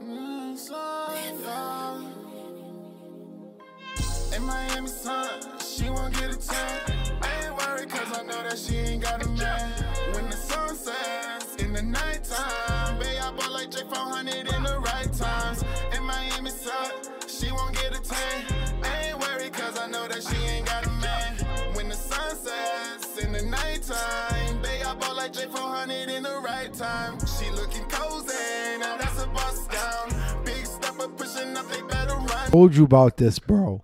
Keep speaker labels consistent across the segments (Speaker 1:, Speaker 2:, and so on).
Speaker 1: Mm, Miami sun, she won't get a chance. I ain't worried cause I know that she ain't got a man. When the sun sets in the nighttime, babe, I bought like J400 in the right times. In Miami sun, she won't get a tan. I ain't worried cause I know that she ain't got a man. When the sun sets in the nighttime, babe, I bought like J400 in the right time. She looking cozy, now that's a bust down. Big stepper pushing up, they better run.
Speaker 2: Told you about this, bro.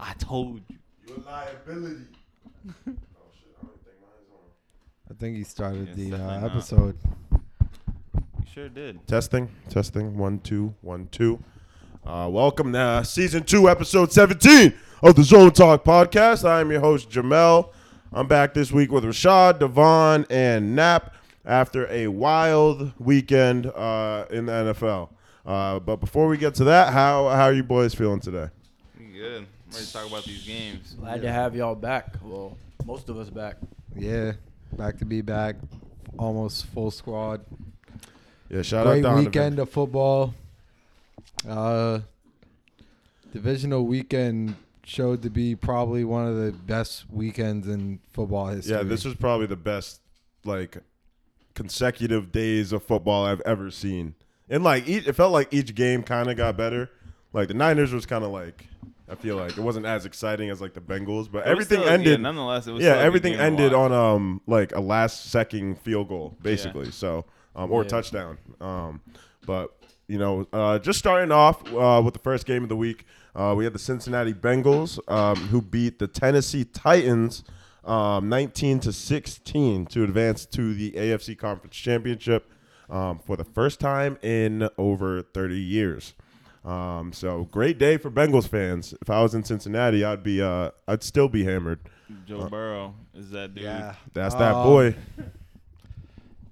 Speaker 3: I told you.
Speaker 4: Your liability. oh shit, I don't think mine's on.
Speaker 2: I think he started
Speaker 3: Yeah,
Speaker 2: the
Speaker 3: definitely
Speaker 2: uh,
Speaker 3: not.
Speaker 2: episode.
Speaker 3: You sure did.
Speaker 4: Testing, testing, one, two, one, two. Uh, welcome to season two, episode 17 of the Zone Talk podcast. I am your host, Jamel. I'm back this week with Rashad, Devon, and Nap after a wild weekend uh, in the NFL. Uh, but before we get to that, how, how are you boys feeling today?
Speaker 3: We good. I'm ready to talk about these games.
Speaker 5: Glad to have y'all back. Well, most of us back.
Speaker 2: Yeah, back to be back. Almost full squad.
Speaker 4: Yeah, shout
Speaker 2: Great
Speaker 4: out Donovan.
Speaker 2: weekend of football. Uh, divisional weekend showed to be probably one of the best weekends in football history.
Speaker 4: Yeah, this was probably the best like consecutive days of football I've ever seen. And like each, it felt like each game kind of got better. Like the Niners was kind of like I feel like it wasn't as exciting as like the Bengals, but
Speaker 3: It was
Speaker 4: everything
Speaker 3: still- Yeah,
Speaker 4: ended. Yeah,
Speaker 3: nonetheless, it was still a good
Speaker 4: everything
Speaker 3: game to
Speaker 4: ended
Speaker 3: watch.
Speaker 4: on um like a last second field goal basically. So um or
Speaker 5: Yeah.
Speaker 4: touchdown. Um, but you know, uh, just starting off uh, with the first game of the week, uh, we had the Cincinnati Bengals um, who beat the Tennessee Titans um, 19 to 16 to advance to the AFC Conference Championship um, for the first time in over 30 years. Um, so great day for Bengals fans. If I was in Cincinnati, I'd be uh, I'd still be hammered.
Speaker 3: Joe Burrow is that dude.
Speaker 2: Yeah.
Speaker 4: That's that
Speaker 2: Um,
Speaker 4: boy.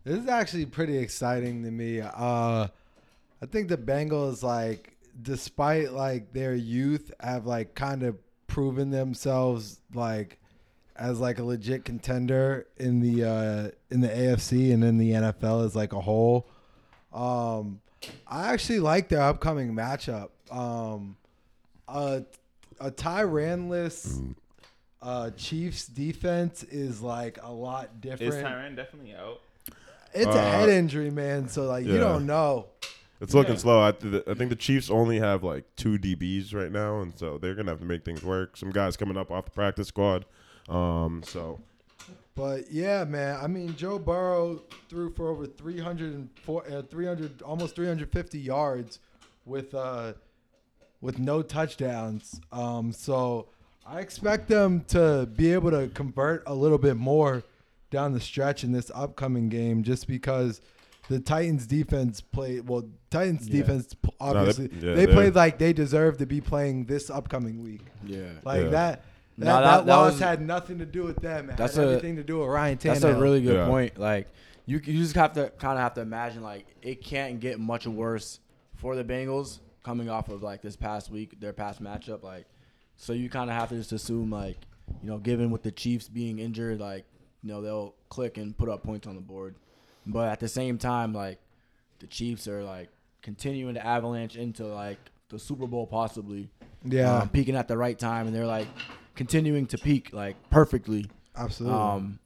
Speaker 2: This is actually pretty exciting to me. Uh, I think the Bengals, like, despite like their youth, have like kind of proven themselves like as like a legit contender in the uh, in the AFC and in the NFL as like a whole. Um, I actually like their upcoming matchup. Um, a a Tyranless uh, Chiefs defense is like a lot different.
Speaker 3: Is Tyran definitely out?
Speaker 2: It's
Speaker 4: Uh,
Speaker 2: a head injury, man. So like
Speaker 4: yeah.
Speaker 2: you don't know.
Speaker 4: It's looking slow. I, th- I think the Chiefs only have like two DBs right now, and so they're gonna have to make things work. Some guys coming up off the practice squad. Um, so
Speaker 2: But yeah, man. I mean, Joe Burrow threw for over 300 and four, uh, 300 almost 350 yards with uh with no touchdowns. Um so I expect them to be able to convert a little bit more down the stretch in this upcoming game just because the Titans defense played well Titans defense p- obviously
Speaker 4: yeah,
Speaker 2: they
Speaker 4: they're-
Speaker 2: played like they deserve to be playing this upcoming week.
Speaker 5: Yeah.
Speaker 2: Like
Speaker 4: Yeah.
Speaker 2: that. That,
Speaker 5: No,
Speaker 2: that,
Speaker 5: that- that
Speaker 2: loss
Speaker 5: was-
Speaker 2: had nothing to do with them. It
Speaker 5: That's
Speaker 2: had
Speaker 5: a-
Speaker 2: everything to do with Ryan Tannehill.
Speaker 5: That's a really good
Speaker 4: Yeah.
Speaker 5: point. Like you, you just have to kind of have to imagine like it can't get much worse for the Bengals coming off of like this past week, their past matchup. Like, so you kind of have to just assume like you know, given with the Chiefs being injured, like you know they'll click and put up points on the board. But at the same time, like the Chiefs are like continuing to avalanche into like the Super Bowl possibly.
Speaker 2: Yeah.
Speaker 5: um, peaking at the right time, and they're like continuing to peak like perfectly.
Speaker 2: absolutely.
Speaker 5: Um,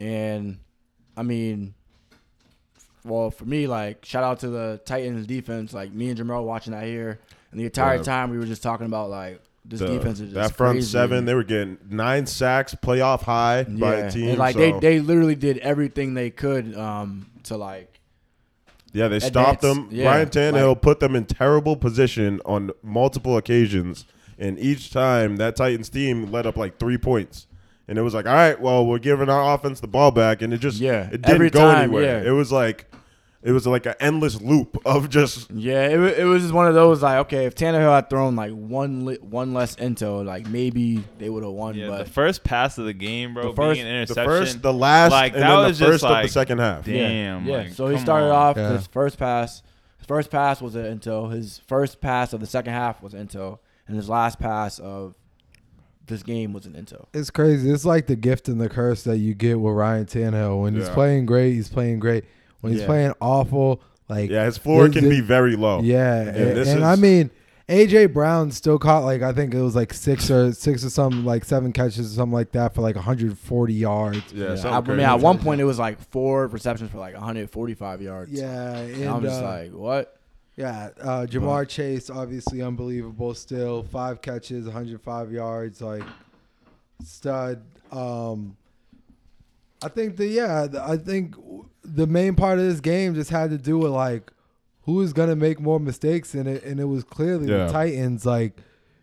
Speaker 5: and I mean, well, for me, like shout out to the Titans defense. Like me and Jamel watching that here, and the entire
Speaker 4: Yeah.
Speaker 5: time we were just talking about like this
Speaker 4: the-
Speaker 5: defense is just
Speaker 4: that front
Speaker 5: crazy.
Speaker 4: seven, they were getting nine sacks, playoff high by a
Speaker 5: And,
Speaker 4: team.
Speaker 5: like
Speaker 4: so-
Speaker 5: they they literally did everything they could um to like
Speaker 4: yeah, they stopped them.
Speaker 5: advanced, yeah,
Speaker 4: Ryan Tannehill
Speaker 5: like-
Speaker 4: put them in terrible position on multiple occasions, and each time that Titans team let up like three points. And it was like, all right, well, we're giving our offense the ball back, and it just
Speaker 5: Yeah,
Speaker 4: it didn't
Speaker 5: every
Speaker 4: go
Speaker 5: time,
Speaker 4: anywhere.
Speaker 5: yeah.
Speaker 4: It was like, it was like an endless loop of just
Speaker 5: Yeah, it, wa- it was just one of those like okay, if Tannehill had thrown like one li- one less into, like maybe they would have won.
Speaker 3: Yeah,
Speaker 5: but
Speaker 3: the first pass of the game, bro,
Speaker 5: The first-
Speaker 3: being an
Speaker 4: the
Speaker 3: interception.
Speaker 4: first, the last,
Speaker 3: like
Speaker 4: and
Speaker 3: that
Speaker 4: then
Speaker 3: was
Speaker 4: the
Speaker 3: just
Speaker 4: first
Speaker 3: like
Speaker 4: of the second half.
Speaker 3: Yeah. Damn,
Speaker 5: Yeah.
Speaker 3: like,
Speaker 5: so he
Speaker 3: come
Speaker 5: started
Speaker 3: on.
Speaker 5: off
Speaker 2: Yeah.
Speaker 5: his first pass. His first pass was an into. His first pass of the second half was an into, and his last pass of this game was an into.
Speaker 2: it's crazy. It's like the gift and the curse that you get with Ryan Tannehill. When he's
Speaker 4: Yeah.
Speaker 2: playing great, he's playing great. When he's
Speaker 5: Yeah.
Speaker 2: playing awful, like
Speaker 4: Yeah, his floor
Speaker 2: this-
Speaker 4: can be very low.
Speaker 2: Yeah,
Speaker 4: And
Speaker 2: and,
Speaker 4: this
Speaker 2: and
Speaker 4: is-
Speaker 2: I mean, AJ Brown still caught like I think it was like six or six or something like seven catches or something like that for like 140 yards.
Speaker 4: Yeah,
Speaker 5: Yeah,
Speaker 4: something
Speaker 5: I, I mean,
Speaker 4: crazy.
Speaker 5: at one point it was like four receptions for like 145 yards.
Speaker 2: Yeah, and,
Speaker 5: and I'm just
Speaker 2: uh,
Speaker 5: like, what?
Speaker 2: yeah, uh, Jamar Chase obviously unbelievable. Still five catches, 105 yards, like stud. Um, I think the yeah, the- I think w- the main part of this game just had to do with like who is gonna make more mistakes in it, and it was clearly
Speaker 4: Yeah.
Speaker 2: the Titans. Like,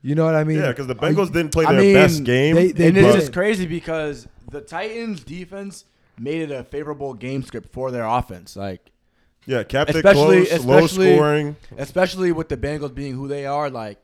Speaker 2: you know what I mean?
Speaker 4: Yeah, because the Bengals didn't play
Speaker 5: I
Speaker 4: their
Speaker 5: mean,
Speaker 4: best game.
Speaker 2: they- they
Speaker 5: and it's
Speaker 2: did.
Speaker 5: just crazy because the Titans defense made it a favorable game script for their offense. Like,
Speaker 4: yeah, kept it
Speaker 5: especially-
Speaker 4: close, low
Speaker 5: especially-
Speaker 4: scoring.
Speaker 5: especially with the Bengals being who they are, like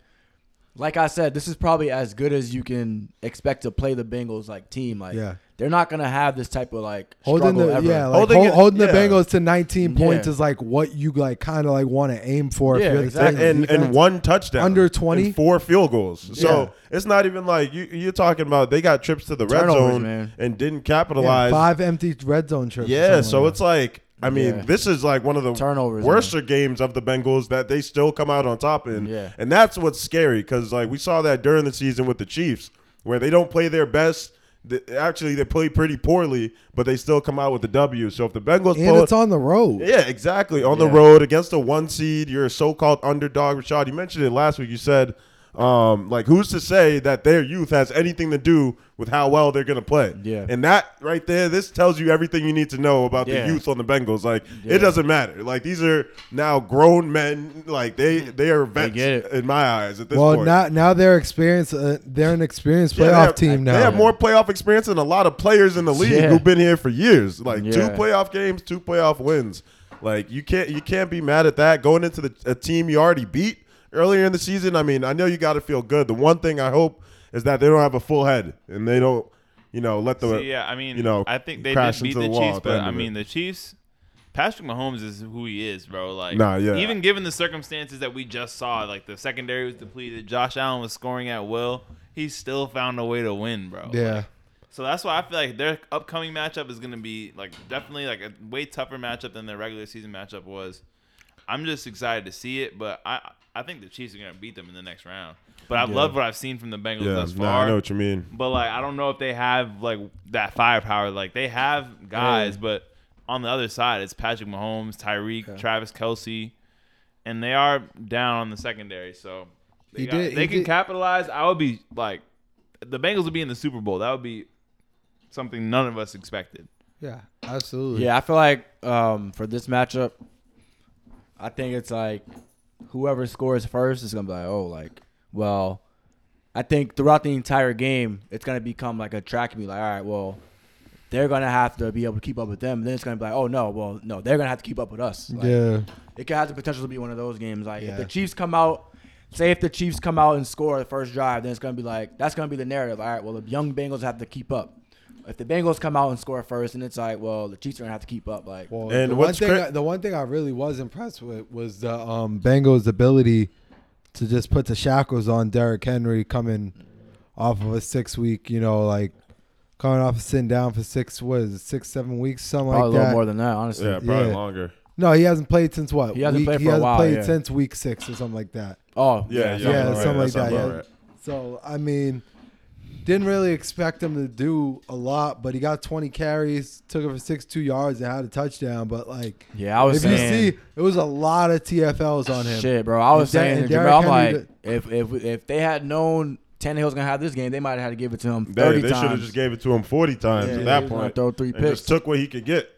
Speaker 5: like I said, this is probably as good as you can expect to play the Bengals like team. Like
Speaker 2: Yeah.
Speaker 5: they're not gonna have this type of like
Speaker 2: holding
Speaker 5: struggle
Speaker 2: the
Speaker 5: ever.
Speaker 2: yeah, like,
Speaker 4: Holding
Speaker 2: hol-
Speaker 4: it-
Speaker 2: holding the
Speaker 4: yeah.
Speaker 2: Bengals to 19 points
Speaker 5: Yeah.
Speaker 2: is like what you like kind of like want to aim for.
Speaker 5: Yeah,
Speaker 2: if you're the
Speaker 5: exactly.
Speaker 2: Titans
Speaker 4: and, and
Speaker 2: defense.
Speaker 4: one touchdown
Speaker 2: Under 20?
Speaker 4: and four field goals so
Speaker 2: Yeah.
Speaker 4: it's not even like you, you're talking about they got trips to the red
Speaker 5: Turnovers,
Speaker 4: zone
Speaker 5: man.
Speaker 4: and didn't
Speaker 2: Yeah,
Speaker 4: capitalize yeah,
Speaker 2: five empty red zone trips. or something
Speaker 4: so
Speaker 2: like
Speaker 4: it's like I mean,
Speaker 5: Yeah.
Speaker 4: this is like one of the
Speaker 5: Turnovers,
Speaker 4: worser games of the Bengals that they still come out on top in,
Speaker 5: Yeah.
Speaker 4: and that's what's scary because like we saw that during the season with the Chiefs, where they don't play their best. Th- Actually, they play pretty poorly, but they still come out with the W. So if the Bengals
Speaker 2: that. and
Speaker 4: pull,
Speaker 2: it's on the road.
Speaker 4: yeah, exactly. On the
Speaker 5: Yeah.
Speaker 4: road against the one seed, you're a so-called underdog, Rashad. You mentioned it last week. You said, um, like, who's to say that their youth has anything to do with how well they're going to play?
Speaker 5: Yeah.
Speaker 4: And that right there, this tells you everything you need to know about
Speaker 5: Yeah.
Speaker 4: the youth on the Bengals. Like,
Speaker 5: Yeah.
Speaker 4: it doesn't matter. Like, these are now grown men. Like, they they are vets
Speaker 5: get it.
Speaker 4: in my eyes at this
Speaker 2: Well,
Speaker 4: point.
Speaker 2: now now they're experienced. Uh, they're an experienced
Speaker 4: Yeah,
Speaker 2: playoff
Speaker 4: they have-
Speaker 2: team now.
Speaker 4: They have more playoff experience than a lot of players in the league
Speaker 5: Yeah.
Speaker 4: who've been here for years. Like two
Speaker 5: Yeah.
Speaker 4: playoff games, two playoff wins. Like you can't you can't be mad at that. Going into the a team you already beat earlier in the season. I mean, I know you got to feel good. The one thing I hope is that they don't have a full head and they don't, you know, let the
Speaker 3: See, yeah, I mean,
Speaker 4: you know,
Speaker 3: I think they
Speaker 4: crash
Speaker 3: did beat
Speaker 4: into
Speaker 3: the,
Speaker 4: the wall
Speaker 3: Chiefs,
Speaker 4: at the
Speaker 3: but
Speaker 4: end
Speaker 3: I
Speaker 4: of
Speaker 3: mean,
Speaker 4: it.
Speaker 3: the Chiefs. Patrick Mahomes is who he is, bro. Like,
Speaker 4: Nah, yeah.
Speaker 3: even given the circumstances that we just saw, like the secondary was depleted, Josh Allen was scoring at will. He still found a way to win, bro.
Speaker 2: Yeah,
Speaker 3: So that's why I feel like their upcoming matchup is going to be like definitely like a way tougher matchup than their regular season matchup was. I'm just excited to see it, but I I think the Chiefs are going to beat them in the next round. But I love what I've seen from the Bengals
Speaker 4: yeah,
Speaker 3: thus
Speaker 4: no,
Speaker 3: far.
Speaker 4: I know what you mean.
Speaker 3: But like I don't know if they have like that firepower. Like they have guys, but on the other side it's Patrick Mahomes, Tyreek, Travis Kelsey, and they are down on the secondary. So they,
Speaker 2: He
Speaker 3: got-
Speaker 2: did-
Speaker 3: they
Speaker 2: he
Speaker 3: can
Speaker 2: did-
Speaker 3: capitalize. I would be like the Bengals would be in the Super Bowl. That would be something none of us expected.
Speaker 2: yeah, absolutely.
Speaker 5: Yeah, I feel like um, for this matchup, I think it's like whoever scores first is gonna be like, oh, like, well, I think throughout the entire game, it's gonna become like a track me, like, all right, well, they're gonna have to be able to keep up with them. Then it's gonna be like, oh no, well, no, they're gonna have to keep up with us. Like,
Speaker 2: yeah.
Speaker 5: it could have the potential to be one of those games. Like
Speaker 2: Yeah.
Speaker 5: if the Chiefs come out, say if the Chiefs come out and score the first drive, then it's gonna be like that's gonna be the narrative. All right, well the young Bengals have to keep up. If the Bengals come out and score first, and it's like, well, the Chiefs are gonna have to keep up. Like
Speaker 2: Well,
Speaker 4: And
Speaker 2: the one
Speaker 4: what's
Speaker 2: thing
Speaker 4: cra-
Speaker 2: I, the one thing I really was impressed with was the um, Bengals' ability to just put the shackles on Derrick Henry coming off of a six week, you know, like coming off of sitting down for six was six seven weeks something
Speaker 5: probably a
Speaker 2: like
Speaker 5: little
Speaker 2: that.
Speaker 5: more than that, honestly.
Speaker 4: Yeah, probably
Speaker 2: Yeah.
Speaker 4: longer.
Speaker 2: no, he hasn't played since what?
Speaker 5: He hasn't
Speaker 2: week,
Speaker 5: played
Speaker 2: he
Speaker 5: for a
Speaker 2: hasn't
Speaker 5: while,
Speaker 2: played
Speaker 5: yeah.
Speaker 2: since week six or something like that.
Speaker 5: Oh
Speaker 4: Yeah,
Speaker 2: yeah,
Speaker 4: yeah,
Speaker 2: something like
Speaker 4: That
Speaker 2: that.
Speaker 4: sounds
Speaker 2: Yeah.
Speaker 4: about right.
Speaker 2: So I mean, didn't really expect him to do a lot, but he got 20 carries, took it for 62 yards, and had a touchdown. But like,
Speaker 5: Yeah, I was
Speaker 2: if
Speaker 5: saying-
Speaker 2: you see, it was a lot of TFLs on him.
Speaker 5: Shit, bro. I was
Speaker 2: And Der-
Speaker 5: saying,
Speaker 2: and
Speaker 5: to
Speaker 2: Derrick
Speaker 5: Jamel, I'm
Speaker 2: Henry
Speaker 5: like, if if if they had known Tannehill's gonna have this game, they might have had to give it to him
Speaker 4: They,
Speaker 5: thirty
Speaker 4: they should have
Speaker 5: times.
Speaker 4: just gave it to him 40 times
Speaker 5: Yeah,
Speaker 4: at
Speaker 5: he
Speaker 4: that
Speaker 5: was gonna
Speaker 4: point.
Speaker 5: throw three
Speaker 4: and
Speaker 5: picks.
Speaker 4: just took what he could get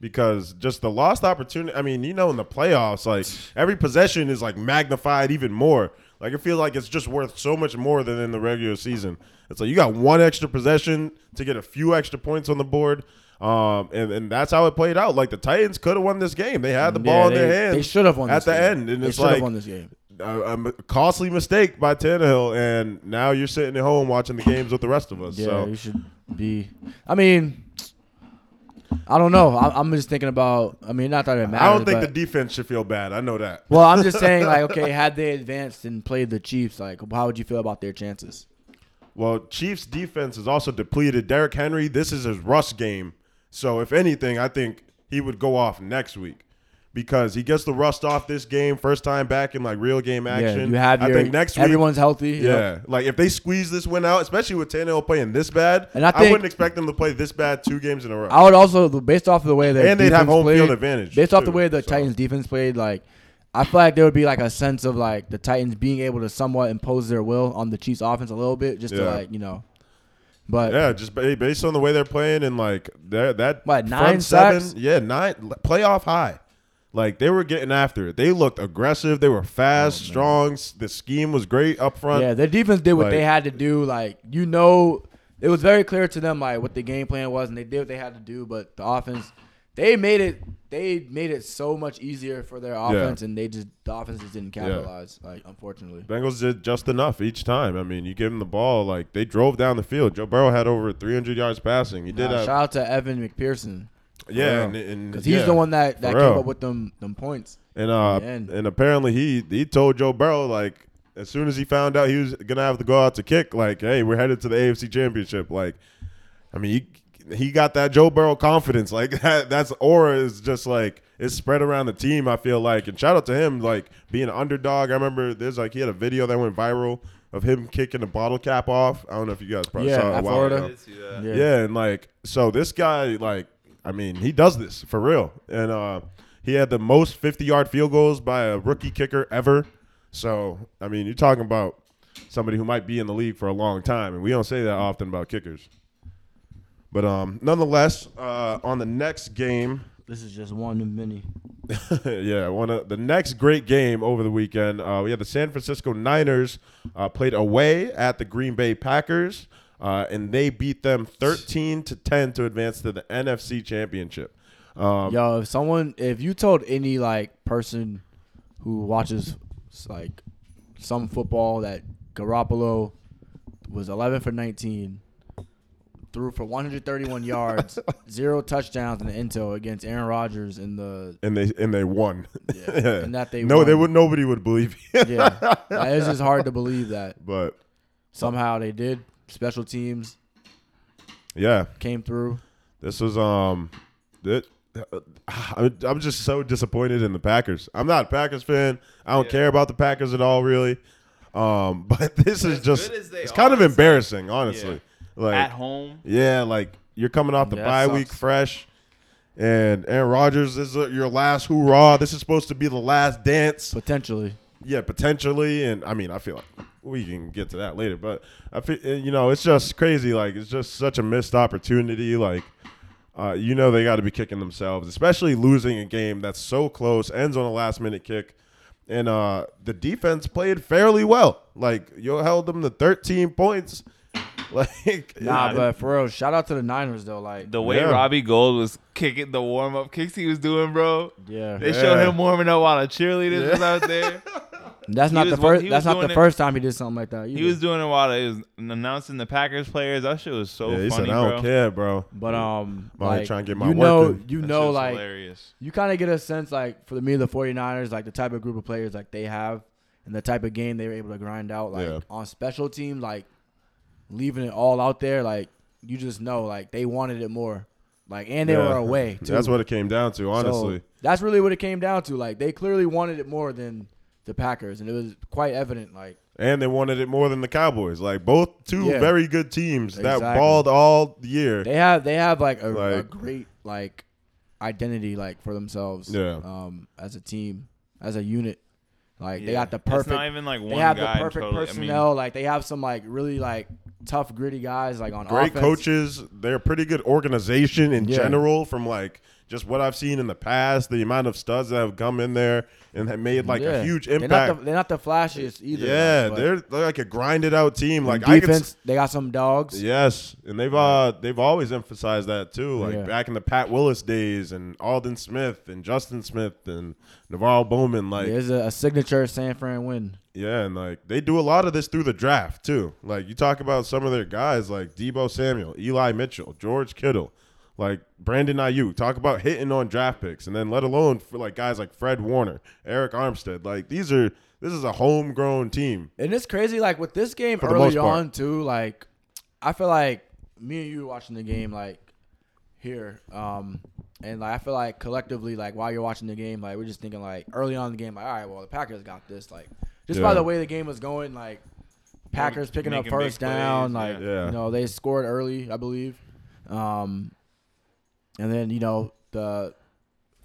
Speaker 4: because just the lost opportunity. I mean, you know, in the playoffs, like every possession is like magnified even more. Like it feels like it's just worth so much more than in the regular season. It's like you got one extra possession to get a few extra points on the board. Um, and, and that's how it played out. Like the Titans could have won this game. They had the ball
Speaker 5: Mm, Yeah,
Speaker 4: in their
Speaker 5: they-
Speaker 4: hands.
Speaker 5: They should have won
Speaker 4: at
Speaker 5: this
Speaker 4: the
Speaker 5: game.
Speaker 4: end. And
Speaker 5: they
Speaker 4: it's
Speaker 5: should have
Speaker 4: like
Speaker 5: won this game.
Speaker 4: a, a m- costly mistake by Tannehill, and now you're sitting at home watching the games with the rest of us.
Speaker 5: Yeah,
Speaker 4: so
Speaker 5: you should be. I mean, I don't know. I, I'm just thinking about. I mean, not that it matters.
Speaker 4: I don't think the
Speaker 5: but-
Speaker 4: defense should feel bad. I know that.
Speaker 5: well, I'm just saying, like, okay, had they advanced and played the Chiefs, like, how would you feel about their chances?
Speaker 4: Well, Chiefs defense is also depleted. Derrick Henry, this is his rush game. So if anything, I think he would go off next week because he gets the rust off this game, first time back in like real game action.
Speaker 5: Yeah, you have your,
Speaker 4: I think next week
Speaker 5: everyone's healthy. you
Speaker 4: Yeah,
Speaker 5: know?
Speaker 4: like if they squeeze this win out, especially with Tannehill playing this bad,
Speaker 5: And I
Speaker 4: I
Speaker 5: think-
Speaker 4: wouldn't expect them to play this bad two games in a row.
Speaker 5: I would also, based off of the way that
Speaker 4: And they'd have
Speaker 5: defense
Speaker 4: home
Speaker 5: played,
Speaker 4: field advantage,
Speaker 5: Based off the
Speaker 4: too,
Speaker 5: way the
Speaker 4: so.
Speaker 5: Titans defense played, like I feel like there would be like a sense of like the Titans being able to somewhat impose their will on the Chiefs' offense a little bit, just to
Speaker 4: Yeah.
Speaker 5: like you know. But
Speaker 4: yeah, just ba- based on the way they're playing and like that that
Speaker 5: What,
Speaker 4: front
Speaker 5: nine
Speaker 4: seven,
Speaker 5: sacks?
Speaker 4: yeah, nine playoff high. Like they were getting after it. They looked aggressive. They were fast, strong. S- The scheme was great up front.
Speaker 5: Oh, yeah, their defense did
Speaker 4: Uh,
Speaker 5: what
Speaker 4: Like-
Speaker 5: they had to do. Like you know, it was very clear to them like what the game plan was, and they did what they had to do. But the offense, they made it. They made it so much easier for their offense, and they just the offense just didn't capitalize. Like unfortunately,
Speaker 4: Bengals did just enough each time. I mean, you give them the ball, like they drove down the field. Joe Burrow had over 300 yards passing. He did
Speaker 5: Nah,
Speaker 4: have,
Speaker 5: shout out to Evan McPherson.
Speaker 4: yeah,
Speaker 5: real.
Speaker 4: and, and
Speaker 5: Because he's
Speaker 4: yeah.
Speaker 5: the one that, that
Speaker 4: For
Speaker 5: came
Speaker 4: real.
Speaker 5: up with them them points.
Speaker 4: And uh,
Speaker 5: Man.
Speaker 4: and apparently he he told Joe Burrow like as soon as he found out he was gonna have to go out to kick, like, hey, we're headed to the AFC Championship. Like, I mean, he he got that Joe Burrow confidence. Like that that's aura is just like it's spread around the team. I feel like, and shout out to him, like being an underdog. I remember there's like he had a video that went viral of him kicking the bottle cap off. I don't know if you guys probably
Speaker 5: Yeah,
Speaker 4: saw it a
Speaker 5: at
Speaker 4: while
Speaker 5: Florida.
Speaker 4: ago.
Speaker 3: I did see that.
Speaker 5: Yeah.
Speaker 4: Yeah, and like so this guy like I mean, he does this for real. And uh he had the most 50-yard field goals by a rookie kicker ever. So, I mean, you're talking about somebody who might be in the league for a long time and we don't say that often about kickers. But um nonetheless, uh on the next game,
Speaker 5: This is just one of many.
Speaker 4: yeah, one of the next great game over the weekend. Uh, we had the San Francisco Niners uh, played away at the Green Bay Packers, uh, and they beat them thirteen to ten to advance to the NFC Championship.
Speaker 3: Oh.
Speaker 4: Um,
Speaker 5: Yo, if someone, if you told any like person who watches like some football that Garoppolo was 11 for 19, threw for 131 yards, zero touchdowns in the intel against Aaron Rodgers in the
Speaker 4: and they and they won.
Speaker 5: Yeah, and that they
Speaker 4: no, they
Speaker 5: won.
Speaker 4: would nobody would believe. you.
Speaker 5: yeah, Like, it's just hard to believe that
Speaker 4: but
Speaker 5: somehow they did. Special teams
Speaker 4: yeah,
Speaker 5: came through.
Speaker 4: This was um, that I'm I'm just so disappointed in the Packers. I'm not a Packers fan. I don't care about the Packers at all, really. Um, but this
Speaker 3: as
Speaker 4: is just
Speaker 3: good as they
Speaker 4: it's
Speaker 3: are,
Speaker 4: kind of
Speaker 3: it's like-
Speaker 4: embarrassing, honestly. Like
Speaker 3: At home,
Speaker 4: yeah, like you're coming off the
Speaker 5: Yeah, that
Speaker 4: bye week
Speaker 5: sucks.
Speaker 4: fresh, and Aaron Rodgers is uh, your last hoorah. This is supposed to be the last dance.
Speaker 5: Potentially.
Speaker 4: Yeah, potentially, and I mean, I feel like we can get to that later, but I feel you know it's just crazy. Like it's just such a missed opportunity. Like uh, you know they got to be kicking themselves, especially losing a game that's so close, ends on a last minute kick, and uh, the defense played fairly well. Like you held them to 13 points. Like
Speaker 5: Nah,
Speaker 3: Nah,
Speaker 5: but for real, shout out to the Niners though. Like,
Speaker 3: the way
Speaker 4: Yeah.
Speaker 3: Robbie Gold was kicking the warm up kicks he was doing, bro.
Speaker 5: yeah,
Speaker 3: They showed
Speaker 4: Yeah.
Speaker 3: him warming up while the cheerleaders was out there.
Speaker 5: that's not
Speaker 3: was
Speaker 5: the
Speaker 3: one-
Speaker 5: first.
Speaker 3: he
Speaker 5: That's
Speaker 3: was
Speaker 5: not the
Speaker 3: doing it-
Speaker 5: first time he did something like that.
Speaker 3: He
Speaker 5: either.
Speaker 3: was doing it while he was announcing the Packers players. That shit was so
Speaker 4: yeah, he
Speaker 3: funny,
Speaker 4: said, "I don't
Speaker 3: bro.
Speaker 4: care, bro."
Speaker 5: but um,
Speaker 4: Mm. I'm only
Speaker 5: like,
Speaker 4: trying to get my
Speaker 5: you
Speaker 4: work
Speaker 5: know,
Speaker 4: in.
Speaker 5: you
Speaker 3: That shit
Speaker 5: know,
Speaker 3: was
Speaker 5: like
Speaker 3: hilarious.
Speaker 5: you kind of get a sense like for me, the 49ers, like the type of group of players like they have and the type of game they were able to grind out, like
Speaker 4: Yeah.
Speaker 5: on special team, like leaving it all out there, like you just know, like they wanted it more, like and they
Speaker 4: Yeah.
Speaker 5: were away. Too.
Speaker 4: That's what it came down to,
Speaker 5: So,
Speaker 4: honestly.
Speaker 5: that's really what it came down to. Like they clearly wanted it more than the Packers, and it was quite evident. Like.
Speaker 4: and they wanted it more than the Cowboys. Like both two
Speaker 5: Yeah.
Speaker 4: very good teams that
Speaker 5: Exactly.
Speaker 4: balled all year.
Speaker 5: They have they have like a, a
Speaker 4: Like-
Speaker 5: great like identity like for themselves.
Speaker 4: Yeah.
Speaker 5: Um, as a team, as a unit, like they
Speaker 3: Yeah.
Speaker 5: got the
Speaker 3: It's not
Speaker 5: perfect.
Speaker 3: even like one
Speaker 5: They have the
Speaker 3: guy in
Speaker 5: perfect
Speaker 3: total. I mean,
Speaker 5: personnel. like they have some like really like tough, gritty guys like on
Speaker 4: Great
Speaker 5: offense.
Speaker 4: coaches. They're pretty good organization in
Speaker 5: Yeah.
Speaker 4: general. From like just what I've seen in the past, the amount of studs that have come in there and have made like
Speaker 5: Yeah.
Speaker 4: a huge
Speaker 5: They're not,
Speaker 4: impact.
Speaker 5: the, they're not the flashiest either.
Speaker 4: yeah,
Speaker 5: like, but
Speaker 4: they're, they're like a grinded out team.
Speaker 5: in
Speaker 4: Like I could,
Speaker 5: defense.
Speaker 4: s-
Speaker 5: they got some dogs.
Speaker 4: yes, and they've uh they've always emphasized that too. Like
Speaker 5: Yeah.
Speaker 4: back in the Pat Willis days and Alden Smith and Justin Smith and Navarro Bowman. Like
Speaker 5: There's a, a signature San Fran win.
Speaker 4: Yeah, and like they do a lot of this through the draft too. Like you talk about some of their guys like Debo Samuel, Eli Mitchell, George Kittle, like Brandon Ayuk. Talk about hitting on draft picks, and then let alone for like guys like Fred Warner, Eric Armstead. Like these are this is a homegrown team.
Speaker 5: And it's crazy, like with this game
Speaker 4: Mm-hmm. the most
Speaker 5: early
Speaker 4: part.
Speaker 5: on too. Like, I feel like me and you watching the game, like here, um, And like I feel like collectively, like while you're watching the game, like we're just thinking like early on in the game, like all right, well the Packers got this. Like just by
Speaker 4: Yeah.
Speaker 5: the way the game was going, like Packers picking up
Speaker 3: Making big
Speaker 5: first down,
Speaker 3: plays,
Speaker 5: like
Speaker 4: yeah. Yeah.
Speaker 5: you know they scored early, I believe. Um, and then you know the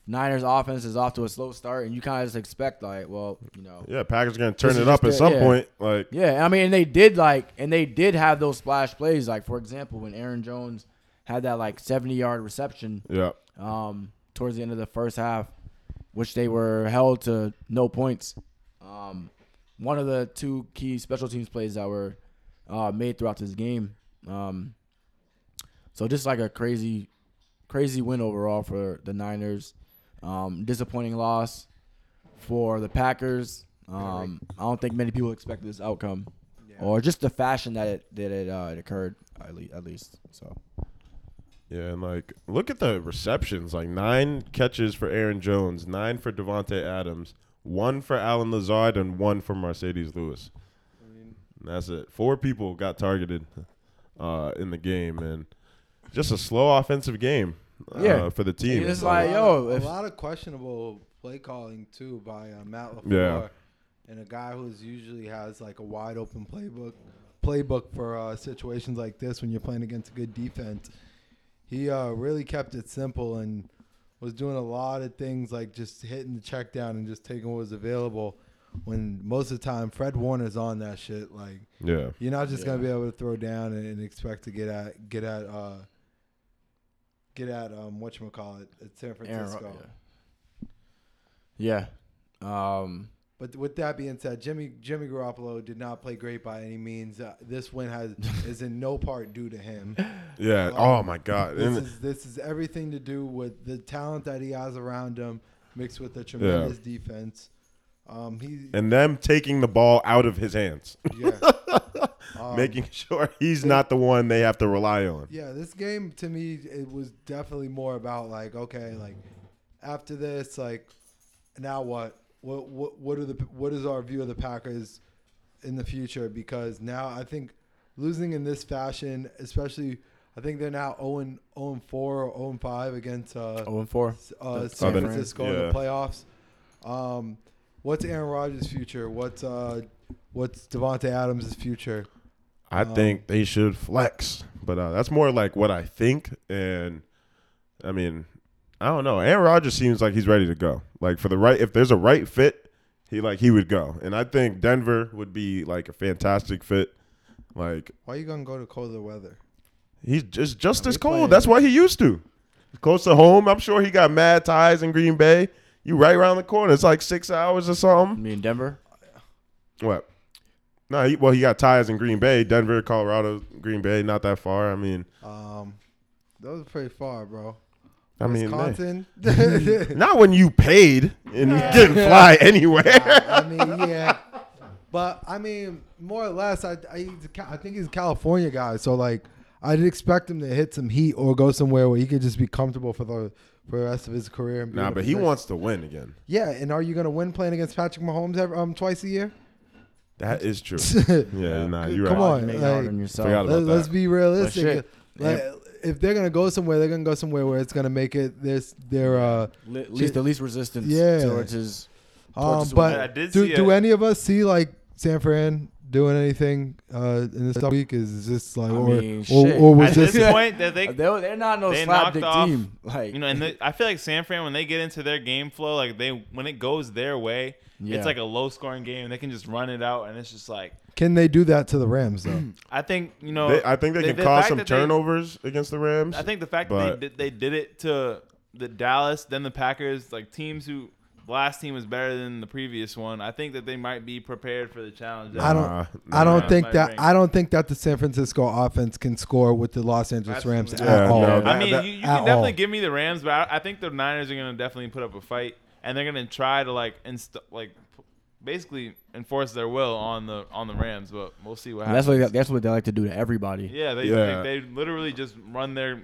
Speaker 5: Niners offense is off to a slow start, and you kind of just expect like, well, you know,
Speaker 4: Yeah, Packers gonna turn
Speaker 5: This
Speaker 4: it
Speaker 5: is
Speaker 4: up at
Speaker 5: just
Speaker 4: some
Speaker 5: it, yeah.
Speaker 4: point. Like
Speaker 5: yeah, I mean, and they did like, and they did have those splash plays. Like for example, when Aaron Jones had that like seventy yard reception
Speaker 4: yeah,
Speaker 5: um, towards the end of the first half, which they were held to no points. Um, one of the two key special teams plays that were uh, made throughout this game. Um, so just like a crazy, crazy win overall for the Niners. Um, disappointing loss for the Packers. Um, I don't think many people expected this outcome, or just the fashion that it that it, uh, it occurred at least. At least so.
Speaker 4: yeah, and like look at the receptions. Like nine catches for Aaron Jones, nine for Devonte Adams, one for Alan Lazard, and one for Mercedes Lewis. And that's it. Four people got targeted uh, in the game, and just a slow offensive game uh,
Speaker 5: Yeah.
Speaker 4: for the
Speaker 5: And
Speaker 4: team.
Speaker 5: it's
Speaker 4: It's
Speaker 5: like,
Speaker 2: lot
Speaker 5: yo,
Speaker 2: of-
Speaker 5: if-
Speaker 2: a lot of questionable play calling too by uh, Matt Lafleur,
Speaker 4: Yeah.
Speaker 2: and a guy who's usually has like a wide open playbook playbook for uh, situations like this when you're playing against a good defense. He uh, really kept it simple and was doing a lot of things like just hitting the check down and just taking what was available. When most of the time Fred Warner's on that shit, like
Speaker 4: yeah,
Speaker 2: you're not just gonna be able to throw down and, and expect to get at get at uh get at um what you call it at San
Speaker 5: Aaron Ro-
Speaker 2: Francisco.
Speaker 5: Yeah. Yeah. Um,
Speaker 2: But with that being said, Jimmy Jimmy Garoppolo did not play great by any means. Uh, this win has is in no part due to him.
Speaker 4: yeah. Oh my god.
Speaker 2: This
Speaker 4: And-
Speaker 2: is this is everything to do with the talent that he has around him, mixed with the tremendous defense. Um, he
Speaker 4: and them taking the ball out of his hands,
Speaker 2: yeah. Um,
Speaker 4: making sure he's not the one they have to rely on.
Speaker 2: Yeah, this game to me it was definitely more about like okay, like after this, like now what? What what what are the what is our view of the Packers in the future? Because now I think losing in this fashion, especially I think they're now 0 0 4 or 0 5 against uh,
Speaker 5: 0 and 4.
Speaker 2: uh,
Speaker 5: That's
Speaker 2: San
Speaker 4: Southern-
Speaker 2: Francisco in
Speaker 4: yeah.
Speaker 2: the playoffs. Um, what's Aaron Rodgers' future? What's uh, what's Devonte Adams' future?
Speaker 4: I think they should flex, but uh, that's more like what I think. And I mean, I don't know. Aaron Rodgers seems like he's ready to go. Like for the right, if there's a right fit, he like he would go. And I think Denver would be like a fantastic fit. Like
Speaker 2: Why are you gonna go to colder weather?
Speaker 4: he's just just
Speaker 2: Yeah,
Speaker 4: as
Speaker 2: they play-
Speaker 4: cold. That's why he used to. Close to home, I'm sure he got mad ties in Green Bay. You right around the corner. It's like six hours or something.
Speaker 5: Me in Denver.
Speaker 4: What? No, he, well, he got ties in Green Bay, Denver, Colorado, Green Bay, not that far. I mean,
Speaker 2: Um, that was pretty far, bro.
Speaker 4: I mean, they-
Speaker 2: Wisconsin.
Speaker 4: not when you paid and you didn't fly anywhere.
Speaker 2: I mean, yeah, but I mean, more or less, I, I he's a Ca- I think he's a California guy, so like I'd expect him to hit some heat or go somewhere where he could just be comfortable for the for the rest of his career. And be
Speaker 4: nah,
Speaker 2: in a
Speaker 4: but he
Speaker 2: position-
Speaker 4: wants to win again.
Speaker 2: Yeah, and are you gonna win playing against Patrick Mahomes every, um twice a year?
Speaker 4: That is true.
Speaker 2: Let,
Speaker 4: Yeah, nah, you're
Speaker 2: Come
Speaker 4: right.
Speaker 2: on,
Speaker 5: Make it
Speaker 2: like-
Speaker 5: harder on yourself.
Speaker 4: Forgot about
Speaker 2: us
Speaker 4: that.
Speaker 2: be realistic.
Speaker 5: shit,
Speaker 2: Like, if they're gonna go somewhere, they're gonna go somewhere where it's gonna make it this their uh
Speaker 5: Le- least, the least resistance
Speaker 2: Yeah.
Speaker 5: towards his.
Speaker 2: Um,
Speaker 5: Torches
Speaker 2: but
Speaker 5: one.
Speaker 3: I did
Speaker 2: do,
Speaker 3: see
Speaker 2: do
Speaker 3: a-
Speaker 2: any of us see like San Fran doing anything uh, in this week? Is this like,
Speaker 5: I
Speaker 2: or,
Speaker 5: mean,
Speaker 2: or,
Speaker 5: shit.
Speaker 2: or was
Speaker 3: At
Speaker 2: this?
Speaker 3: this point, that they
Speaker 5: They, they're not no
Speaker 3: they
Speaker 5: slap
Speaker 3: knocked
Speaker 5: dick
Speaker 3: off,
Speaker 5: team. Like,
Speaker 3: you know, and they, I feel like San Fran when they get into their game flow, like they when it goes their way,
Speaker 5: Yeah.
Speaker 3: it's like a low scoring game. They can just run it out, and it's just like
Speaker 2: Can they do that to the Rams though?
Speaker 3: I think you know.
Speaker 4: They, I think they
Speaker 3: the-
Speaker 4: can
Speaker 3: the
Speaker 4: cause
Speaker 3: fact
Speaker 4: some
Speaker 3: that they-
Speaker 4: turnovers against the Rams.
Speaker 3: I think the fact that
Speaker 4: but-
Speaker 3: they did, they did it to the Dallas, then the Packers, like teams who the last team was better than the previous one. I think that they might be prepared for the challenge.
Speaker 2: I don't.
Speaker 4: Nah,
Speaker 2: I don't
Speaker 3: nah.
Speaker 2: think
Speaker 3: My
Speaker 2: that.
Speaker 3: ring.
Speaker 2: I don't think that the San Francisco offense can score with the Los Angeles Rams
Speaker 3: Absolutely.
Speaker 2: at
Speaker 4: Yeah,
Speaker 2: all.
Speaker 4: no, that-
Speaker 3: I mean, you, you
Speaker 2: at
Speaker 3: can definitely
Speaker 2: all.
Speaker 3: give me the Rams, but I, I think the Niners are going to definitely put up a fight, and they're going to try to like inst- like p- basically enforce their will on the on the Rams. But we'll see what
Speaker 5: and
Speaker 3: happens.
Speaker 5: that's what that's what they like to do to everybody.
Speaker 3: yeah, they,
Speaker 4: Yeah.
Speaker 3: They, they literally just run their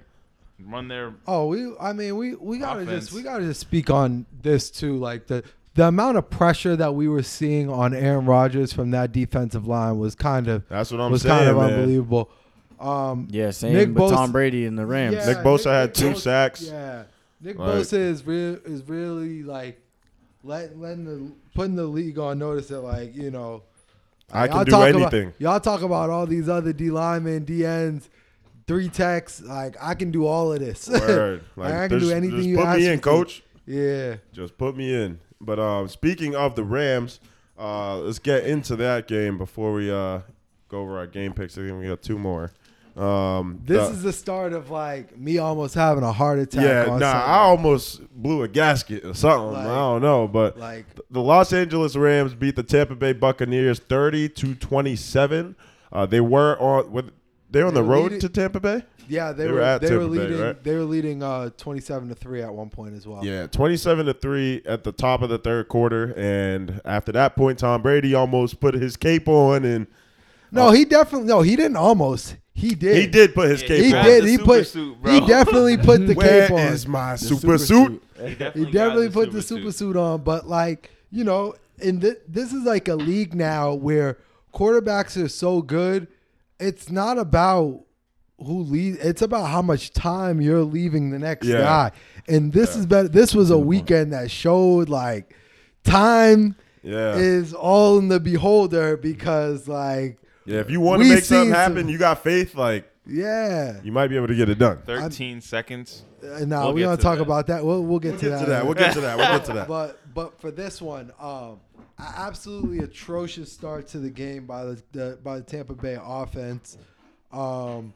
Speaker 3: run their.
Speaker 2: Oh, we. I mean, we. We gotta
Speaker 3: Offense.
Speaker 2: just. We gotta just speak on this too. Like the the amount of pressure that we were seeing on Aaron Rodgers from that defensive line was kind of.
Speaker 4: That's what I'm
Speaker 2: was
Speaker 4: saying.
Speaker 2: kind of
Speaker 4: man.
Speaker 2: unbelievable. Um,
Speaker 5: Yeah, same
Speaker 2: Nick
Speaker 5: with
Speaker 2: Bosa-
Speaker 5: Tom Brady and the Rams.
Speaker 2: Yeah,
Speaker 4: Nick Bosa had two
Speaker 2: Bosa-
Speaker 4: sacks.
Speaker 2: Yeah. Nick
Speaker 4: Like-
Speaker 2: Bosa is real is really like let, letting the putting the league on notice that like you know
Speaker 4: I
Speaker 2: y'all
Speaker 4: can do
Speaker 2: talk
Speaker 4: anything.
Speaker 2: About, y'all talk about all these other D linemen, DNs, three techs. Like I can do all of this.
Speaker 4: Word.
Speaker 2: Like,
Speaker 4: Like,
Speaker 2: I can do
Speaker 4: just-
Speaker 2: anything
Speaker 4: Just
Speaker 2: you
Speaker 4: put
Speaker 2: ask
Speaker 4: me
Speaker 2: me
Speaker 4: in,
Speaker 2: to.
Speaker 4: coach.
Speaker 2: yeah.
Speaker 4: Just put me in. But um, speaking of the Rams, uh, let's get into that game before we uh, go over our game picks. I think we got two more. Um,
Speaker 2: This
Speaker 4: the-
Speaker 2: is the start of like me almost having a heart attack.
Speaker 4: yeah. Nah,
Speaker 2: on
Speaker 4: I
Speaker 2: Sunday.
Speaker 4: almost blew a gasket or something.
Speaker 2: Like-
Speaker 4: I don't know, but
Speaker 2: like
Speaker 4: the Los Angeles Rams beat the Tampa Bay Buccaneers thirty to twenty seven. Uh, they were on. were- They were on
Speaker 2: They
Speaker 4: the
Speaker 2: were
Speaker 4: road
Speaker 2: leading-
Speaker 4: to Tampa Bay.
Speaker 2: yeah, they,
Speaker 4: they
Speaker 2: were,
Speaker 4: were at
Speaker 2: they were
Speaker 4: Tampa Bay,
Speaker 2: leading
Speaker 4: right?
Speaker 2: they were leading uh twenty seven to three at one point as well.
Speaker 4: Yeah, 27 to 3 at the top of the third quarter. And after that point, Tom Brady almost put his cape on and
Speaker 2: No, he definitely no, he didn't almost. He did.
Speaker 4: he did put his
Speaker 3: Yeah,
Speaker 4: cape
Speaker 2: He
Speaker 4: on.
Speaker 3: grabbed
Speaker 2: did.
Speaker 3: the
Speaker 2: He
Speaker 3: super
Speaker 2: put.
Speaker 3: suit, bro.
Speaker 2: he definitely put the
Speaker 4: Where
Speaker 2: cape on.
Speaker 4: is my
Speaker 5: The
Speaker 4: super, suit?
Speaker 3: He
Speaker 2: he
Speaker 3: definitely, got
Speaker 2: definitely put the super suit on, but like you know, and th- this is like a league now where quarterbacks are so good. It's not about who lead. It's about how much time you're leaving the next
Speaker 4: Yeah.
Speaker 2: guy. And this is better. This was a weekend that showed like time
Speaker 4: Yeah.
Speaker 2: is all in the beholder because like
Speaker 4: Yeah, if you want to
Speaker 2: We
Speaker 4: make something
Speaker 2: seen
Speaker 4: happen,
Speaker 2: some-
Speaker 4: you got faith, like,
Speaker 2: yeah.
Speaker 4: you might be able to get it done. We'll
Speaker 3: 13 seconds.
Speaker 2: Uh, no,
Speaker 3: We'll
Speaker 2: we
Speaker 3: get
Speaker 2: don't
Speaker 3: to
Speaker 2: talk
Speaker 3: that.
Speaker 2: about that. We'll we'll get to
Speaker 4: get
Speaker 2: that.
Speaker 4: to that.
Speaker 2: later.
Speaker 4: We'll get to that. We'll get to that.
Speaker 2: But but for this one, um, a- absolutely atrocious start to the game by the, the by the Tampa Bay offense. Um,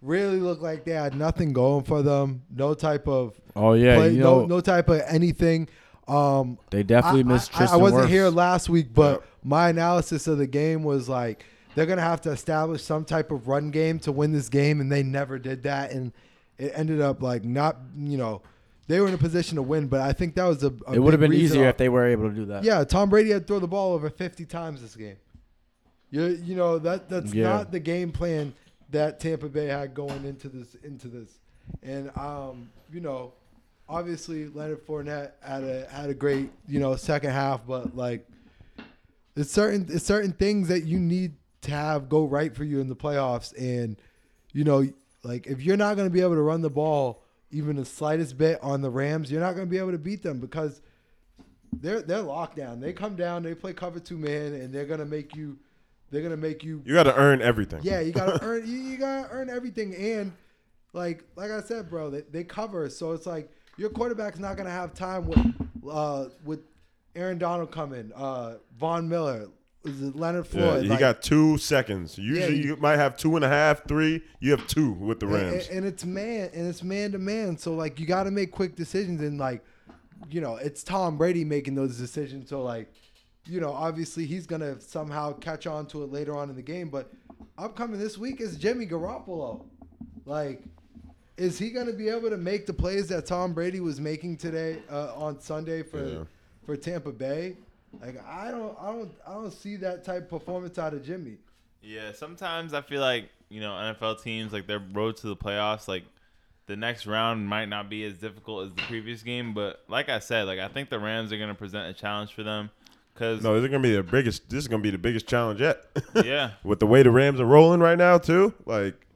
Speaker 2: really looked like they had nothing going for them. No type of
Speaker 5: Oh yeah,
Speaker 2: play,
Speaker 5: you know
Speaker 2: no no type of anything. Um,
Speaker 5: they definitely
Speaker 2: I-
Speaker 5: missed
Speaker 2: I- I,
Speaker 5: Tristan.
Speaker 2: wasn't
Speaker 5: Wirfs.
Speaker 2: here last week, but my analysis of the game was like they're gonna have to establish some type of run game to win this game, and they never did that, and it ended up like not you know they were in a position to win, but I think that was a, a
Speaker 5: it would have
Speaker 2: big
Speaker 5: been
Speaker 2: reason
Speaker 5: easier
Speaker 2: on-
Speaker 5: if they were able to do that.
Speaker 2: yeah, Tom Brady had to throw the ball over 50 times this game. You you know that that's
Speaker 5: Yeah.
Speaker 2: not the game plan that Tampa Bay had going into this into this, and um you know obviously Leonard Fournette had a had a great you know second half, but like it's certain it's certain things that you need to have go right for you in the playoffs, and you know like if you're not going to be able to run the ball even the slightest bit on the Rams, you're not going to be able to beat them because they're they're locked down. They come down, they play cover two man, and they're gonna make you. They're gonna make you.
Speaker 4: You got to earn everything.
Speaker 2: Yeah, you gotta earn. You, you gotta earn everything, and like like I said, bro, they, they cover. So it's like your quarterback's not gonna have time with uh with Aaron Donald coming, uh Von Miller, is it Leonard
Speaker 4: Yeah,
Speaker 2: Floyd.
Speaker 4: he
Speaker 2: like-
Speaker 4: got two seconds. Usually
Speaker 2: you-
Speaker 4: you might have two and a half, three. You have two with the
Speaker 2: and-
Speaker 4: Rams.
Speaker 2: And, and it's man, and it's man to man. So like you got to make quick decisions, and like, you know, it's Tom Brady making those decisions. So like, you know, obviously he's gonna somehow catch on to it later on in the game. But upcoming this week is Jimmy Garoppolo. Like, is he gonna be able to make the plays that Tom Brady was making today uh, on Sunday for
Speaker 4: Yeah.
Speaker 2: for Tampa Bay? Like, I don't, I don't, I don't see that type of performance out of Jimmy.
Speaker 3: Yeah, sometimes I feel like, you know, NFL teams, like their road to the playoffs, like the next round might not be as difficult as the previous game. But like I said, like I think the Rams are going to present a challenge for them. Because,
Speaker 4: No, this is gonna be the biggest. This is gonna be the biggest challenge yet.
Speaker 3: Yeah.
Speaker 4: With the way the Rams are rolling right now, too, like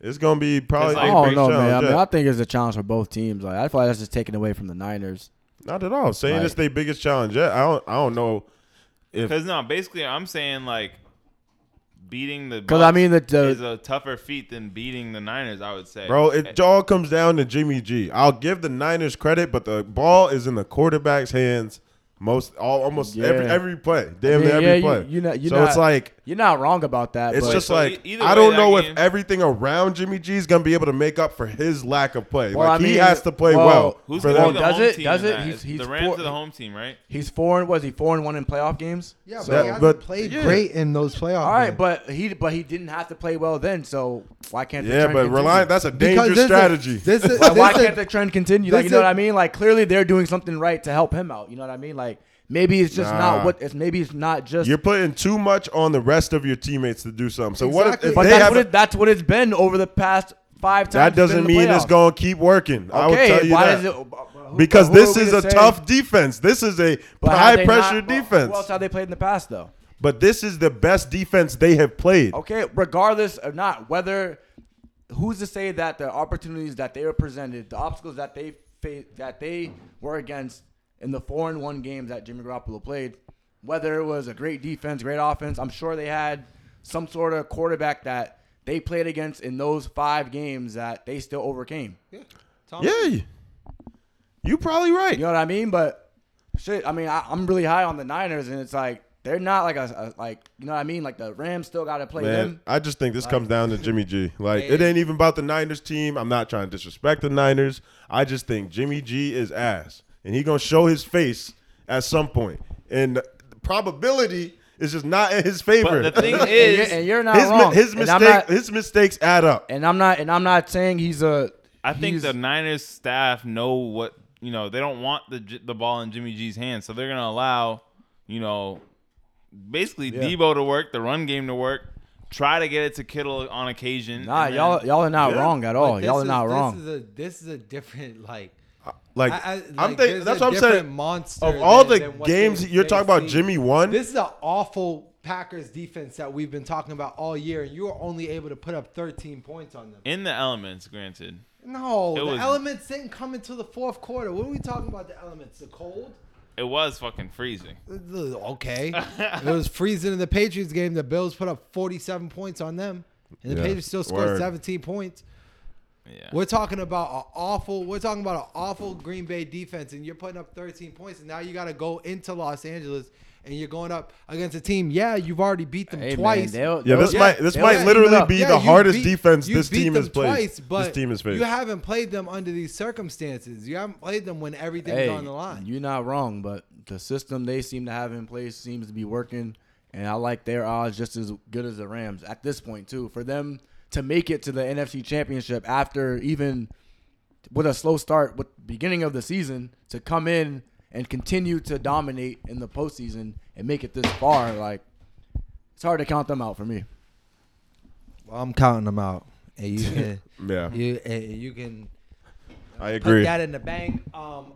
Speaker 4: it's gonna be probably.
Speaker 3: It's
Speaker 4: the
Speaker 3: like-
Speaker 5: I don't
Speaker 4: biggest
Speaker 5: know, Oh, man. I,
Speaker 4: challenge
Speaker 5: mean,
Speaker 4: yet.
Speaker 5: I think it's a challenge for both teams. Like I feel like that's just taken away from the Niners.
Speaker 4: Not at all. Saying
Speaker 5: Like-
Speaker 4: it's their biggest challenge yet. I don't. I don't know.
Speaker 3: because no, basically I'm saying like beating the.
Speaker 5: Because I mean the,
Speaker 3: is
Speaker 5: the
Speaker 3: a tougher feat than beating the Niners, I would say. Eh,
Speaker 4: Bro, it all comes down to Jimmy G. I'll give the Niners credit, but the ball is in the quarterback's hands most all almost every
Speaker 5: Yeah.
Speaker 4: every play. Damn
Speaker 5: I mean,
Speaker 4: near every
Speaker 5: yeah, you-
Speaker 4: play.
Speaker 5: you know- you
Speaker 4: so it's
Speaker 5: know-
Speaker 4: like
Speaker 5: you're not wrong about that.
Speaker 4: it's
Speaker 5: but
Speaker 4: just
Speaker 3: so e-
Speaker 4: like
Speaker 3: either
Speaker 4: I
Speaker 3: way,
Speaker 4: don't
Speaker 3: that
Speaker 4: know
Speaker 3: game-
Speaker 4: if everything around Jimmy G is gonna be able to make up for his lack of play.
Speaker 5: Well,
Speaker 4: like
Speaker 5: I
Speaker 4: he
Speaker 5: mean,
Speaker 4: has to play
Speaker 5: well,
Speaker 4: well.
Speaker 3: Who's
Speaker 4: for
Speaker 3: going
Speaker 5: Well,
Speaker 3: to be the
Speaker 4: them.
Speaker 5: does
Speaker 3: home
Speaker 5: it-
Speaker 3: team?
Speaker 5: does
Speaker 3: in
Speaker 5: it?
Speaker 3: that?
Speaker 5: He's-
Speaker 3: It's-
Speaker 5: he's
Speaker 3: the Rams
Speaker 5: four-
Speaker 3: are the home team, right?
Speaker 5: he's four and was he four and one in playoff games?
Speaker 2: Yeah,
Speaker 4: So-
Speaker 2: but he hasn't
Speaker 4: but-
Speaker 2: played
Speaker 4: yeah.
Speaker 2: great in those playoff.
Speaker 5: All right,
Speaker 2: games.
Speaker 5: but he but he didn't have to play well then. So why can't the
Speaker 4: Yeah,
Speaker 5: trend
Speaker 4: but
Speaker 5: continue?
Speaker 4: relying that's a
Speaker 2: Because
Speaker 4: dangerous strategy.
Speaker 2: This is, this is,
Speaker 5: Like, why
Speaker 2: this is-
Speaker 5: can't the trend continue? Like
Speaker 2: this
Speaker 5: you know
Speaker 2: is-
Speaker 5: what I mean? Like clearly they're doing something right to help him out. You know what I mean? Like maybe it's just
Speaker 4: Nah.
Speaker 5: not what it's maybe it's not just.
Speaker 4: You're putting too much on the rest of your teammates to do something. So what if,
Speaker 2: Exactly.
Speaker 4: if
Speaker 5: but
Speaker 4: they
Speaker 5: that's
Speaker 4: have
Speaker 5: what it, that's what it's been over the past five times.
Speaker 4: that
Speaker 5: it's been in
Speaker 4: doesn't
Speaker 5: the
Speaker 4: mean it's
Speaker 5: playoffs.
Speaker 4: going to keep working. I will
Speaker 5: Okay,
Speaker 4: tell you
Speaker 5: why
Speaker 4: that.
Speaker 5: is it- but- but who-
Speaker 4: because
Speaker 5: but who
Speaker 4: this
Speaker 5: are we
Speaker 4: is
Speaker 5: to
Speaker 4: a
Speaker 5: say-
Speaker 4: tough defense. This is a
Speaker 5: but have
Speaker 4: high
Speaker 5: they
Speaker 4: pressure
Speaker 5: not- but Who
Speaker 4: defense.
Speaker 5: else have they played in the past though?
Speaker 4: But this is the best defense they have played.
Speaker 5: Okay, regardless of not whether who's to say that the opportunities that they were presented, the obstacles that they fa- that they were against in the four and one games that Jimmy Garoppolo played, whether it was a great defense, great offense, I'm sure they had some sort of quarterback that they played against in those five games that they still overcame.
Speaker 2: Tom,
Speaker 4: Yeah, you probably right.
Speaker 5: You know what I mean? But shit, I mean, I, I'm really high on the Niners, and it's like they're not like a, a like you know what I mean? Like the Rams still got to play
Speaker 4: Man,
Speaker 5: them.
Speaker 4: I just think this comes down to Jimmy G. Like, it ain't even about the Niners team. I'm not trying to disrespect the Niners. I just think Jimmy G is ass, and he gonna show his face at some point. And the probability is just not in his favor.
Speaker 3: But the thing
Speaker 5: And you're,
Speaker 3: is,
Speaker 5: and you're not
Speaker 4: his, mi-
Speaker 5: wrong.
Speaker 4: his
Speaker 5: and I'm
Speaker 4: mistake,
Speaker 5: not-
Speaker 4: his mistakes add up.
Speaker 5: and I'm not and I'm not saying he's a.
Speaker 3: I think
Speaker 5: he's-
Speaker 3: the Niners staff know what you know. They don't want the J- the ball in Jimmy G's hands, so they're gonna allow you know basically Debo to work, the run game to work, try to get it to Kittle on occasion.
Speaker 5: nah,
Speaker 3: and then-
Speaker 5: y'all y'all are not wrong at all.
Speaker 2: But
Speaker 5: Y'all
Speaker 2: this
Speaker 5: are
Speaker 2: is-
Speaker 5: not wrong.
Speaker 2: This is a this is a different like.
Speaker 4: Like,
Speaker 2: I, I, like,
Speaker 4: I'm
Speaker 2: there's
Speaker 4: thinking that's
Speaker 2: a
Speaker 4: what I'm saying.
Speaker 2: different Monster
Speaker 4: Of all
Speaker 2: than-
Speaker 4: the
Speaker 2: than what
Speaker 4: games
Speaker 2: they-
Speaker 4: you're
Speaker 2: they
Speaker 4: talking about,
Speaker 2: see.
Speaker 4: Jimmy won?
Speaker 2: This is an awful Packers defense that we've been talking about all year, and you were only able to put up 13 points on them.
Speaker 3: in the elements, granted.
Speaker 2: No,
Speaker 3: It
Speaker 2: the
Speaker 3: was-
Speaker 2: elements didn't come until the fourth quarter. What are we talking about? The elements, the cold.
Speaker 3: It was fucking freezing.
Speaker 2: Okay, it was freezing in the Patriots game. The Bills put up 47 points on them, and the
Speaker 4: Yeah,
Speaker 2: Patriots still scored
Speaker 4: word.
Speaker 2: 17 points.
Speaker 3: Yeah.
Speaker 2: We're talking about an awful. We're talking about an awful Green Bay defense, and you're putting up 13 points, and now you got to go into Los Angeles, and you're going up against a team. Yeah, you've already beat them
Speaker 5: Hey, man,
Speaker 2: twice.
Speaker 5: they'll-
Speaker 4: Yeah, this
Speaker 5: they'll-
Speaker 4: might this
Speaker 5: they'll
Speaker 4: might
Speaker 5: team it
Speaker 4: literally
Speaker 5: up.
Speaker 4: be
Speaker 2: Yeah,
Speaker 4: the
Speaker 2: you
Speaker 4: hardest
Speaker 2: beat-
Speaker 4: defense
Speaker 2: you
Speaker 4: this
Speaker 2: beat
Speaker 4: team
Speaker 2: them
Speaker 4: has played.
Speaker 2: Twice, but
Speaker 4: this team has faced.
Speaker 2: You haven't played them under these circumstances. You haven't played them when everything's
Speaker 5: Hey,
Speaker 2: on the line.
Speaker 5: you're not wrong, but the system they seem to have in place seems to be working, and I like their odds just as good as the Rams at this point too. For them to make it to the NFC Championship after even with a slow start with the beginning of the season to come in and continue to dominate in the postseason and make it this far, like it's hard to count them out for me.
Speaker 2: Well, I'm counting them out, and you can,
Speaker 4: Yeah,
Speaker 2: you, and you can
Speaker 4: I
Speaker 2: put
Speaker 4: agree.
Speaker 2: that in the bank. Um,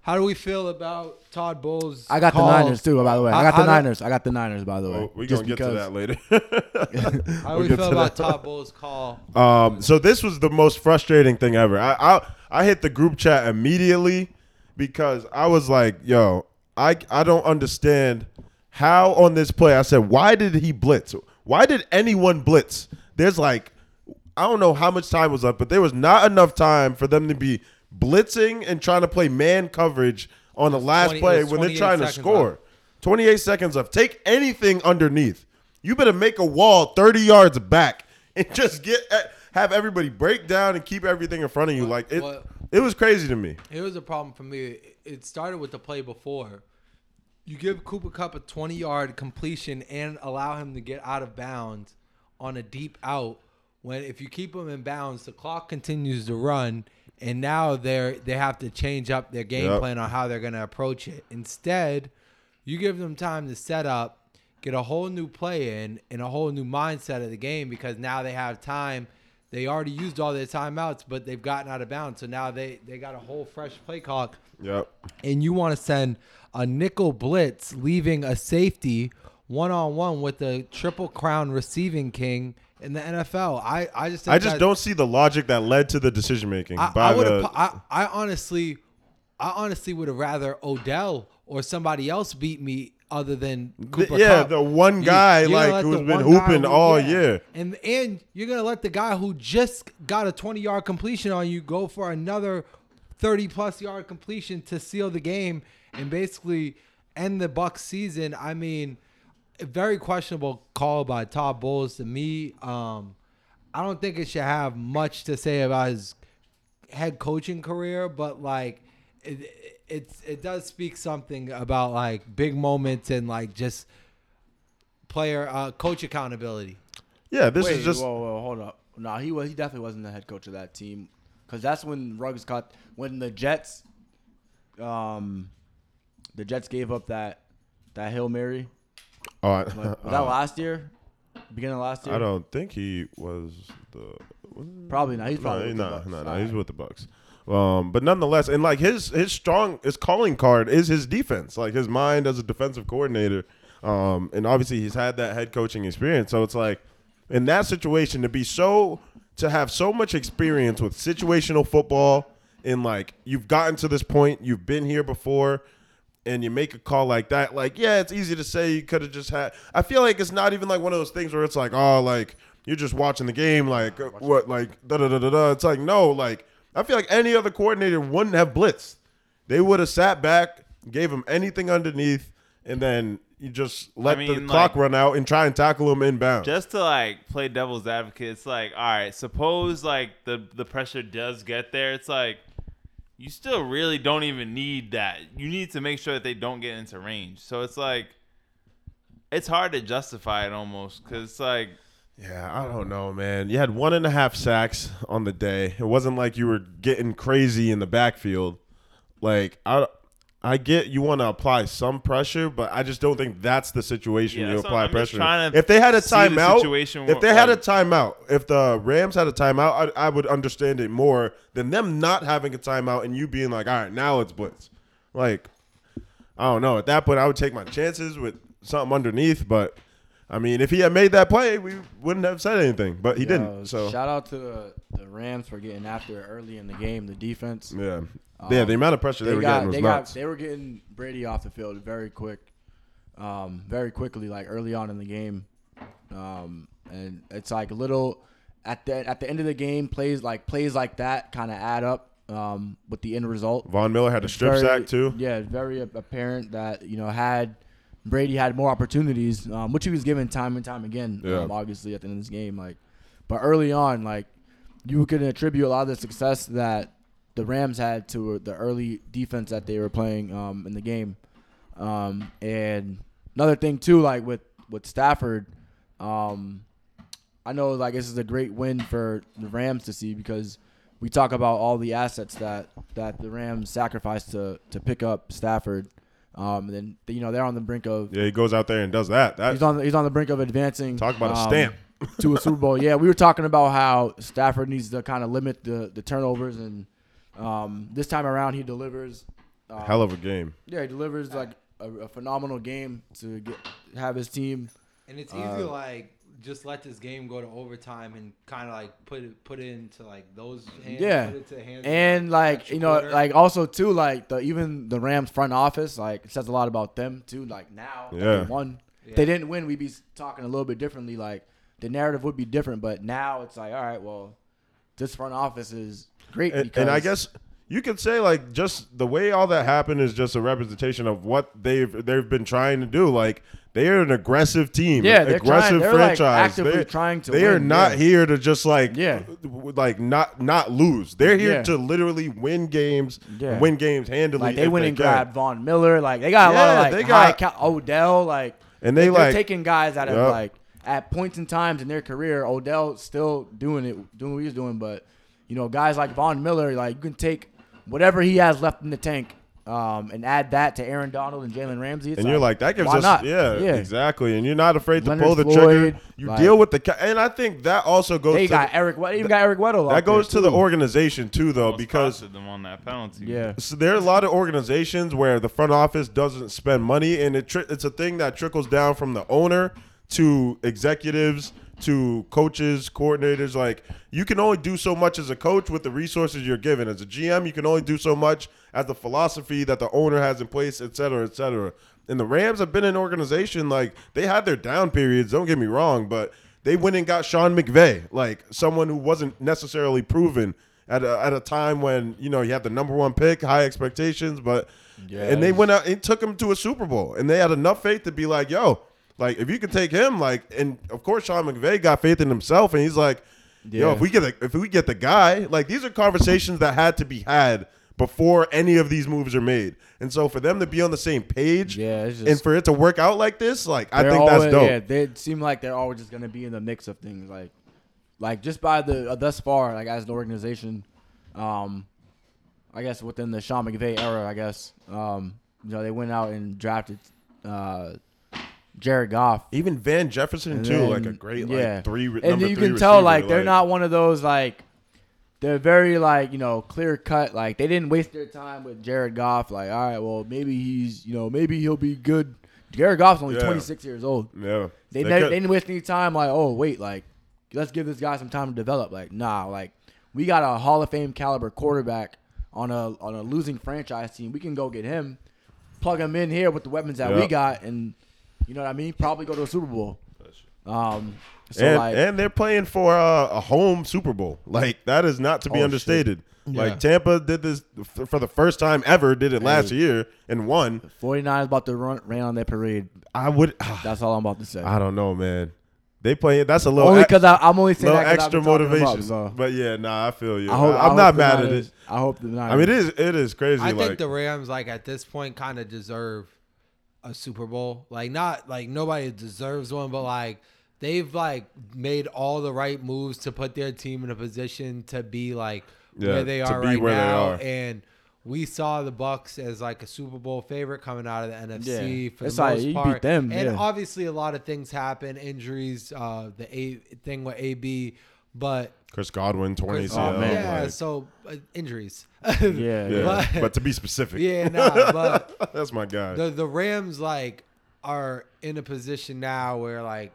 Speaker 2: how do we feel about Todd Bowles?
Speaker 5: I got
Speaker 2: call?
Speaker 5: the Niners too, by the way. I
Speaker 2: How-
Speaker 5: got the
Speaker 2: how do-
Speaker 5: Niners. I got the Niners, by the way.
Speaker 4: Well, we're
Speaker 5: Just
Speaker 4: Oh, gonna get to
Speaker 5: because-
Speaker 4: that later.
Speaker 2: How
Speaker 4: We'll
Speaker 2: do we
Speaker 4: get
Speaker 2: feel
Speaker 4: to
Speaker 2: about
Speaker 4: that.
Speaker 2: Todd Bowles' call?
Speaker 4: Um, so this was the most frustrating thing ever. I, I I hit the group chat immediately because I was like, "Yo, I I don't understand how on this play." I said, "Why did he blitz? Why did anyone blitz?" There's like, I don't know how much time was up, but there was not enough time for them to be blitzing and trying to play man coverage on the last
Speaker 2: 20 it
Speaker 4: play
Speaker 2: was
Speaker 4: when they're
Speaker 2: 28
Speaker 4: trying to
Speaker 2: seconds
Speaker 4: score.
Speaker 2: left.
Speaker 4: 28 seconds left. Take anything underneath. You better make a wall 30 yards back and just get eh, have everybody break down and keep everything in front of you. Like it
Speaker 2: what-
Speaker 4: it was crazy to me.
Speaker 2: It was a problem for me. It started with the play before. You give Cooper Cup a 20 yard completion and allow him to get out of bounds on a deep out. When if you keep him in bounds, the clock continues to run, and now they're they have to change up their game
Speaker 4: Yep.
Speaker 2: plan on how they're going to approach it. Instead, you give them time to set up, get a whole new play in, and a whole new mindset of the game because now they have time. They already used all their timeouts, but they've gotten out of bounds, so now they they got a whole fresh play clock
Speaker 4: Yep.
Speaker 2: and you want to send a nickel blitz, leaving a safety one on one with the triple crown receiving king in the NFL. I I just think
Speaker 4: I just
Speaker 2: that-
Speaker 4: don't see the logic that led to the decision making
Speaker 2: I,
Speaker 4: by
Speaker 2: I would
Speaker 4: the
Speaker 2: have. I, I honestly, I honestly would have rather Odell or somebody else beat me other than
Speaker 4: The-
Speaker 2: Cooper.
Speaker 4: yeah,
Speaker 2: Kupp.
Speaker 4: the one
Speaker 2: You-
Speaker 4: guy,
Speaker 2: you're gonna
Speaker 4: like,
Speaker 2: let
Speaker 4: who's
Speaker 2: the
Speaker 4: been
Speaker 2: one guy
Speaker 4: hooping all
Speaker 2: yeah.
Speaker 4: year.
Speaker 2: and and you're gonna let the guy who just got a 20 yard completion on you go for another 30 plus yard completion to seal the game and basically end the Buck season. I mean, a very questionable call by Todd Bowles to me. Um, I don't think it should have much to say about his head coaching career, but like it, it's it does speak something about like big moments and like just player uh, coach accountability.
Speaker 4: Yeah, this
Speaker 5: Wait,
Speaker 4: is just
Speaker 5: whoa, whoa, hold up. No, he was he definitely wasn't the head coach of that team because that's when Ruggs caught when the Jets, um, the Jets gave up that that hail mary.
Speaker 4: all right.
Speaker 5: Like, was that last year? Beginning of last year?
Speaker 4: Oh, I don't think he was the
Speaker 5: Probably not. He's
Speaker 4: No,
Speaker 5: probably with the
Speaker 4: no,
Speaker 5: Bucks.
Speaker 4: no, no.
Speaker 5: Alright.
Speaker 4: He's with the Bucks. Um, but nonetheless, and like his his strong his calling card is his defense, like his mind as a defensive coordinator. Um, and obviously he's had that head coaching experience, so it's like in that situation to be so to have so much experience with situational football in like you've gotten to this point, you've been here before, and you make a call like that, like yeah, it's easy to say you could have just had. I feel like it's not even like one of those things where it's like oh like you're just watching the game like uh, what like da da da da da. It's like no like I feel like any other coordinator wouldn't have blitzed. They would have sat back, gave him anything underneath, and then you just let the
Speaker 3: mean,
Speaker 4: clock
Speaker 3: like-
Speaker 4: run out and try and tackle him inbound.
Speaker 3: just to like play devil's advocate, it's like, all right, suppose like the the pressure does get there, it's like you still really don't even need that. You need to make sure that they don't get into range. So it's like it's hard to justify it almost because it's like
Speaker 4: Yeah, I don't know, man. You had one and a half sacks on the day. It wasn't like you were getting crazy in the backfield. Like I, I get you want to apply some pressure, but I just don't think that's the situation
Speaker 3: Yeah,
Speaker 4: you
Speaker 3: that's what
Speaker 4: apply
Speaker 3: I'm just
Speaker 4: pressure.
Speaker 3: trying to
Speaker 4: If they had a
Speaker 3: see the
Speaker 4: timeout,
Speaker 3: situation
Speaker 4: if
Speaker 3: where-
Speaker 4: they had a
Speaker 3: like-
Speaker 4: timeout, if the Rams had a timeout, I, I would understand it more than them not having a timeout and you being like, all right, now it's blitz. Like I don't know. At that point, I would take my chances with something underneath. But I mean, if he had made that play, we wouldn't have said anything. But he
Speaker 5: Yo,
Speaker 4: didn't. So
Speaker 5: Uh, shout out to the, the Rams for getting after it early in the game. The defense.
Speaker 4: yeah, yeah. The amount of pressure they, were
Speaker 5: got,
Speaker 4: getting was
Speaker 5: Uh, they
Speaker 4: nuts.
Speaker 5: Got, they were getting Brady off the field very quick, um, very quickly, like early on in the game, um, and it's like little at the at the end of the game plays like plays like that kind of add up um, with the end result.
Speaker 4: Von Miller had a strip
Speaker 5: Very-
Speaker 4: sack too.
Speaker 5: Yeah, it's very ap- apparent that you know had Brady had more opportunities, um, which he was given time and time again.
Speaker 4: Yeah.
Speaker 5: Um, obviously at the end of this game, like, but early on, like you can attribute a lot of the success that the Rams had to uh, the early defense that they were playing um, in the game. Um, and another thing too, like with with Stafford, um, I know like this is a great win for the Rams to see because we talk about all the assets that that the Rams sacrificed to to pick up Stafford. Um, and then you know they're on the brink of
Speaker 4: Yeah, he goes out there and does that. That
Speaker 5: he's on he's on the brink of advancing. um,
Speaker 4: Talk about a stamp.
Speaker 5: to a Super Bowl. Yeah, we were talking about how Stafford needs to kind of limit the the turnovers, and um, this time around he delivers.
Speaker 4: hell of a game.
Speaker 5: Yeah, he delivers like a, a phenomenal game to get have his team.
Speaker 6: And it's easy
Speaker 5: Uh,
Speaker 6: to like just let this game go to overtime and kind of like put it put it into like those hands.
Speaker 5: Yeah.
Speaker 6: put it to the hands of
Speaker 5: And
Speaker 6: the
Speaker 5: like
Speaker 6: extra
Speaker 5: you know,
Speaker 6: quarter.
Speaker 5: like also too, like the even the Rams front office, like it says a lot about them too. Like now, that
Speaker 4: Yeah.
Speaker 5: they won. If
Speaker 6: Yeah.
Speaker 5: they didn't win, we'd be talking a little bit differently. Like the narrative would be different, but now it's like, all right, well, this front office is great.
Speaker 4: And,
Speaker 5: because
Speaker 4: and I guess you could say like just the way all that happened is just a representation of what they've they've been trying to do. Like they are an aggressive team,
Speaker 5: Yeah,
Speaker 4: an
Speaker 5: they're
Speaker 4: aggressive
Speaker 5: trying- they're, like,
Speaker 4: franchise.
Speaker 5: actively
Speaker 4: They're-
Speaker 5: trying to
Speaker 4: They are
Speaker 5: win,
Speaker 4: not
Speaker 5: yeah.
Speaker 4: here to just like
Speaker 5: Yeah.
Speaker 4: w- like not not lose. They're here
Speaker 5: Yeah.
Speaker 4: to literally win games,
Speaker 5: Yeah.
Speaker 4: win games handily.
Speaker 5: Like they
Speaker 4: if
Speaker 5: went and
Speaker 4: can.
Speaker 5: grabbed Von Miller. Like they got a lot
Speaker 4: Yeah,
Speaker 5: of like
Speaker 4: they
Speaker 5: high
Speaker 4: got-
Speaker 5: ca- Odell. Like
Speaker 4: And they,
Speaker 5: they're
Speaker 4: like-
Speaker 5: taking guys out of
Speaker 4: Yup.
Speaker 5: like at points in times in their career. Odell still doing it, doing what he's doing. But you know, guys like Von Miller, like you can take whatever he has left in the tank. Um, and add that to Aaron Donald and Jalen Ramsey. It's
Speaker 4: And you're like, that gives
Speaker 5: why
Speaker 4: us,
Speaker 5: not?
Speaker 4: yeah, exactly. And you're not afraid to
Speaker 5: Leonard
Speaker 4: pull the
Speaker 5: Floyd,
Speaker 4: trigger. You
Speaker 5: like-
Speaker 4: deal with the, ca- and I think that also goes.
Speaker 5: They
Speaker 4: to
Speaker 5: got
Speaker 4: the-
Speaker 5: Eric. They even got Eric Weddle.
Speaker 4: that
Speaker 5: out there,
Speaker 4: goes to the
Speaker 5: too.
Speaker 4: organization too, though,
Speaker 3: almost
Speaker 4: because
Speaker 3: costed them on that penalty.
Speaker 5: Yeah.
Speaker 4: so there are a lot of organizations where the front office doesn't spend money, and it tri- it's a thing that trickles down from the owner to executives to coaches, coordinators. Like you can only do so much as a coach with the resources you're given. As a GM, you can only do so much as the philosophy that the owner has in place, et cetera, et cetera. And the Rams have been an organization like they had their down periods. Don't get me wrong, but they went and got Sean McVay, like someone who wasn't necessarily proven at a, at a time when you know you had the number one pick, high expectations, but and they went out and took him to a Super Bowl, and they had enough faith to be like, yo, like if you could take him, like, and of course Sean McVay got faith in himself, and he's like, yo,
Speaker 5: Yeah.
Speaker 4: if we get the, if we get the guy, like these are conversations that had to be had before any of these moves are made, and so for them to be on the same page,
Speaker 5: Yeah, it's just-
Speaker 4: and for it to work out like this, like I
Speaker 5: They're
Speaker 4: think that's
Speaker 5: always-
Speaker 4: dope.
Speaker 5: Yeah, they seem like they're always just gonna be in the mix of things, like, like just by the uh, thus far, like as an organization, um, I guess within the Sean McVay era, I guess, um, you know, they went out and drafted, uh, Jared Goff.
Speaker 4: Even Van Jefferson
Speaker 5: and
Speaker 4: too,
Speaker 5: then-
Speaker 4: like a great
Speaker 5: yeah.
Speaker 4: like three. re-
Speaker 5: and
Speaker 4: number
Speaker 5: you
Speaker 4: three
Speaker 5: can tell
Speaker 4: receiver,
Speaker 5: like they're not one of those like they're very like you know clear cut like they didn't waste their time with Jared Goff like all right well maybe he's you know maybe he'll be good Jared Goff's only
Speaker 4: Yeah.
Speaker 5: 26 years old
Speaker 4: Yeah,
Speaker 5: they, never,
Speaker 4: could-
Speaker 5: they didn't waste any time. Like, oh wait, like let's give this guy some time to develop. Like, nah, like we got a Hall of Fame caliber quarterback on a on a losing franchise team, we can go get him, plug him in here with the weapons that we
Speaker 4: Yep.
Speaker 5: got, and you know what I mean. Probably go to a Super Bowl. Um, so
Speaker 4: and,
Speaker 5: like,
Speaker 4: and they're playing for uh, a home Super Bowl. Like that is not to be
Speaker 7: Oh,
Speaker 4: understated.
Speaker 7: Yeah.
Speaker 4: Like Tampa did this f- for the first time ever. Did it last year and won.
Speaker 5: 49 is about to run rain on their parade.
Speaker 4: I would.
Speaker 5: That's all I'm about to say.
Speaker 4: I don't know, man. They play it. That's a little
Speaker 5: Only
Speaker 4: ex-
Speaker 5: because I'm only saying
Speaker 4: little
Speaker 5: that 'cause I've
Speaker 4: extra
Speaker 5: been talking them
Speaker 4: motivation.
Speaker 5: Up, so.
Speaker 4: But yeah, nah, I feel you.
Speaker 5: I hope,
Speaker 4: I, am
Speaker 5: I
Speaker 4: not
Speaker 5: hope the
Speaker 4: mad at
Speaker 5: Niners-
Speaker 4: it.
Speaker 5: I hope the Niners.
Speaker 4: I mean, it is it is crazy.
Speaker 2: I
Speaker 4: like
Speaker 2: think the Rams, like at this point, kind of deserve a Super Bowl. Like not like nobody deserves one, but like they've like made all the right moves to put their team in a position to be like
Speaker 4: Yeah,
Speaker 2: where they
Speaker 4: to
Speaker 2: are
Speaker 4: be
Speaker 2: right
Speaker 4: where they
Speaker 2: now.
Speaker 4: are.
Speaker 2: And we saw the Bucks as like a Super Bowl favorite coming out of the NFC
Speaker 5: Yeah.
Speaker 2: for
Speaker 5: It's
Speaker 2: the
Speaker 5: like,
Speaker 2: most
Speaker 5: you beat
Speaker 2: part.
Speaker 5: them,
Speaker 2: and
Speaker 5: yeah.
Speaker 2: obviously, a lot of things happen, injuries, uh, the A thing with AB, but.
Speaker 4: Chris Godwin, twenty
Speaker 2: Oh,
Speaker 4: ACL.
Speaker 5: man.
Speaker 2: yeah,
Speaker 4: like,
Speaker 2: so uh, injuries.
Speaker 5: Yeah,
Speaker 4: yeah.
Speaker 2: but-
Speaker 4: But, to be specific,
Speaker 2: yeah, nah, but
Speaker 4: that's my guy.
Speaker 2: the the Rams like are in a position now where like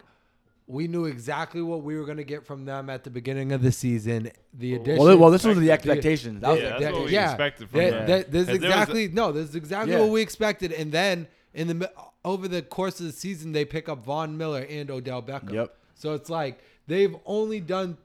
Speaker 2: we knew exactly what we were gonna get from them at the beginning of the season. The addition.
Speaker 5: Well, well, this was the expectation. That was
Speaker 3: Yeah,
Speaker 5: the
Speaker 3: that's what we
Speaker 2: yeah.
Speaker 3: expected from
Speaker 2: That-
Speaker 3: them.
Speaker 2: that- this is
Speaker 3: 'Cause there was a-
Speaker 2: exactly no. This is exactly
Speaker 5: Yeah.
Speaker 2: what we expected. And then in the mi- over the course of the season, they pick up Von Miller and Odell Beckham.
Speaker 5: Yep.
Speaker 2: So it's like they've only done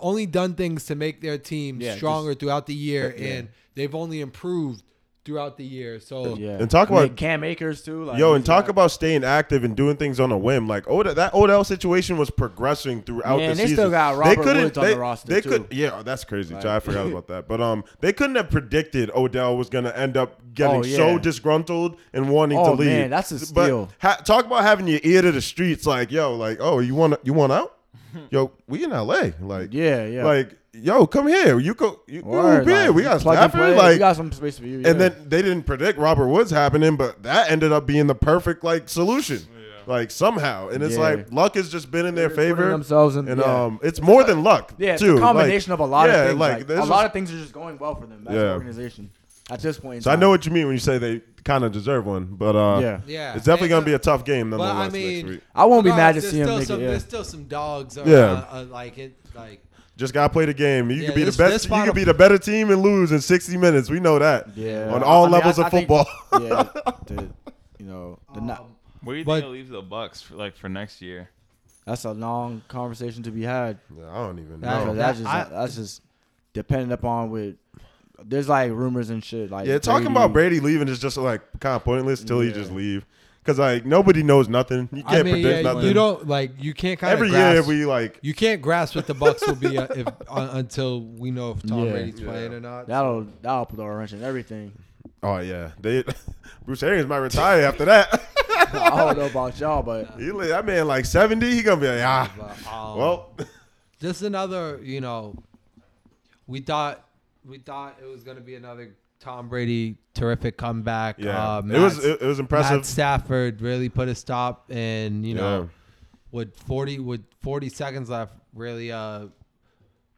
Speaker 2: only done things to make their team
Speaker 5: Yeah,
Speaker 2: stronger throughout the year, and they've only improved throughout the year. So
Speaker 5: Yeah.
Speaker 4: And talk
Speaker 5: I mean,
Speaker 4: about-
Speaker 5: Cam Akers too. Like,
Speaker 4: Yo,
Speaker 5: he's
Speaker 4: and talk
Speaker 5: like-
Speaker 4: about staying active and doing things on a whim. Like Odell, that Odell situation was progressing throughout
Speaker 5: Man,
Speaker 4: the
Speaker 5: they
Speaker 4: season.
Speaker 5: still got Robert Woods on
Speaker 4: they,
Speaker 5: the roster,
Speaker 4: they
Speaker 5: too.
Speaker 4: could, yeah, that's crazy. I forgot about that. But um, they couldn't have predicted Odell was gonna end up getting
Speaker 5: Oh, yeah.
Speaker 4: so disgruntled and wanting
Speaker 5: Oh,
Speaker 4: to leave.
Speaker 5: man, that's a steal.
Speaker 4: But ha- talk about having your ear to the streets. Like yo, like oh, you want you want out? Yo, we in L.A. Like
Speaker 5: Yeah, yeah.
Speaker 4: Like yo, come here. You go. You
Speaker 5: Word,
Speaker 4: go. Yeah,
Speaker 5: like,
Speaker 4: we got
Speaker 5: plug and play.
Speaker 4: Stafford. Like
Speaker 5: we got some space for you.
Speaker 4: and
Speaker 5: yeah.
Speaker 4: then they didn't predict Robert Woods happening, but that ended up being the perfect like solution, like somehow. And it's
Speaker 5: Yeah.
Speaker 4: like luck has just been in their
Speaker 5: putting
Speaker 4: favor.
Speaker 5: themselves in-
Speaker 4: and
Speaker 5: yeah.
Speaker 4: um, it's more than luck.
Speaker 5: yeah, it's
Speaker 4: too.
Speaker 5: a combination
Speaker 4: Like,
Speaker 5: of a lot
Speaker 4: yeah,
Speaker 5: of things. Like,
Speaker 4: Like,
Speaker 5: a lot of things are just going well for them as an
Speaker 4: Yeah.
Speaker 5: organization at this point. In
Speaker 4: So I
Speaker 5: time.
Speaker 4: know what you mean when you say they kind of deserve one, but uh,
Speaker 5: Yeah.
Speaker 2: Yeah.
Speaker 4: it's definitely
Speaker 2: And,
Speaker 4: gonna be
Speaker 2: uh,
Speaker 4: a tough game
Speaker 2: But
Speaker 4: nonetheless
Speaker 2: I mean,
Speaker 4: next week.
Speaker 5: I won't be mad to
Speaker 2: regardless,
Speaker 5: see
Speaker 2: there's
Speaker 5: him.
Speaker 2: still
Speaker 5: Make
Speaker 2: some-
Speaker 5: it, yeah.
Speaker 2: There's still some dogs. Around,
Speaker 4: Yeah.
Speaker 2: uh, like it, like
Speaker 4: Just gotta play the game. You
Speaker 2: Yeah,
Speaker 4: could be
Speaker 2: this-
Speaker 4: the
Speaker 2: this
Speaker 4: best. You
Speaker 2: final-
Speaker 4: could be the better team and lose in sixty minutes. We know that.
Speaker 5: Yeah.
Speaker 4: On
Speaker 5: I-
Speaker 4: all
Speaker 5: I mean,
Speaker 4: levels
Speaker 5: I-
Speaker 4: of
Speaker 5: I think-
Speaker 4: football.
Speaker 5: yeah, the- you know, the not,
Speaker 3: Where do you
Speaker 2: But-
Speaker 3: think it leaves the Bucks for, like for next year?
Speaker 5: that's a long conversation to be had.
Speaker 4: I don't even
Speaker 2: That-
Speaker 5: So
Speaker 4: know.
Speaker 2: that-
Speaker 5: that's just
Speaker 2: I-
Speaker 5: that's just dependent upon with. There's like rumors and shit. Like
Speaker 4: Yeah, talking about Brady leaving is just like kind of pointless till he
Speaker 5: Yeah.
Speaker 4: just leave. Cause like nobody knows nothing. You can't
Speaker 2: I mean,
Speaker 4: predict
Speaker 2: yeah,
Speaker 4: nothing.
Speaker 2: you don't like you can't kind
Speaker 4: Every
Speaker 2: of grasp,
Speaker 4: year we like
Speaker 2: you can't grasp what the Bucks will be uh, if, uh, until we know if Tom
Speaker 5: Yeah.
Speaker 2: Brady's
Speaker 4: Yeah.
Speaker 2: playing or not.
Speaker 5: That'll that'll put a wrench in everything.
Speaker 4: oh yeah. They Bruce Arians might retire after that.
Speaker 5: I don't know about y'all, but
Speaker 4: he, li- that man like seventy, he gonna be like, ah
Speaker 2: But, um,
Speaker 4: well
Speaker 2: just another, you know, we thought we thought it was gonna be another Tom Brady terrific comeback.
Speaker 4: yeah.
Speaker 2: Uh,
Speaker 4: it was
Speaker 2: Matt's-
Speaker 4: it, it was
Speaker 2: Matt
Speaker 4: impressive.
Speaker 2: Stafford really put a stop, and you know,
Speaker 4: Yeah.
Speaker 2: with forty with forty seconds left, really uh,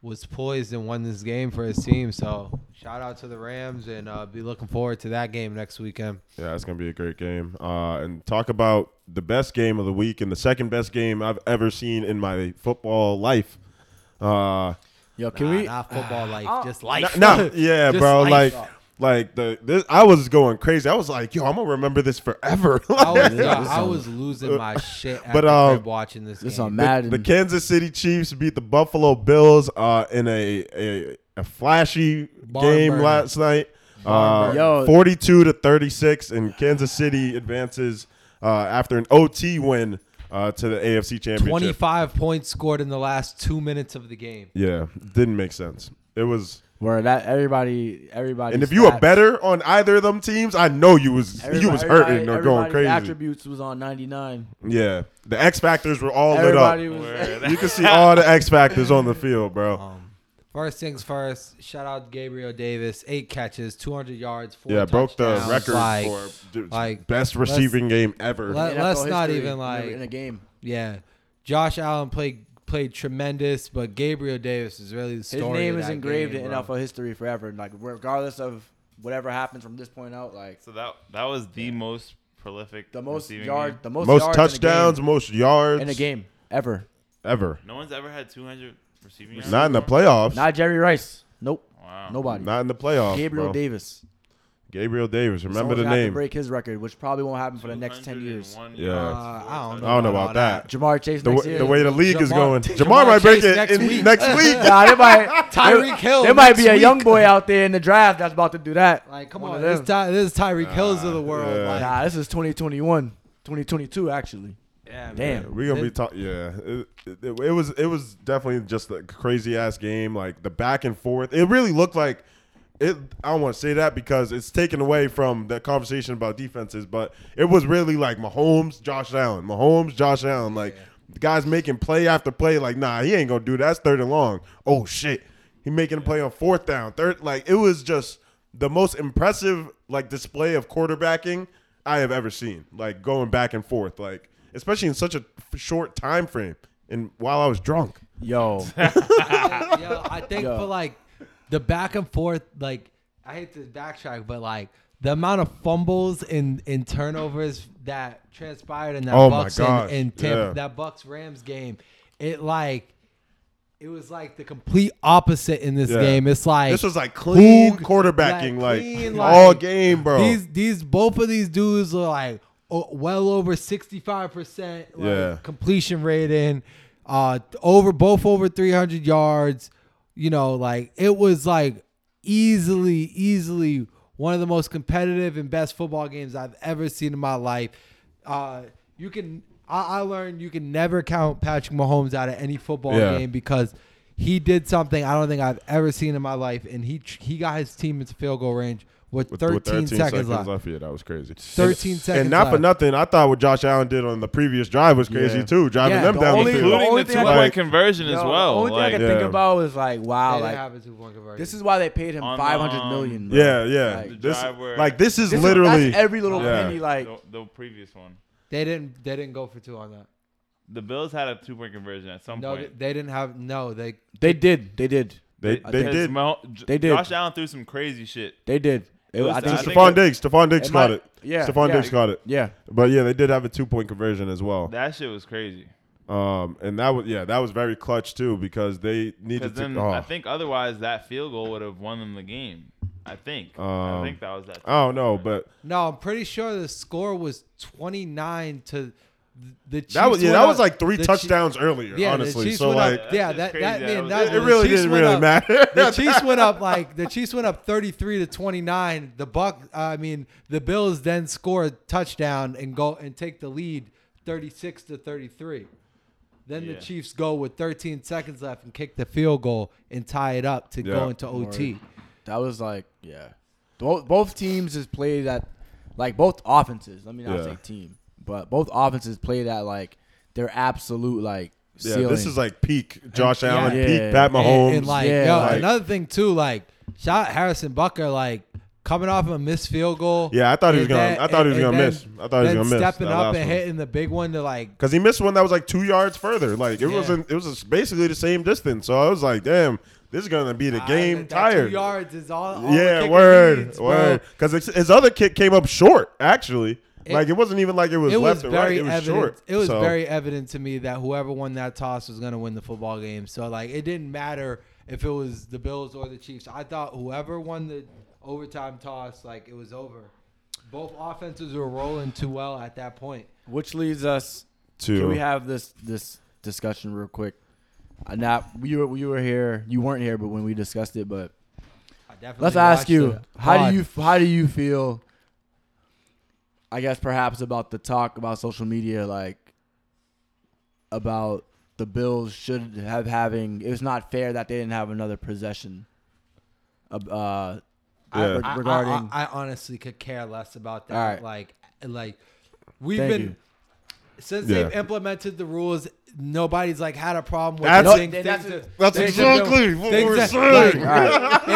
Speaker 2: was poised and won this game for his team. So shout out to the Rams, and uh, be looking forward to that game next weekend.
Speaker 4: Yeah, it's gonna be a great game. Uh, and talk about the best game of the week and the second best game I've ever seen in my football life. Uh
Speaker 5: yo, can
Speaker 2: Nah,
Speaker 5: we?
Speaker 2: not football life, just
Speaker 4: No,
Speaker 2: life.
Speaker 4: no, yeah,
Speaker 2: Just
Speaker 4: bro.
Speaker 2: life.
Speaker 4: Like, like the this, I was going crazy. I was like, yo, I'm gonna remember this forever.
Speaker 2: I was,
Speaker 4: Like,
Speaker 2: yeah, I was losing my shit at
Speaker 4: But,
Speaker 2: the
Speaker 4: um,
Speaker 2: crib watching this.
Speaker 5: This
Speaker 2: game.
Speaker 5: on
Speaker 4: the,
Speaker 5: Madden.
Speaker 4: the Kansas City Chiefs beat the Buffalo Bills uh, in a a, a flashy
Speaker 2: Barn
Speaker 4: game
Speaker 2: burner.
Speaker 4: last night. Uh,
Speaker 5: burner. Yo.
Speaker 4: 42 to 36, and Kansas City advances uh, after an OT win uh, to the AFC Championship.
Speaker 2: Twenty-five points scored in the last two minutes of the game.
Speaker 4: Yeah, didn't make sense. It was,
Speaker 5: where that everybody, everybody.
Speaker 4: and if you were
Speaker 5: stats-
Speaker 4: better on either of them teams, I know you was you was hurting or going
Speaker 5: everybody's
Speaker 4: crazy.
Speaker 5: Attributes was on ninety nine.
Speaker 4: Yeah, the X factors were all
Speaker 5: Everybody Oh,
Speaker 4: lit
Speaker 5: was.
Speaker 4: up. You can see all the X factors on the field, bro.
Speaker 2: Um, first things first, shout out Gabriel Davis, eight catches, 200 yards, four
Speaker 4: Yeah, broke the
Speaker 2: touchdowns.
Speaker 4: record
Speaker 2: Like,
Speaker 4: for dude,
Speaker 2: like,
Speaker 4: best receiving game ever.
Speaker 2: let-
Speaker 5: NFL
Speaker 2: let's not
Speaker 5: history
Speaker 2: even,
Speaker 5: in a-
Speaker 2: like-
Speaker 5: in a game.
Speaker 2: yeah, Josh Allen played played tremendous, but Gabriel Davis is really the
Speaker 5: His
Speaker 2: story.
Speaker 5: name
Speaker 2: of
Speaker 5: is
Speaker 2: that
Speaker 5: engraved
Speaker 2: game,
Speaker 5: in
Speaker 2: bro.
Speaker 5: NFL history forever. Like regardless of whatever happens from this point out, like
Speaker 3: So that that was the most prolific.
Speaker 5: the most
Speaker 3: receiving
Speaker 5: yard,
Speaker 3: game.
Speaker 5: the most,
Speaker 4: most
Speaker 5: yards
Speaker 4: touchdowns,
Speaker 5: in
Speaker 4: most
Speaker 5: a,
Speaker 4: yards
Speaker 5: game, in a game ever.
Speaker 4: ever.
Speaker 3: No one's ever had 200 receiving yards.
Speaker 4: Not in the
Speaker 3: before?
Speaker 4: playoffs.
Speaker 5: Not Jerry Rice. Nope.
Speaker 3: Wow. Wow.
Speaker 5: Nobody.
Speaker 4: Not in the playoffs.
Speaker 5: Gabriel
Speaker 4: bro.
Speaker 5: Davis.
Speaker 4: Gabriel Davis. Remember
Speaker 5: Someone's
Speaker 4: the
Speaker 5: gonna have to
Speaker 4: name.
Speaker 5: break his record, which probably won't happen for the next ten years.
Speaker 3: 201
Speaker 4: Yeah.
Speaker 3: yards,
Speaker 2: Uh,
Speaker 3: four
Speaker 2: I don't
Speaker 4: I don't know
Speaker 2: All
Speaker 4: about that.
Speaker 5: Jamar Chase
Speaker 4: The,
Speaker 5: next
Speaker 4: way,
Speaker 5: year.
Speaker 4: the way the league is
Speaker 2: Jamar-
Speaker 4: going,
Speaker 2: Jamar
Speaker 4: Jamar might break
Speaker 2: Chase
Speaker 4: it
Speaker 2: next
Speaker 4: in-
Speaker 2: week.
Speaker 4: next week.
Speaker 5: nah, there might
Speaker 2: Tyreek Hill
Speaker 5: There might
Speaker 2: next
Speaker 5: be a young
Speaker 2: week.
Speaker 5: boy out there in the draft that's about to do that.
Speaker 2: Like, come
Speaker 5: One
Speaker 2: on,
Speaker 5: of
Speaker 2: this,
Speaker 5: them.
Speaker 2: Ty- this is Tyreek Hills of the world.
Speaker 4: Ah, yeah.
Speaker 2: Like,
Speaker 5: Nah, this is 2021, 2022 actually.
Speaker 2: yeah,
Speaker 5: Damn.
Speaker 4: We're gonna be talking. Yeah, it, it, it was it was definitely just a crazy ass game. Like the back and forth, it really looked like it. I don't want to say that because it's taken away from the conversation about defenses, but it was really like Mahomes, Josh Allen, Mahomes, Josh Allen. Like the guys making play after play. Like nah, he ain't gonna do that. That's third and long. Oh shit, he making a play on fourth down, third. Like it was just the most impressive like display of quarterbacking I have ever seen. Like going back and forth, like especially in such a f- short time frame, and while I was drunk.
Speaker 5: Yo,
Speaker 2: yo, I think
Speaker 5: Yo.
Speaker 2: for like the back and forth, like I hate to backtrack, but like the amount of fumbles and, and turnovers that transpired in that
Speaker 4: Oh my
Speaker 2: Bucks and,
Speaker 4: gosh,
Speaker 2: and Tampa,
Speaker 4: yeah.
Speaker 2: that Bucks Rams game, it like it was like the complete opposite in this
Speaker 4: Yeah.
Speaker 2: game. It's like
Speaker 4: This was like clean
Speaker 2: Cool,
Speaker 4: quarterbacking, like,
Speaker 2: clean,
Speaker 4: all
Speaker 2: like,
Speaker 4: game, bro.
Speaker 2: These these both of these dudes are like o- well over sixty five percent
Speaker 4: Yeah.
Speaker 2: completion rate in, uh over both over three hundred yards. You know, like it was like easily easily one of the most competitive and best football games I've ever seen in my life. Uh, you can I, I learned you can never count Patrick Mahomes out of any football
Speaker 4: Yeah.
Speaker 2: game because he did something I don't think I've ever seen in my life, and he tr- he got his team into field goal range with, 13, seconds, left.
Speaker 4: Yeah, that was crazy.
Speaker 2: 13 seconds
Speaker 4: And not for
Speaker 2: left.
Speaker 4: nothing, I thought what Josh Allen did on the previous drive was crazy
Speaker 5: Yeah.
Speaker 4: too, driving
Speaker 2: Yeah,
Speaker 4: them
Speaker 5: the
Speaker 4: down
Speaker 5: only-
Speaker 4: the
Speaker 3: Including
Speaker 4: field.
Speaker 5: the only
Speaker 3: the
Speaker 5: thing
Speaker 3: two
Speaker 5: I
Speaker 3: point
Speaker 5: could-
Speaker 3: conversion as
Speaker 5: Yo,
Speaker 3: well.
Speaker 5: The only
Speaker 3: like,
Speaker 5: thing I could think
Speaker 4: Yeah.
Speaker 5: about was like, wow,
Speaker 2: They didn't
Speaker 5: like
Speaker 2: have a two-point conversion.
Speaker 5: this is why they paid him
Speaker 3: On the,
Speaker 5: five hundred
Speaker 3: um,
Speaker 5: million. bro.
Speaker 4: Yeah, yeah.
Speaker 5: Like,
Speaker 4: this,
Speaker 3: drive where-
Speaker 4: like this is
Speaker 5: this is-
Speaker 4: literally
Speaker 5: that's every little
Speaker 4: Yeah.
Speaker 5: penny. Like,
Speaker 3: the, the previous one.
Speaker 2: they didn't they didn't go for two on that.
Speaker 3: The Bills had a two point conversion at some
Speaker 2: No, they,
Speaker 3: point.
Speaker 2: they didn't have no. They
Speaker 5: They did. They did.
Speaker 4: they, they
Speaker 3: Because
Speaker 4: did.
Speaker 3: Mah- J-
Speaker 5: They did.
Speaker 3: Josh Allen threw some crazy shit.
Speaker 5: They did. It,
Speaker 3: was-
Speaker 5: I think
Speaker 3: I think-
Speaker 4: Stephon Diggs, Stephon Diggs
Speaker 5: It
Speaker 4: caught
Speaker 5: might-
Speaker 4: it.
Speaker 5: yeah,
Speaker 4: Stephon
Speaker 5: yeah.
Speaker 4: Diggs caught it.
Speaker 5: yeah.
Speaker 4: But yeah, they did have a two point conversion as well.
Speaker 3: That shit was crazy.
Speaker 4: Um, and that was yeah, that was very clutch too because they
Speaker 3: Because
Speaker 4: needed to.
Speaker 3: then
Speaker 4: oh.
Speaker 3: I think otherwise that field goal would have won them the game. I think. I
Speaker 4: Um,
Speaker 3: think that was that.
Speaker 4: I don't know, but
Speaker 2: no. I'm pretty sure the score was 29 to the Chiefs.
Speaker 4: that was yeah,
Speaker 2: went
Speaker 4: that
Speaker 2: up-
Speaker 4: was like three
Speaker 2: the Chi-
Speaker 4: touchdowers earlier.
Speaker 2: yeah, the
Speaker 4: honestly,
Speaker 2: Chiefs
Speaker 4: so
Speaker 2: went
Speaker 4: like
Speaker 2: up, yeah, that
Speaker 3: That's
Speaker 2: that
Speaker 3: just crazy.
Speaker 2: man,
Speaker 3: That was-
Speaker 2: that
Speaker 4: it
Speaker 2: the
Speaker 4: really
Speaker 2: Chiefs
Speaker 4: didn't
Speaker 2: went
Speaker 4: really
Speaker 2: up-
Speaker 4: matter.
Speaker 2: the Chiefs went up like the Chiefs went up 33 to 29. The Buck, I mean, the Bills then score a touchdown and go and take the lead 36 to 33. Then
Speaker 3: Yeah.
Speaker 2: the Chiefs go with 13 seconds left and kick the field goal and tie it up to
Speaker 4: Yeah.
Speaker 2: go into OT.
Speaker 5: That was like, yeah. Both, both teams has played at, like, both offenses. Let me not
Speaker 4: Yeah.
Speaker 5: say team, but both offenses played at, like, their absolute, like,
Speaker 4: yeah,
Speaker 5: ceiling.
Speaker 4: this is like peak Josh
Speaker 2: yeah.
Speaker 4: Allen, peak
Speaker 5: Yeah.
Speaker 4: Pat
Speaker 2: And-
Speaker 4: Mahomes.
Speaker 2: And, like,
Speaker 5: Yeah,
Speaker 2: yo,
Speaker 5: like-
Speaker 2: another thing too, like, shout out Harrison Bucker, like coming off a missed field goal.
Speaker 4: yeah, I thought he was
Speaker 2: and
Speaker 4: gonna.
Speaker 2: then-
Speaker 4: I thought he was
Speaker 2: and-
Speaker 4: gonna
Speaker 2: and
Speaker 4: miss. I thought he was
Speaker 2: then
Speaker 4: gonna miss.
Speaker 2: Stepping
Speaker 4: that
Speaker 2: up
Speaker 4: last
Speaker 2: and
Speaker 4: one.
Speaker 2: hitting the big one to like
Speaker 4: Cause he missed one that was like two yards further. Like it
Speaker 2: Yeah.
Speaker 4: wasn't. It was just basically the same distance. So I was like, "Damn, this is gonna be the
Speaker 2: I-
Speaker 4: game
Speaker 2: that- that
Speaker 4: tired."
Speaker 2: Two yards is all. all the
Speaker 4: yeah,
Speaker 2: kicker
Speaker 4: word,
Speaker 2: needs, bro.
Speaker 4: word. Because his other kick came up short. Actually,
Speaker 2: It-
Speaker 4: like it wasn't even like it was
Speaker 2: It was
Speaker 4: left or right.
Speaker 2: very
Speaker 4: It was
Speaker 2: evident.
Speaker 4: short.
Speaker 2: It was
Speaker 4: So,
Speaker 2: very evident to me that whoever won that toss was going to win the football game. So like, it didn't matter if it was the Bills or the Chiefs. I thought whoever won the overtime toss, like it was over. Both offenses were rolling too well at that point.
Speaker 5: Which leads us
Speaker 4: to
Speaker 5: Can we have this this discussion real quick? Uh, now we were we were here. You weren't here, but when we discussed it, but
Speaker 2: I definitely
Speaker 5: let's ask
Speaker 2: watched
Speaker 5: you
Speaker 2: it.
Speaker 5: how
Speaker 2: Hard.
Speaker 5: do you how do you feel? I guess perhaps about the talk about social media, like about the Bills should have having. It was not fair that they didn't have another possession. of, Uh,
Speaker 4: Yeah.
Speaker 5: reg-
Speaker 2: I- I-
Speaker 5: regarding
Speaker 2: I, I honestly could care less about that.
Speaker 5: All right.
Speaker 2: Like, like we've
Speaker 5: Thank
Speaker 2: been
Speaker 5: you.
Speaker 2: since
Speaker 4: Yeah.
Speaker 2: they've implemented the rules. Nobody's like had a problem with
Speaker 4: That's-
Speaker 2: the things,
Speaker 5: No,
Speaker 2: things
Speaker 5: that's-
Speaker 2: that-
Speaker 4: That's
Speaker 2: things that
Speaker 4: exactly
Speaker 2: don't-
Speaker 4: what
Speaker 2: things
Speaker 4: we're
Speaker 2: that-
Speaker 4: saying.
Speaker 2: like,
Speaker 5: all right,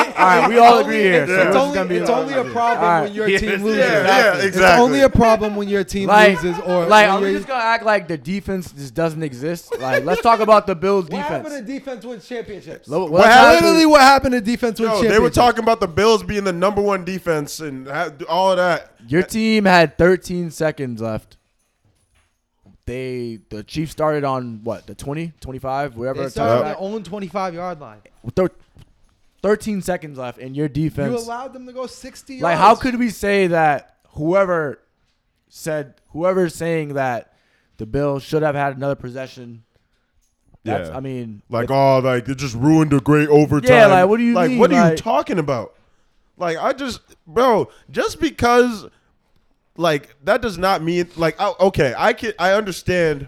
Speaker 2: it-
Speaker 5: All right, we
Speaker 2: it's
Speaker 5: all
Speaker 2: only-
Speaker 5: agree here,
Speaker 2: It's,
Speaker 5: so
Speaker 2: it's
Speaker 5: it's
Speaker 2: only,
Speaker 5: gonna be
Speaker 2: it's
Speaker 5: all
Speaker 2: only
Speaker 5: right.
Speaker 2: a problem
Speaker 5: All right.
Speaker 2: when your
Speaker 3: Yeah,
Speaker 2: team
Speaker 3: yeah,
Speaker 2: loses.
Speaker 4: yeah,
Speaker 2: It's
Speaker 4: exactly.
Speaker 2: only a problem when your team loses or
Speaker 5: like,
Speaker 2: when
Speaker 5: are we
Speaker 2: your-
Speaker 5: just gonna act like the defense just doesn't exist? Like, let's talk about the Bills
Speaker 2: what happened to
Speaker 5: defense.
Speaker 2: defense wins championships?
Speaker 5: Lo-
Speaker 4: What
Speaker 5: let's not-
Speaker 4: happened?
Speaker 2: Literally, what happened to defense wins
Speaker 4: Yo,
Speaker 2: championships?
Speaker 4: they were talking about the Bills being the number one defense and ha- all of that.
Speaker 5: Your team had 13 seconds left. They the Chiefs started on what the 20, 25, whatever.
Speaker 2: They
Speaker 5: time
Speaker 2: started on
Speaker 5: back.
Speaker 2: their own 25 yard line.
Speaker 5: Thir- 13 seconds left, and your defense.
Speaker 8: You allowed them to go 60
Speaker 5: Like,
Speaker 8: yards.
Speaker 5: how could we say that whoever said whoever's saying that the Bills should have had another possession? That's,
Speaker 4: Yeah.
Speaker 5: I mean,
Speaker 4: Like, oh, like it just ruined a great overtime.
Speaker 5: like, what do you
Speaker 4: Like,
Speaker 5: mean?
Speaker 4: what are you
Speaker 5: Like-
Speaker 4: talking about? Like, I just, bro, just because, like, that does not mean, like, I, okay, I can, I understand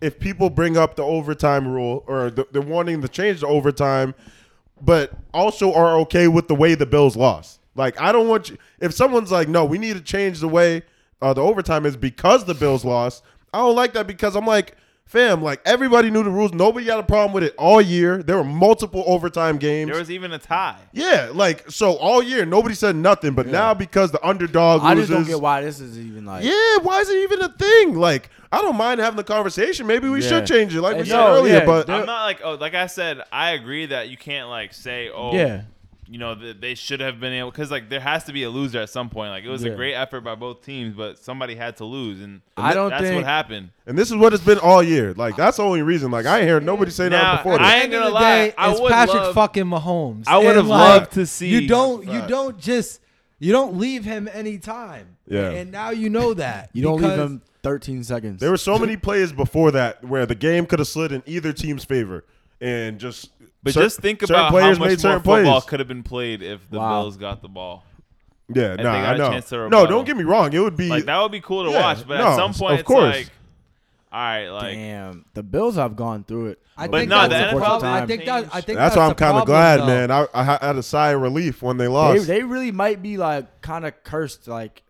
Speaker 4: if people bring up the overtime rule or the, they're wanting to change the overtime, but also are okay with the way the Bills lost. Like, I don't want you. If someone's like, no, we need to change the way uh, the overtime is because the Bills lost, I don't like that because I'm like, fam, like everybody knew the rules. Nobody had a problem with it all year. There were multiple overtime games.
Speaker 3: There was even a tie.
Speaker 4: yeah, like so all year nobody said nothing, but now because the underdog
Speaker 5: I
Speaker 4: loses,
Speaker 5: just don't get why this is even like.
Speaker 4: yeah, why is it even a thing? Like, I don't mind having the conversation. Maybe we
Speaker 5: Yeah.
Speaker 4: should change it, like we
Speaker 5: And
Speaker 4: said
Speaker 5: no,
Speaker 4: earlier.
Speaker 5: yeah,
Speaker 4: but uh,
Speaker 3: I'm not like oh, like I said, I agree that you can't like say oh,
Speaker 5: Yeah.
Speaker 3: you know that they should have been able because like there has to be a loser at some point. Like it was
Speaker 5: Yeah.
Speaker 3: a great effort by both teams, but somebody had to lose, and
Speaker 5: I don't
Speaker 3: that's
Speaker 5: think-
Speaker 3: what happened.
Speaker 4: and this is what it's been all year. Like that's the only reason. Like I ain't heard nobody say
Speaker 3: Now,
Speaker 4: nothing before this.
Speaker 3: I ain't
Speaker 2: End of
Speaker 3: gonna
Speaker 2: the
Speaker 3: lie.
Speaker 2: day,
Speaker 3: I
Speaker 2: it's
Speaker 3: would
Speaker 2: Patrick
Speaker 3: love,
Speaker 2: fucking Mahomes.
Speaker 3: I would've
Speaker 2: And, like,
Speaker 3: loved to see-
Speaker 2: You don't. You
Speaker 4: Right.
Speaker 2: don't just. You don't leave him any time.
Speaker 4: Yeah.
Speaker 2: And now you know that.
Speaker 5: You don't leave
Speaker 2: because-
Speaker 5: him 13 seconds.
Speaker 4: There were so many plays before that where the game could have slid in either team's favor, and just
Speaker 3: But
Speaker 4: cer-
Speaker 3: just think
Speaker 4: certain
Speaker 3: about how much
Speaker 4: players
Speaker 3: more
Speaker 4: made certain
Speaker 3: football
Speaker 4: plays.
Speaker 3: could have been played if the
Speaker 5: Wow.
Speaker 3: Bills got the ball.
Speaker 4: yeah,
Speaker 3: they
Speaker 4: nah,
Speaker 3: got
Speaker 4: I
Speaker 3: a
Speaker 4: know.
Speaker 3: chance to
Speaker 4: No,
Speaker 3: rebuttal.
Speaker 4: don't get me wrong. It would be
Speaker 3: Like that would be cool to
Speaker 4: Yeah,
Speaker 3: watch, but
Speaker 4: no,
Speaker 3: at some
Speaker 4: of
Speaker 3: point it's
Speaker 4: course.
Speaker 3: like, all right, like
Speaker 5: Damn, the Bills have gone through it.
Speaker 2: I
Speaker 3: But
Speaker 2: think
Speaker 3: no,
Speaker 2: that's
Speaker 3: the
Speaker 2: the problem.
Speaker 3: NFL
Speaker 2: I think that. I think
Speaker 4: that's why I'm
Speaker 2: the
Speaker 4: kind
Speaker 2: problem,
Speaker 4: of glad,
Speaker 2: though.
Speaker 4: man. I, I had a sigh of relief when they
Speaker 5: they,
Speaker 4: lost.
Speaker 5: they really might be like kind of cursed. Like,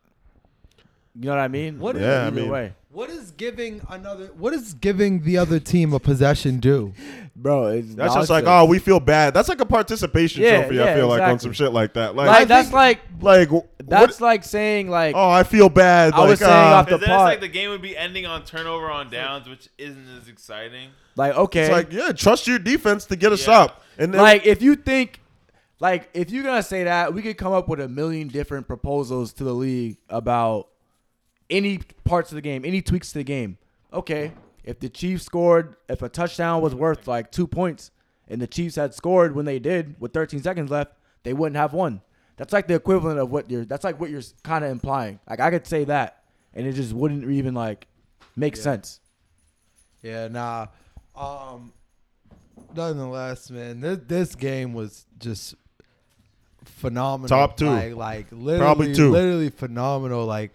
Speaker 5: you know what I mean?
Speaker 2: What is-
Speaker 4: Yeah, I
Speaker 5: Either
Speaker 4: mean-
Speaker 5: way,
Speaker 2: What is giving another? What is giving the other team a possession do?
Speaker 5: bro. It's
Speaker 4: that's just like,
Speaker 5: nonsense.
Speaker 4: oh, we feel bad. That's like a participation
Speaker 5: Yeah,
Speaker 4: trophy. I
Speaker 5: yeah,
Speaker 4: feel like on
Speaker 5: exactly.
Speaker 4: some shit like that. Like,
Speaker 5: like that's like
Speaker 4: like w- what-
Speaker 5: that's like saying like
Speaker 4: oh, I feel bad.
Speaker 5: I was
Speaker 4: like,
Speaker 5: saying
Speaker 4: uh,
Speaker 5: off the
Speaker 3: And then it's
Speaker 5: pot.
Speaker 3: like the game would be ending on turnover on downs, which isn't as exciting.
Speaker 5: like okay,
Speaker 4: It's
Speaker 5: like,
Speaker 4: like, yeah, trust your defense to get a
Speaker 3: Yeah.
Speaker 4: stop. And then,
Speaker 5: if you think like if you're gonna say that, we could come up with a million different proposals to the league about any parts of the game, any tweaks to the game. Okay, if the Chiefs scored, if a touchdown was worth like two points, and the Chiefs had scored when they did with 13 seconds left, they wouldn't have won. That's like the equivalent of what you're. That's like what you're kind of implying. Like I could say that, and it just wouldn't even like make sense.
Speaker 2: Yeah, nah. Um, nonetheless, man, this this game was just phenomenal.
Speaker 4: Top two.
Speaker 2: like, like literally,
Speaker 4: two.
Speaker 2: literally phenomenal. Like,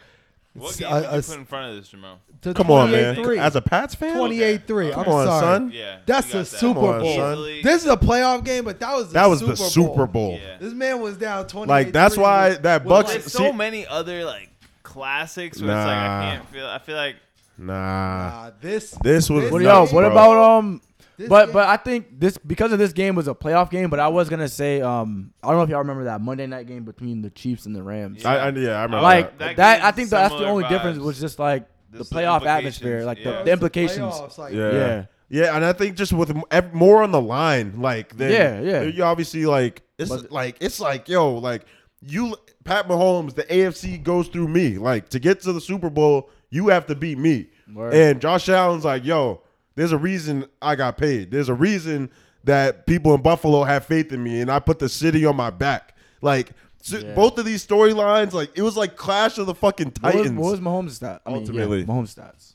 Speaker 3: What
Speaker 2: s-
Speaker 3: game
Speaker 2: a-
Speaker 3: would
Speaker 2: a
Speaker 3: you
Speaker 2: s-
Speaker 3: put in front of this, Jamal?
Speaker 2: to
Speaker 4: come on, man.
Speaker 2: 28-3.
Speaker 4: As a Pats fan,
Speaker 2: 28-3. I'm
Speaker 4: Come on,
Speaker 2: sorry.
Speaker 4: son.
Speaker 3: Yeah,
Speaker 2: That's
Speaker 3: you got
Speaker 2: a Super
Speaker 4: Come on,
Speaker 2: Bowl.
Speaker 4: son.
Speaker 3: Easily.
Speaker 2: This is a playoff game, but that was
Speaker 4: that was
Speaker 2: Super
Speaker 4: the Super
Speaker 2: Bowl.
Speaker 4: Bowl.
Speaker 3: Yeah.
Speaker 2: This man was down twenty.
Speaker 4: Like that's why that
Speaker 2: Well,
Speaker 4: Bucks.
Speaker 3: There's
Speaker 4: see-
Speaker 3: so many other like classics where it's like I
Speaker 4: Nah.
Speaker 3: can't feel. I feel like
Speaker 4: nah,
Speaker 2: this
Speaker 4: this was
Speaker 2: This
Speaker 5: What,
Speaker 2: It's
Speaker 5: yo,
Speaker 4: nuts,
Speaker 2: not-
Speaker 5: what
Speaker 4: bro.
Speaker 5: about um?
Speaker 2: This
Speaker 5: but
Speaker 2: game-
Speaker 5: but I think this because of this game was a playoff game. But I was gonna say um I don't know if y'all remember that Monday night game between the Chiefs and the Rams.
Speaker 4: I, I, yeah, I remember.
Speaker 5: like
Speaker 4: that.
Speaker 5: that,
Speaker 3: That
Speaker 5: I
Speaker 3: gives
Speaker 5: think that's the
Speaker 3: similar
Speaker 5: only
Speaker 3: vibes.
Speaker 5: difference was just like the
Speaker 3: Just the
Speaker 5: playoff
Speaker 3: implications,
Speaker 5: atmosphere, like
Speaker 3: yeah.
Speaker 5: the, the implications.
Speaker 2: Playoffs, like,
Speaker 4: Yeah.
Speaker 5: Yeah.
Speaker 4: yeah. and I think just with m- ev- more on the line, like then
Speaker 5: Yeah, yeah.
Speaker 4: you obviously like it's
Speaker 5: But-
Speaker 4: like it's like yo, like you, Pat Mahomes, the AFC goes through me. Like to get to the Super Bowl, you have to beat me.
Speaker 5: Word.
Speaker 4: And Josh Allen's like, yo, there's a reason I got paid. There's a reason that people in Buffalo have faith in me, and I put the city on my back. Like so
Speaker 5: Yeah.
Speaker 4: both of these storylines, like it was like Clash of the fucking
Speaker 5: What was,
Speaker 4: Titans.
Speaker 5: what was Mahomes' stat? I mean,
Speaker 4: Ultimately.
Speaker 5: yeah, Mahomes' stats.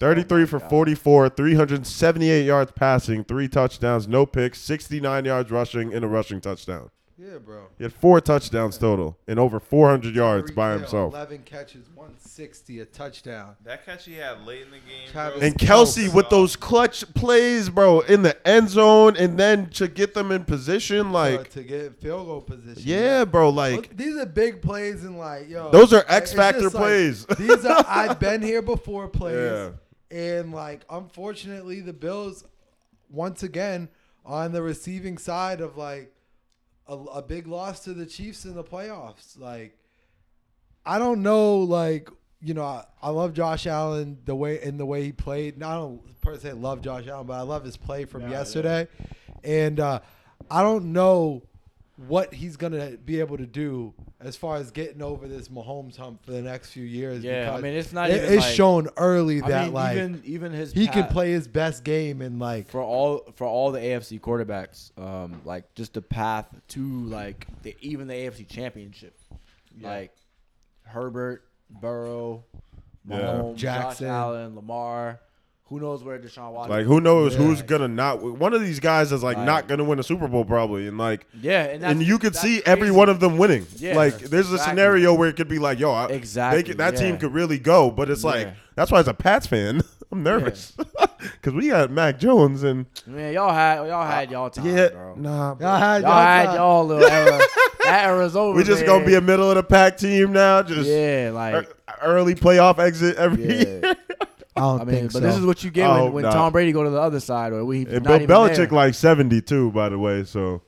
Speaker 4: 33 for 44, 378 yards passing, three touchdowns, no picks, 69 yards rushing, and a rushing touchdown.
Speaker 2: yeah, bro.
Speaker 4: He had four touchdowns total and over 400 yards
Speaker 2: Tyreek
Speaker 4: by
Speaker 2: Hill,
Speaker 4: himself.
Speaker 2: Eleven catches, one sixty, a touchdown.
Speaker 3: that catch he had late in the game.
Speaker 2: Travis-
Speaker 3: bro.
Speaker 4: And Kelsey with those clutch plays, bro, in the end zone, and then to get them in position,
Speaker 2: bro,
Speaker 4: like,
Speaker 2: to get field goal position.
Speaker 4: yeah, bro,
Speaker 2: Look,
Speaker 4: like,
Speaker 2: these are big plays and like yo.
Speaker 4: Those are X
Speaker 2: it's just
Speaker 4: Factor plays.
Speaker 2: these are I've been here before
Speaker 4: Yeah.
Speaker 2: plays, and like unfortunately the Bills, once again on the receiving side of like a, a big loss to the Chiefs in the playoffs. Like I don't know, like you know I, I love Josh Allen the way in the way he played. Not I don't per se love Josh Allen, but I love his play from yesterday, and uh, I don't know what he's gonna be able to do as far as getting over this Mahomes hump for the next few years.
Speaker 5: Yeah, I
Speaker 2: because
Speaker 5: mean, it's not
Speaker 2: it-
Speaker 5: even
Speaker 2: it's
Speaker 5: like-
Speaker 2: shown early
Speaker 5: I
Speaker 2: that
Speaker 5: mean,
Speaker 2: like
Speaker 5: even even his
Speaker 2: he can
Speaker 5: pa-
Speaker 2: play his best game and like
Speaker 5: for all for all the AFC quarterbacks, um, like just the path to like the, even the AFC championship, like Herbert, Burrow, Mahomes,
Speaker 2: Jackson.
Speaker 5: Josh Allen, Lamar. Who knows where Deshaun Watson?
Speaker 4: Like who knows
Speaker 2: Yeah.
Speaker 4: who's gonna not? One of these guys is like not gonna win a Super Bowl probably, and like
Speaker 5: yeah, and, that's,
Speaker 4: and you could
Speaker 5: that's
Speaker 4: see every
Speaker 5: crazy.
Speaker 4: one of them winning.
Speaker 5: Yeah.
Speaker 4: like there's a
Speaker 5: Exactly.
Speaker 4: scenario where it could be like, yo, I,
Speaker 5: Exactly,
Speaker 4: they could, that
Speaker 5: yeah.
Speaker 4: team could really go, but it's like
Speaker 5: Yeah.
Speaker 4: that's why as a Pats fan, I'm nervous because we got Mac Jones and
Speaker 5: Man, y'all had y'all had y'all time,
Speaker 4: Uh, yeah,
Speaker 5: bro.
Speaker 4: nah,
Speaker 2: y'all had
Speaker 5: Y'all had
Speaker 2: time.
Speaker 5: y'all little era. that era's over.
Speaker 4: we just
Speaker 5: Oh, man.
Speaker 4: gonna be Er, a middle of the pack team now, just
Speaker 5: yeah,
Speaker 4: ear-
Speaker 5: like
Speaker 4: early playoff exit every year.
Speaker 5: yeah.
Speaker 2: I don't
Speaker 5: I mean,
Speaker 2: think so.
Speaker 5: but this is what you get
Speaker 4: Oh,
Speaker 5: when, when
Speaker 4: nah.
Speaker 5: Tom Brady go to the other side, or we
Speaker 4: And
Speaker 5: not
Speaker 4: Bill
Speaker 5: even
Speaker 4: Belichick
Speaker 5: there.
Speaker 4: like 72, by the way, so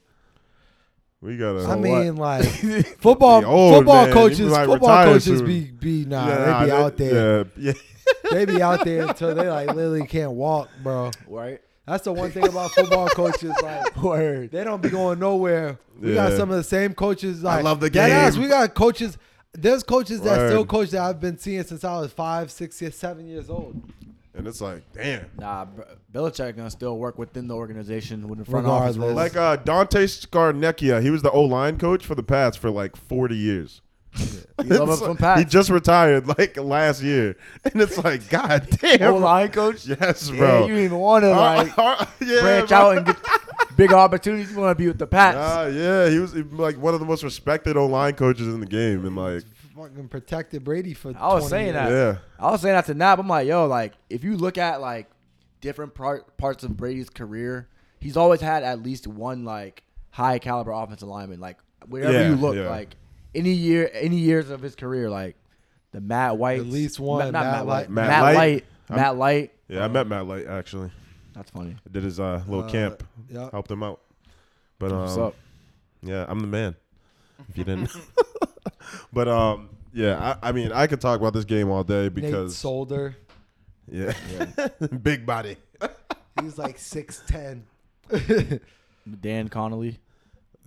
Speaker 4: we gotta.
Speaker 2: I
Speaker 4: So
Speaker 2: mean, like football
Speaker 4: Be old,
Speaker 2: football
Speaker 4: man. You
Speaker 2: coaches,
Speaker 4: be, like,
Speaker 2: football
Speaker 4: retired
Speaker 2: coaches
Speaker 4: soon.
Speaker 2: be be nah,
Speaker 4: Yeah, nah,
Speaker 2: they be
Speaker 4: that-
Speaker 2: out there,
Speaker 4: Yeah, yeah.
Speaker 2: they be out there until they like literally can't walk, bro.
Speaker 5: right?
Speaker 2: That's the one thing about football coaches, like
Speaker 5: Word.
Speaker 2: they don't be going nowhere. We got
Speaker 4: Yeah.
Speaker 2: some of the same coaches. Like,
Speaker 4: love the
Speaker 2: dead
Speaker 4: game.
Speaker 2: ass, we got coaches. There's coaches that
Speaker 4: Word.
Speaker 2: still coach that I've been seeing since I was five, six, years, seven years old.
Speaker 4: And it's like, damn.
Speaker 5: Nah, bro, Belichick gonna still work within the organization with the front
Speaker 2: Regardless.
Speaker 5: office rules.
Speaker 4: Like uh, Dante Scarnecchia, he was the O line coach for the Pats for like 40 years.
Speaker 5: He love
Speaker 4: It's
Speaker 5: up from
Speaker 4: like-
Speaker 5: Pats.
Speaker 4: He just retired like last year, and it's like, god damn.
Speaker 5: O line coach.
Speaker 4: Yes,
Speaker 5: Yeah,
Speaker 4: bro. Uh,
Speaker 5: you even want to like
Speaker 4: yeah,
Speaker 5: branch
Speaker 4: bro.
Speaker 5: out and get big opportunities. You want to be with the Pats.
Speaker 4: Nah, yeah, he was like one of the most respected O line coaches in the game, and like,
Speaker 2: Fucking protected Brady for.
Speaker 5: I
Speaker 2: 20
Speaker 5: was
Speaker 2: years.
Speaker 5: saying that.
Speaker 4: yeah,
Speaker 5: I was saying that to Nap. I'm like, yo, like if you look at like different part, parts of Brady's career, he's always had at least one like high caliber offensive lineman. Like wherever
Speaker 4: Yeah,
Speaker 5: you look,
Speaker 4: yeah.
Speaker 5: like any year, any years of his career, like the Matt White,
Speaker 2: At least one,
Speaker 5: not Matt,
Speaker 2: Matt
Speaker 5: White,
Speaker 2: Light-
Speaker 5: Matt,
Speaker 4: Matt
Speaker 5: Light,
Speaker 4: Light.
Speaker 5: Matt Light.
Speaker 4: yeah. I met Matt Light actually.
Speaker 5: That's funny.
Speaker 4: I did his uh, little
Speaker 2: Uh,
Speaker 4: camp,
Speaker 2: yeah.
Speaker 4: helped him out. But um,
Speaker 5: What's up?
Speaker 4: Yeah, I'm the man. If you didn't, but um, yeah, I, I mean, I could talk about this game all day
Speaker 2: Nate
Speaker 4: because
Speaker 2: Solder,
Speaker 4: yeah, big body.
Speaker 2: he's like six ten.
Speaker 5: Dan Connolly.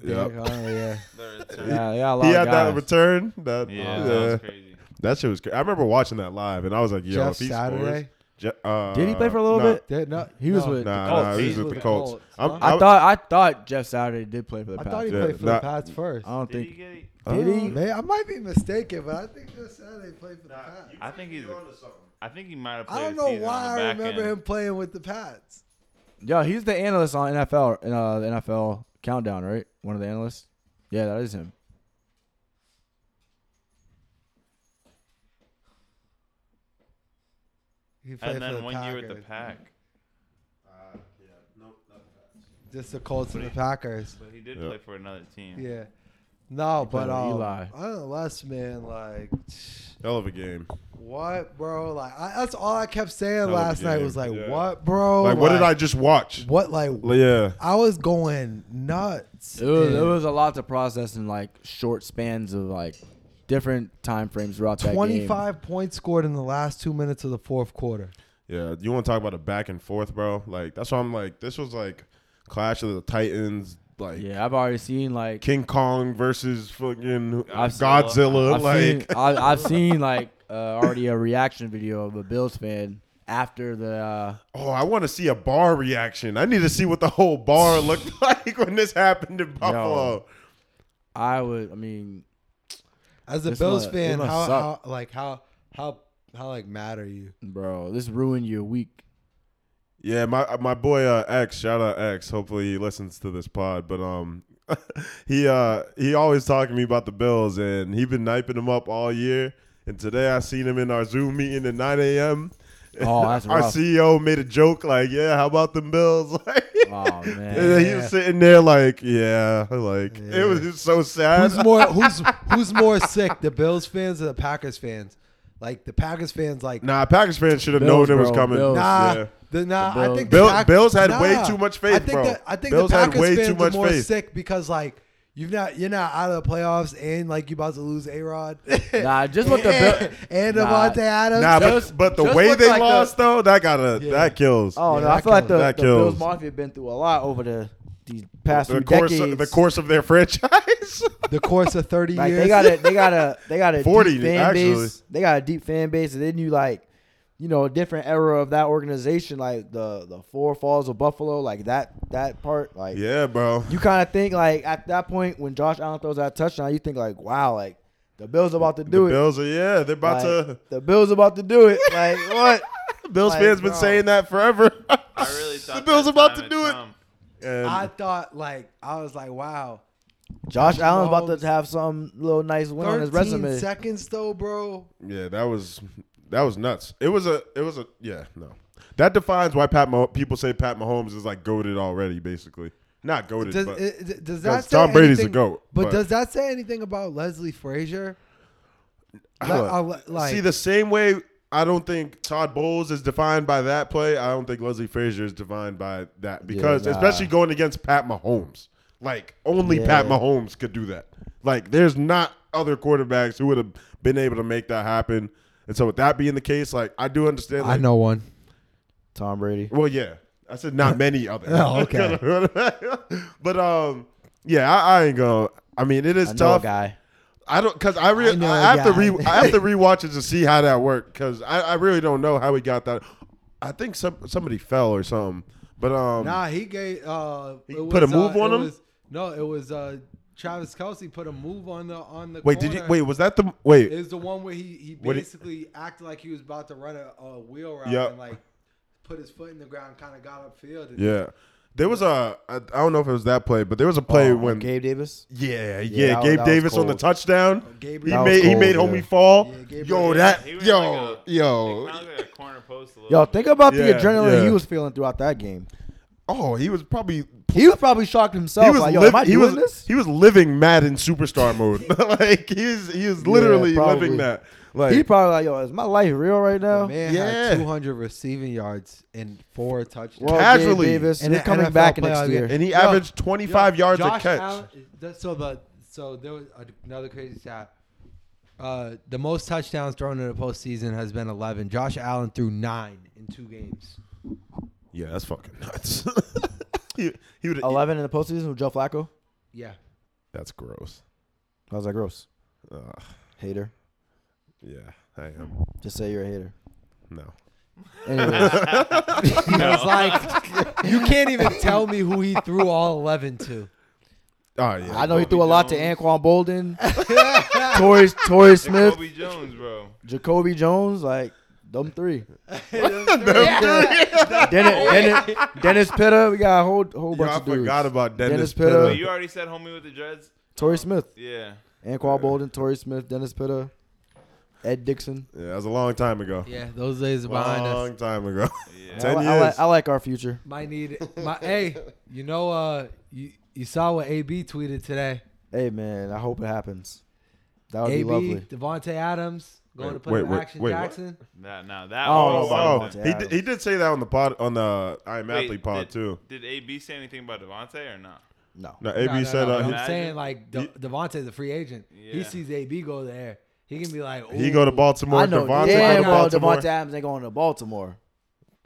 Speaker 4: Yeah,
Speaker 2: Oh yeah.
Speaker 3: Their return.
Speaker 5: Yeah, yeah, a lot
Speaker 4: he
Speaker 5: of
Speaker 4: had that
Speaker 5: guys.
Speaker 4: return. That uh,
Speaker 3: Yeah,
Speaker 4: yeah,
Speaker 3: that was Oh, crazy.
Speaker 4: that shit was. Cra- I remember watching that live, and I was like, yo,
Speaker 2: Jeff
Speaker 4: if he
Speaker 2: Saturday.
Speaker 4: Scores, Je- uh,
Speaker 5: Did he play for a little
Speaker 4: nah,
Speaker 5: bit?
Speaker 2: They're not-
Speaker 5: He was
Speaker 2: no.
Speaker 5: with-
Speaker 4: Nah,
Speaker 3: Colts.
Speaker 4: nah, he was with the Colts. I'm,
Speaker 2: huh?
Speaker 5: I
Speaker 4: I'm-
Speaker 5: thought I thought Jeff Saturday did play for the
Speaker 2: I
Speaker 5: Pats.
Speaker 2: thought he
Speaker 4: Yeah,
Speaker 2: played for
Speaker 4: nah.
Speaker 2: the Pats first.
Speaker 5: I don't
Speaker 3: Did
Speaker 5: think
Speaker 3: he get it?
Speaker 5: did he?
Speaker 2: Uh, Man, I might be mistaken, but I think just how they played for the Pats.
Speaker 3: I think he's. I think he might have played.
Speaker 2: I don't
Speaker 3: a
Speaker 2: know
Speaker 3: season on
Speaker 2: why
Speaker 3: the
Speaker 2: I
Speaker 3: back
Speaker 2: remember
Speaker 3: end.
Speaker 2: him playing with the Pats.
Speaker 5: Yeah, he's the analyst on NFL in uh, the NFL countdown, right? One of the analysts. Yeah, that is him.
Speaker 2: He played
Speaker 3: And
Speaker 2: for
Speaker 3: then
Speaker 2: the
Speaker 3: one year with the
Speaker 2: Packers.
Speaker 3: Pack.
Speaker 2: Just the Colts and the Packers.
Speaker 3: But he did
Speaker 4: Yeah.
Speaker 3: play for another team.
Speaker 2: Yeah. No, but
Speaker 5: played with
Speaker 2: um,
Speaker 5: Eli.
Speaker 2: unless man, like,
Speaker 4: hell of a game.
Speaker 2: what, bro? Like, I, that's all I kept saying
Speaker 4: Hell of a
Speaker 2: last night
Speaker 4: game,
Speaker 2: was like,
Speaker 4: yeah.
Speaker 2: what, bro?
Speaker 4: Like, what did I just watch?
Speaker 2: What, like,
Speaker 4: Yeah,
Speaker 2: I was going nuts.
Speaker 5: It was, it
Speaker 2: dude.
Speaker 5: was a lot to process in like short spans of like different time frames throughout that game.
Speaker 2: 25 points scored in the last two minutes of the fourth quarter.
Speaker 4: yeah. You want to talk about a back and forth, bro? Like that's why I'm like, this was like Clash of the Titans, like
Speaker 5: Yeah, I've already seen like
Speaker 4: King Kong versus
Speaker 3: Godzilla.
Speaker 4: fucking Godzilla.
Speaker 5: I've seen
Speaker 4: like,
Speaker 5: I, I've seen like uh, already a reaction video of a Bills fan after the uh,
Speaker 4: oh, I want to see a bar reaction. I need to see what the whole bar looked like when this happened in Buffalo.
Speaker 5: I would I mean
Speaker 2: As a
Speaker 5: This
Speaker 2: Bills
Speaker 5: must-
Speaker 2: fan,
Speaker 5: it must
Speaker 2: how, how
Speaker 5: suck.
Speaker 2: like how how how like mad are you?
Speaker 5: bro this ruined your week.
Speaker 4: Yeah, my my boy uh, X, shout out X. Hopefully he listens to this pod, but um, he uh he always talking to me about the Bills, and he been niping them up all year. And today I seen him in our Zoom meeting at 9 a.m.
Speaker 5: Oh, that's
Speaker 4: our
Speaker 5: rough.
Speaker 4: CEO made a joke like, "Yeah, how about them Bills?" Like,
Speaker 5: Oh man.
Speaker 4: and then he was sitting there like, "Yeah," like
Speaker 2: Yeah.
Speaker 4: it was just so sad.
Speaker 2: Who's more who's who's more sick, the Bills fans or the Packers fans? Like the Packers fans, like
Speaker 4: Nah, Packers fans should have known
Speaker 5: Bills,
Speaker 4: it was
Speaker 5: bro,
Speaker 4: coming.
Speaker 5: Bills.
Speaker 2: nah,
Speaker 4: Yeah.
Speaker 2: the, nah.
Speaker 5: The
Speaker 2: I think
Speaker 4: Bill-
Speaker 2: the Pack-
Speaker 4: Bills had way
Speaker 2: nah.
Speaker 4: too much faith,
Speaker 2: I think
Speaker 4: bro.
Speaker 2: The, I think
Speaker 4: Bills
Speaker 2: the
Speaker 4: had
Speaker 2: Packers
Speaker 4: way too
Speaker 2: fans
Speaker 4: much
Speaker 2: are more
Speaker 4: faith.
Speaker 2: sick because like you've not you're not out of the playoffs and like you about to lose A Rod.
Speaker 5: Nah, just what the Bill-
Speaker 2: and
Speaker 5: Nah.
Speaker 2: Devontae Adams.
Speaker 4: Nah,
Speaker 5: Just-
Speaker 4: but, but the
Speaker 5: just
Speaker 4: way
Speaker 5: look
Speaker 4: they
Speaker 5: like the-
Speaker 4: lost though, that gotta
Speaker 2: Yeah.
Speaker 4: that kills.
Speaker 5: Oh
Speaker 2: Yeah,
Speaker 5: no, I
Speaker 2: that
Speaker 5: feel like
Speaker 2: kills.
Speaker 5: the,
Speaker 4: That
Speaker 5: the Bills
Speaker 4: kills.
Speaker 5: Mafia been through a lot over the these past
Speaker 4: the
Speaker 5: few
Speaker 4: course
Speaker 5: decades.
Speaker 4: the course of their franchise.
Speaker 2: the course of 30
Speaker 5: Like
Speaker 2: years.
Speaker 5: they got a they got a they got a
Speaker 4: 40,
Speaker 5: deep fan
Speaker 4: actually.
Speaker 5: base. They got a deep fan base, and then you like, you know, a different era of that organization, like the the Four Falls of Buffalo, like that that part, like
Speaker 4: Yeah, bro.
Speaker 5: you kind of think like at that point when Josh Allen throws that touchdown, you think like, wow, like the Bills about to
Speaker 4: the
Speaker 5: do it.
Speaker 4: Bills are yeah, they're about
Speaker 5: Like,
Speaker 4: to.
Speaker 5: The Bills about to do it. Like what?
Speaker 4: Bills
Speaker 5: like,
Speaker 4: fans been
Speaker 5: bro.
Speaker 4: saying that forever.
Speaker 3: I really thought
Speaker 4: the Bills
Speaker 3: that time
Speaker 4: about to
Speaker 3: had
Speaker 4: do it.
Speaker 3: come.
Speaker 4: And
Speaker 2: I thought like I was like, wow.
Speaker 5: Josh Allen's about
Speaker 2: Mahomes.
Speaker 5: to have some little nice win on his
Speaker 2: 13
Speaker 5: resume.
Speaker 2: seconds though, bro.
Speaker 4: yeah, that was that was nuts. It was a it was a yeah no. That defines why Pat Mah- people say Pat Mahomes is like goaded already. Basically, not goaded,
Speaker 2: Does,
Speaker 4: but
Speaker 2: it- it- does that say
Speaker 4: Tom Brady's the
Speaker 2: anything-
Speaker 4: GOAT,
Speaker 2: But,
Speaker 4: but-
Speaker 2: does that say anything about Leslie Frazier?
Speaker 4: I
Speaker 2: Let-
Speaker 4: don't know.
Speaker 2: I'll let- like,
Speaker 4: see the same way. I don't think Todd Bowles is defined by that play. I don't think Leslie Frazier is defined by that because,
Speaker 5: nah.
Speaker 4: especially going against Pat Mahomes, like only Pat
Speaker 5: Yeah.
Speaker 4: Mahomes could do that. Like, there's not other quarterbacks who would have been able to make that happen. And so, with that being the case, like I do understand.
Speaker 2: I
Speaker 4: like,
Speaker 2: know one.
Speaker 5: Tom Brady.
Speaker 4: Well, yeah, I said not many other.
Speaker 2: Oh, okay.
Speaker 4: but um, yeah, I, I ain't gonna. I mean, it is
Speaker 5: I know
Speaker 4: tough.
Speaker 5: a guy.
Speaker 4: I don't because I really
Speaker 2: I know
Speaker 4: I,
Speaker 2: a
Speaker 4: have to
Speaker 2: guy.
Speaker 4: re I have to rewatch it to see how that worked because I, I really don't know how he got that. I think some somebody fell or something, but um
Speaker 2: Nah, he gave. Uh,
Speaker 4: He
Speaker 2: it
Speaker 4: put a
Speaker 2: was,
Speaker 4: move
Speaker 2: uh,
Speaker 4: on
Speaker 2: it
Speaker 4: him?
Speaker 2: was- no, it was uh, Travis Kelsey put a move on the on the.
Speaker 4: wait did you
Speaker 2: corner.
Speaker 4: wait was that the wait
Speaker 2: It was the one where he he
Speaker 4: What he-
Speaker 2: basically acted like he was about to run a, a wheel route
Speaker 4: Yep.
Speaker 2: and like put his foot in the ground, kind of got upfield. And
Speaker 4: yeah there was a I, I don't know if it was that play but there was a play
Speaker 5: Oh,
Speaker 4: when
Speaker 5: Gabe Davis.
Speaker 4: yeah yeah,
Speaker 5: that was-
Speaker 4: Gabe
Speaker 5: that was
Speaker 4: Davis on the
Speaker 5: cold.
Speaker 4: touchdown he
Speaker 2: Gabriel,
Speaker 5: That was
Speaker 4: made he
Speaker 5: cold,
Speaker 4: made
Speaker 5: yeah.
Speaker 4: homie fall
Speaker 2: Yeah, Gabriel-
Speaker 4: yo Oh, that
Speaker 3: He
Speaker 4: yo
Speaker 3: was like a-
Speaker 4: yo
Speaker 3: It kinda looked like a corner post a little
Speaker 5: Yo,
Speaker 3: bit.
Speaker 5: think about the
Speaker 4: Yeah,
Speaker 5: adrenaline
Speaker 4: yeah.
Speaker 5: he was feeling throughout that game.
Speaker 4: oh he was probably
Speaker 5: He was probably shocked himself.
Speaker 4: he was
Speaker 5: like, yo,
Speaker 4: liv-
Speaker 5: am I
Speaker 4: he
Speaker 5: doing
Speaker 4: was
Speaker 5: this?
Speaker 4: he was living Madden superstar mode. like he's he is literally
Speaker 5: probably.
Speaker 4: living that. Like
Speaker 5: He probably like, yo, is my life real right
Speaker 2: the
Speaker 5: now?
Speaker 2: man
Speaker 4: yeah.
Speaker 2: had 200 receiving yards and four touchdowns.
Speaker 5: Well,
Speaker 4: Casually.
Speaker 5: Gabe Davis,
Speaker 2: In
Speaker 5: and
Speaker 2: an
Speaker 5: he's coming
Speaker 2: NFL
Speaker 5: back next
Speaker 2: playoff
Speaker 5: year.
Speaker 2: game.
Speaker 4: and he
Speaker 2: Yo,
Speaker 4: averaged 25
Speaker 2: Yo,
Speaker 4: yards
Speaker 2: Josh
Speaker 4: a catch.
Speaker 2: Allen- that- so the so there was another crazy stat. Uh, the most touchdowns thrown in the postseason has been 11. Josh Allen threw nine in two games.
Speaker 4: Yeah, that's fucking nuts. he, he would.
Speaker 5: 11 in the postseason with Joe Flacco.
Speaker 2: Yeah.
Speaker 4: That's gross.
Speaker 5: How's that gross?
Speaker 4: Ugh,
Speaker 5: Hater.
Speaker 4: yeah, I am.
Speaker 5: Just say you're a hater.
Speaker 4: No.
Speaker 5: Anyways,
Speaker 2: I was like, you can't even tell me who he threw all 11 to.
Speaker 4: Oh yeah.
Speaker 5: I know he threw a lot to Anquan Bolden,
Speaker 2: yeah,
Speaker 5: Torrey, Torrey Smith,
Speaker 3: Kobe Jones, bro.
Speaker 5: Jacoby Jones, like them three.
Speaker 2: Yeah.
Speaker 5: Dennis, Dennis, Dennis Pitta. We got a whole whole
Speaker 4: Yo,
Speaker 5: bunch
Speaker 4: I
Speaker 5: of dudes.
Speaker 4: forgot about Dennis,
Speaker 5: Dennis Pitta.
Speaker 3: But
Speaker 4: Pitta.
Speaker 3: you already said homie with the dreads.
Speaker 5: Torrey Smith,
Speaker 3: Yeah.
Speaker 5: Anquan Bolden, Torrey Smith, Dennis Pitta, Ed Dixon.
Speaker 4: Yeah, that was a long time ago.
Speaker 2: Yeah, those days are behind us.
Speaker 4: long time ago.
Speaker 3: Yeah.
Speaker 5: I,
Speaker 4: Ten
Speaker 5: li-
Speaker 4: years.
Speaker 5: I, li- I like our future.
Speaker 2: Might need my hey, you know uh you, you saw what AB tweeted today.
Speaker 5: Hey man, I hope it happens. That would
Speaker 2: AB
Speaker 5: be lovely.
Speaker 2: Devonte Adams going
Speaker 4: Wait,
Speaker 2: to play
Speaker 4: wait,
Speaker 2: with
Speaker 4: wait,
Speaker 2: Action
Speaker 4: wait, what?
Speaker 2: Jackson.
Speaker 3: That now that
Speaker 5: Oh,
Speaker 3: was
Speaker 5: oh, oh.
Speaker 3: something.
Speaker 5: Devontae
Speaker 4: he, did,
Speaker 5: Adams.
Speaker 4: he did say that on the pod on the I am
Speaker 3: Wait,
Speaker 4: athlete pod
Speaker 3: did,
Speaker 4: too.
Speaker 3: Did AB say anything about Devontae or not?
Speaker 5: No.
Speaker 4: No, AB
Speaker 2: No, no,
Speaker 4: said
Speaker 2: no,
Speaker 4: uh,
Speaker 2: but
Speaker 4: he-
Speaker 3: his-
Speaker 2: I'm saying like De-
Speaker 4: He-
Speaker 2: Devontae's a free agent. He
Speaker 3: Yeah.
Speaker 2: sees AB go there. He can be like,
Speaker 4: he
Speaker 2: "Ooh."
Speaker 4: go to Baltimore.
Speaker 5: I know
Speaker 4: Devontae go
Speaker 5: damn
Speaker 4: to
Speaker 5: well
Speaker 4: Baltimore.
Speaker 5: Devontae Adams ain't going to Baltimore.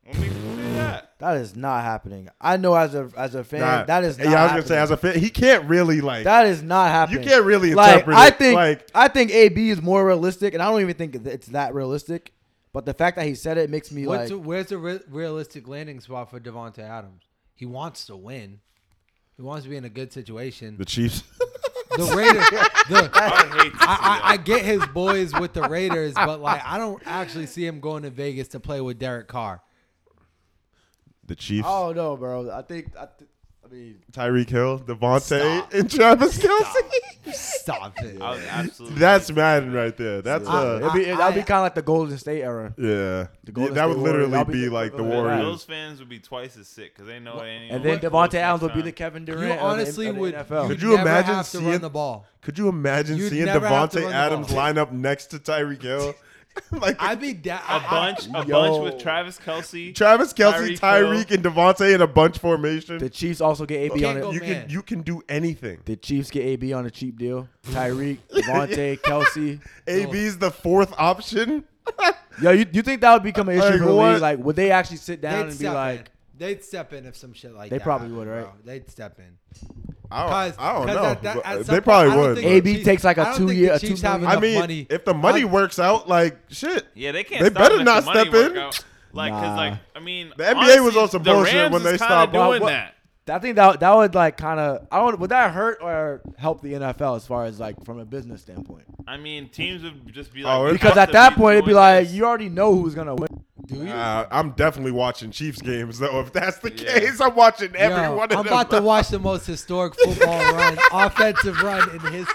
Speaker 3: What makes you say that?
Speaker 5: That is not happening. I know as a as a fan,
Speaker 4: Nah,
Speaker 5: that is not
Speaker 4: yeah. I was
Speaker 5: happening.
Speaker 4: gonna say as a fan, he can't really like.
Speaker 5: that is not happening.
Speaker 4: can't really
Speaker 5: like.
Speaker 4: interpret
Speaker 5: I
Speaker 4: it,
Speaker 5: think
Speaker 4: like-
Speaker 5: I think AB is more realistic, and I don't even think that it's that realistic. But the fact that he said it makes me
Speaker 2: What's
Speaker 5: like
Speaker 2: the- where's the re- realistic landing spot for Devonte Adams? He wants to win. He wants to be in a good situation.
Speaker 4: the Chiefs.
Speaker 2: The Raiders. the,
Speaker 3: I would hate to see
Speaker 2: I,
Speaker 3: that.
Speaker 2: I, I get his boys with the Raiders, but like I don't actually see him going to Vegas to play with Derek Carr.
Speaker 4: the Chiefs.
Speaker 5: I don't know, bro. I think I, th- I mean
Speaker 4: Tyreek Hill, Devontae,
Speaker 2: Stop.
Speaker 4: and Travis Kelsey.
Speaker 2: Stop it.
Speaker 3: I would absolutely.
Speaker 4: That's Madden right there. That's
Speaker 5: it'd
Speaker 4: uh,
Speaker 5: be
Speaker 2: I-
Speaker 5: it'd be
Speaker 2: I-
Speaker 5: kind of like the Golden State era.
Speaker 4: yeah.
Speaker 5: Golden
Speaker 4: that
Speaker 5: State
Speaker 4: would
Speaker 5: Warriors,
Speaker 4: literally
Speaker 5: I'll
Speaker 4: be,
Speaker 5: be
Speaker 4: like the
Speaker 5: equivalent
Speaker 3: Those
Speaker 5: to that.
Speaker 4: Warriors.
Speaker 3: Bills fans would be twice as sick because they know it ain't.
Speaker 5: And
Speaker 3: even
Speaker 5: then Devontae
Speaker 3: close
Speaker 5: Adams will
Speaker 3: next
Speaker 5: be the
Speaker 3: time.
Speaker 5: Kevin
Speaker 2: You
Speaker 5: Durant. of the-
Speaker 2: honestly
Speaker 5: of the
Speaker 2: would.
Speaker 5: NFL.
Speaker 2: You'd
Speaker 4: Could you
Speaker 2: never
Speaker 4: imagine
Speaker 2: have to
Speaker 4: seeing-
Speaker 2: run the ball?
Speaker 4: Could you imagine
Speaker 2: You'd
Speaker 4: seeing
Speaker 2: never have to
Speaker 4: Devontae
Speaker 2: run the
Speaker 4: Adams
Speaker 2: ball.
Speaker 4: line up next to Tyreek Hill? like
Speaker 2: I'd be down.
Speaker 3: A bunch, a bunch
Speaker 5: Yo.
Speaker 3: with Travis Kelsey.
Speaker 4: Travis Kelsey,
Speaker 3: Tyreek
Speaker 4: Tyreek, and Devontae in a bunch formation.
Speaker 5: The Chiefs Oh, also get AB on
Speaker 2: Can't
Speaker 5: it.
Speaker 2: go-
Speaker 4: you
Speaker 2: man.
Speaker 4: can you can do anything.
Speaker 5: The Chiefs get AB on a cheap deal. Tyreek, Devontae, Kelsey.
Speaker 4: AB's the fourth option.
Speaker 5: Yo, you, you think that would become an issue
Speaker 4: Like,
Speaker 5: for the
Speaker 4: what?
Speaker 5: league? Like, would they actually sit down
Speaker 2: They'd
Speaker 5: and be
Speaker 2: step
Speaker 5: like,
Speaker 2: in. They'd step in if some shit like
Speaker 5: They
Speaker 2: that.
Speaker 5: probably
Speaker 2: happened,
Speaker 5: would, right?
Speaker 2: bro. They'd step in.
Speaker 4: I don't,
Speaker 2: Because
Speaker 4: I don't know.
Speaker 2: That, that, at
Speaker 4: but
Speaker 2: some
Speaker 4: they
Speaker 2: point,
Speaker 4: probably
Speaker 2: I don't
Speaker 4: would.
Speaker 2: think
Speaker 4: but-
Speaker 9: the
Speaker 5: AB
Speaker 9: Chiefs-
Speaker 5: takes like a
Speaker 2: I don't think
Speaker 5: two-year-
Speaker 2: the
Speaker 5: a
Speaker 2: Chiefs
Speaker 5: two-
Speaker 2: have
Speaker 4: I
Speaker 2: enough
Speaker 4: mean,
Speaker 2: money.
Speaker 4: if the money
Speaker 2: I-
Speaker 4: works out, like shit.
Speaker 3: Yeah, they can't.
Speaker 4: They
Speaker 3: stop
Speaker 4: better
Speaker 3: them if
Speaker 4: not
Speaker 3: the money
Speaker 4: step
Speaker 3: work
Speaker 4: in.
Speaker 3: out. Like, cause
Speaker 5: Nah.
Speaker 3: like, I mean,
Speaker 4: The NBA
Speaker 3: honestly,
Speaker 4: was on some
Speaker 3: the
Speaker 4: bullshit
Speaker 3: Rams
Speaker 4: when they
Speaker 3: is kinda
Speaker 4: stopped.
Speaker 3: doing
Speaker 5: Well,
Speaker 3: that.
Speaker 5: I think that that would like kind of I don't would that hurt or help the NFL as far as like from a business standpoint?
Speaker 3: I mean, teams would just be like,
Speaker 4: Oh,
Speaker 3: we
Speaker 4: it-
Speaker 5: Because
Speaker 3: have
Speaker 5: at
Speaker 3: to
Speaker 5: that point it'd
Speaker 3: doing
Speaker 5: be like
Speaker 3: this.
Speaker 5: you already know who's gonna
Speaker 4: Oh,
Speaker 5: win.
Speaker 4: Nah, Uh, I'm definitely watching Chiefs games though. If that's the
Speaker 3: Yeah.
Speaker 4: case, I'm watching
Speaker 2: Yo,
Speaker 4: every one of
Speaker 2: I'm
Speaker 4: them.
Speaker 2: about to watch the most historic football run, offensive run in his.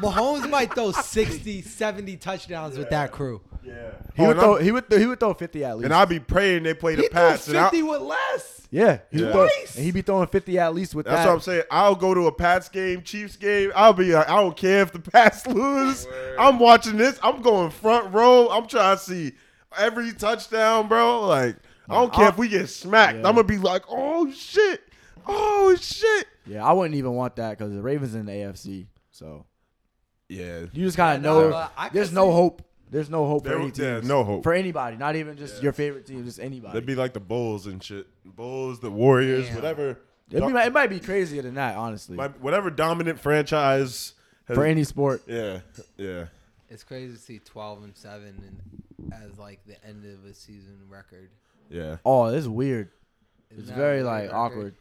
Speaker 2: Mahomes might throw 60, 70 touchdowns with that crew.
Speaker 4: Yeah.
Speaker 5: He
Speaker 4: Oh,
Speaker 5: would
Speaker 4: and,
Speaker 5: throw
Speaker 4: I'm-
Speaker 5: he would th- he would throw fifty at least.
Speaker 4: and I'll be praying they play the Pats. And I'll,
Speaker 2: with less.
Speaker 5: yeah, he
Speaker 4: Yeah.
Speaker 5: Would throw,
Speaker 2: Nice.
Speaker 5: and he'd be throwing fifty at least with
Speaker 4: that's
Speaker 5: that.
Speaker 4: what I'm saying. I'll go to a Pats game, Chiefs game. I'll be like, I don't care if the Pats lose. I'm watching this. I'm going front row. I'm trying to see every touchdown, bro. Like I don't care if we get smacked.
Speaker 5: Yeah.
Speaker 4: I'm gonna be like, oh shit, oh shit.
Speaker 5: Yeah, I wouldn't even want that because the Ravens in the AFC. So
Speaker 4: Yeah.
Speaker 5: you just kind of
Speaker 2: no,
Speaker 5: know
Speaker 2: but I could
Speaker 5: there's no
Speaker 2: see-
Speaker 5: hope. There's no hope for
Speaker 4: There-
Speaker 5: any
Speaker 4: yeah,
Speaker 5: teams.
Speaker 4: no hope.
Speaker 5: for anybody. Not even just your favorite team. Just anybody.
Speaker 4: They'd be like the Bulls and shit. Bulls, the Warriors,
Speaker 2: Damn.
Speaker 4: whatever.
Speaker 5: It'd be- it might be crazier than that, honestly.
Speaker 4: My- whatever dominant franchise has,
Speaker 5: for any sport.
Speaker 4: yeah yeah
Speaker 2: It's crazy to see 12 and 7 and as like the end of a season record.
Speaker 4: yeah
Speaker 5: Oh, this is weird.
Speaker 2: Isn't
Speaker 5: It's
Speaker 2: that
Speaker 5: very
Speaker 2: a
Speaker 5: like
Speaker 2: record?
Speaker 5: awkward.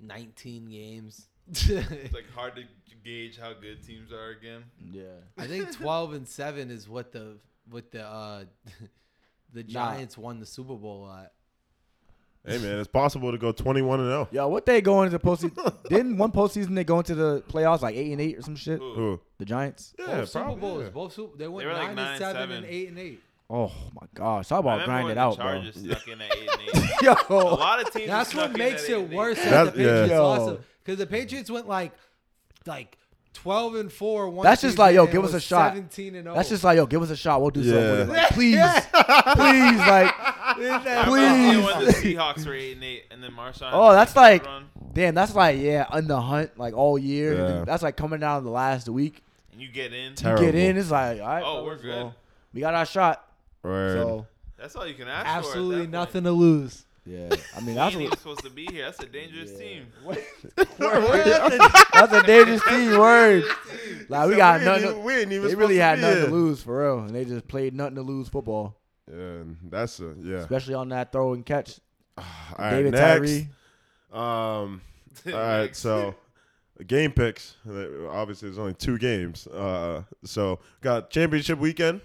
Speaker 2: 19 games.
Speaker 3: It's like hard to gauge how good teams are again.
Speaker 5: Yeah.
Speaker 2: I think 12 and 7 is what the what the uh the
Speaker 5: Nah.
Speaker 2: Giants won the Super Bowl at.
Speaker 4: hey man it's possible to go 21 and oh. 0
Speaker 5: Yo, what they go into the postseason? didn't one postseason they go into the playoffs like eight and eight or some shit?
Speaker 3: Who?
Speaker 4: Ooh.
Speaker 5: The Giants.
Speaker 4: yeah
Speaker 2: Both Oh, Super
Speaker 4: probably,
Speaker 2: Bowls,
Speaker 4: yeah.
Speaker 2: both Super, they went
Speaker 3: were
Speaker 2: 9
Speaker 3: like nine
Speaker 2: and
Speaker 3: and
Speaker 2: 7
Speaker 3: seven.
Speaker 2: and 8 and 8.
Speaker 5: Oh my gosh, talk
Speaker 3: I
Speaker 5: about
Speaker 3: remember
Speaker 5: grind
Speaker 3: when
Speaker 5: it
Speaker 3: the
Speaker 5: out, bro.
Speaker 3: Chargers stuck in at eight and eight. A
Speaker 5: Yo,
Speaker 3: lot of teams.
Speaker 2: That's what
Speaker 3: stuck in
Speaker 2: makes
Speaker 3: at eight
Speaker 2: it
Speaker 3: and
Speaker 2: worse
Speaker 3: eight.
Speaker 2: that the
Speaker 4: That- yeah.
Speaker 2: Patriots
Speaker 5: Yo.
Speaker 2: lost because the Patriots went like like twelve and four. One
Speaker 5: That's just
Speaker 2: season
Speaker 5: like, yo,
Speaker 2: and
Speaker 5: give us
Speaker 2: was
Speaker 5: a shot.
Speaker 2: Seventeen and oh. zero.
Speaker 5: that's just like yo, give us a shot. We'll do something. With it.
Speaker 4: Yeah.
Speaker 5: Like, please, please, like,
Speaker 3: I remember
Speaker 5: please.
Speaker 3: when the Seahawks were eight and eight, and then Marshawn.
Speaker 5: Oh, that's like,
Speaker 3: Run,
Speaker 5: damn, that's like, yeah, on the hunt like all year.
Speaker 4: Yeah.
Speaker 5: And That's like coming down the last week.
Speaker 3: and you get in.
Speaker 4: Terrible.
Speaker 5: Get in, it's like, all right,
Speaker 3: Oh, we're
Speaker 5: fellas,
Speaker 3: good.
Speaker 5: well, we got our shot.
Speaker 4: Word.
Speaker 5: So
Speaker 3: That's all you can ask for.
Speaker 2: absolutely nothing to lose.
Speaker 5: yeah, I mean,
Speaker 3: That's
Speaker 5: that's what,
Speaker 3: supposed to be here. That's a dangerous team.
Speaker 5: that's a dangerous team. Word. Like we
Speaker 4: So
Speaker 5: got
Speaker 4: ain't
Speaker 5: nothing.
Speaker 4: even- we ain't even
Speaker 5: They really
Speaker 4: supposed
Speaker 5: had
Speaker 4: be
Speaker 5: nothing
Speaker 4: here.
Speaker 5: to lose for real, and they just played nothing to lose football,
Speaker 4: yeah, that's a yeah
Speaker 5: especially on that throw and catch.
Speaker 4: all right
Speaker 5: David
Speaker 4: next
Speaker 5: Tyree.
Speaker 4: um all right so game picks Uh, obviously there's only two games uh so got championship weekend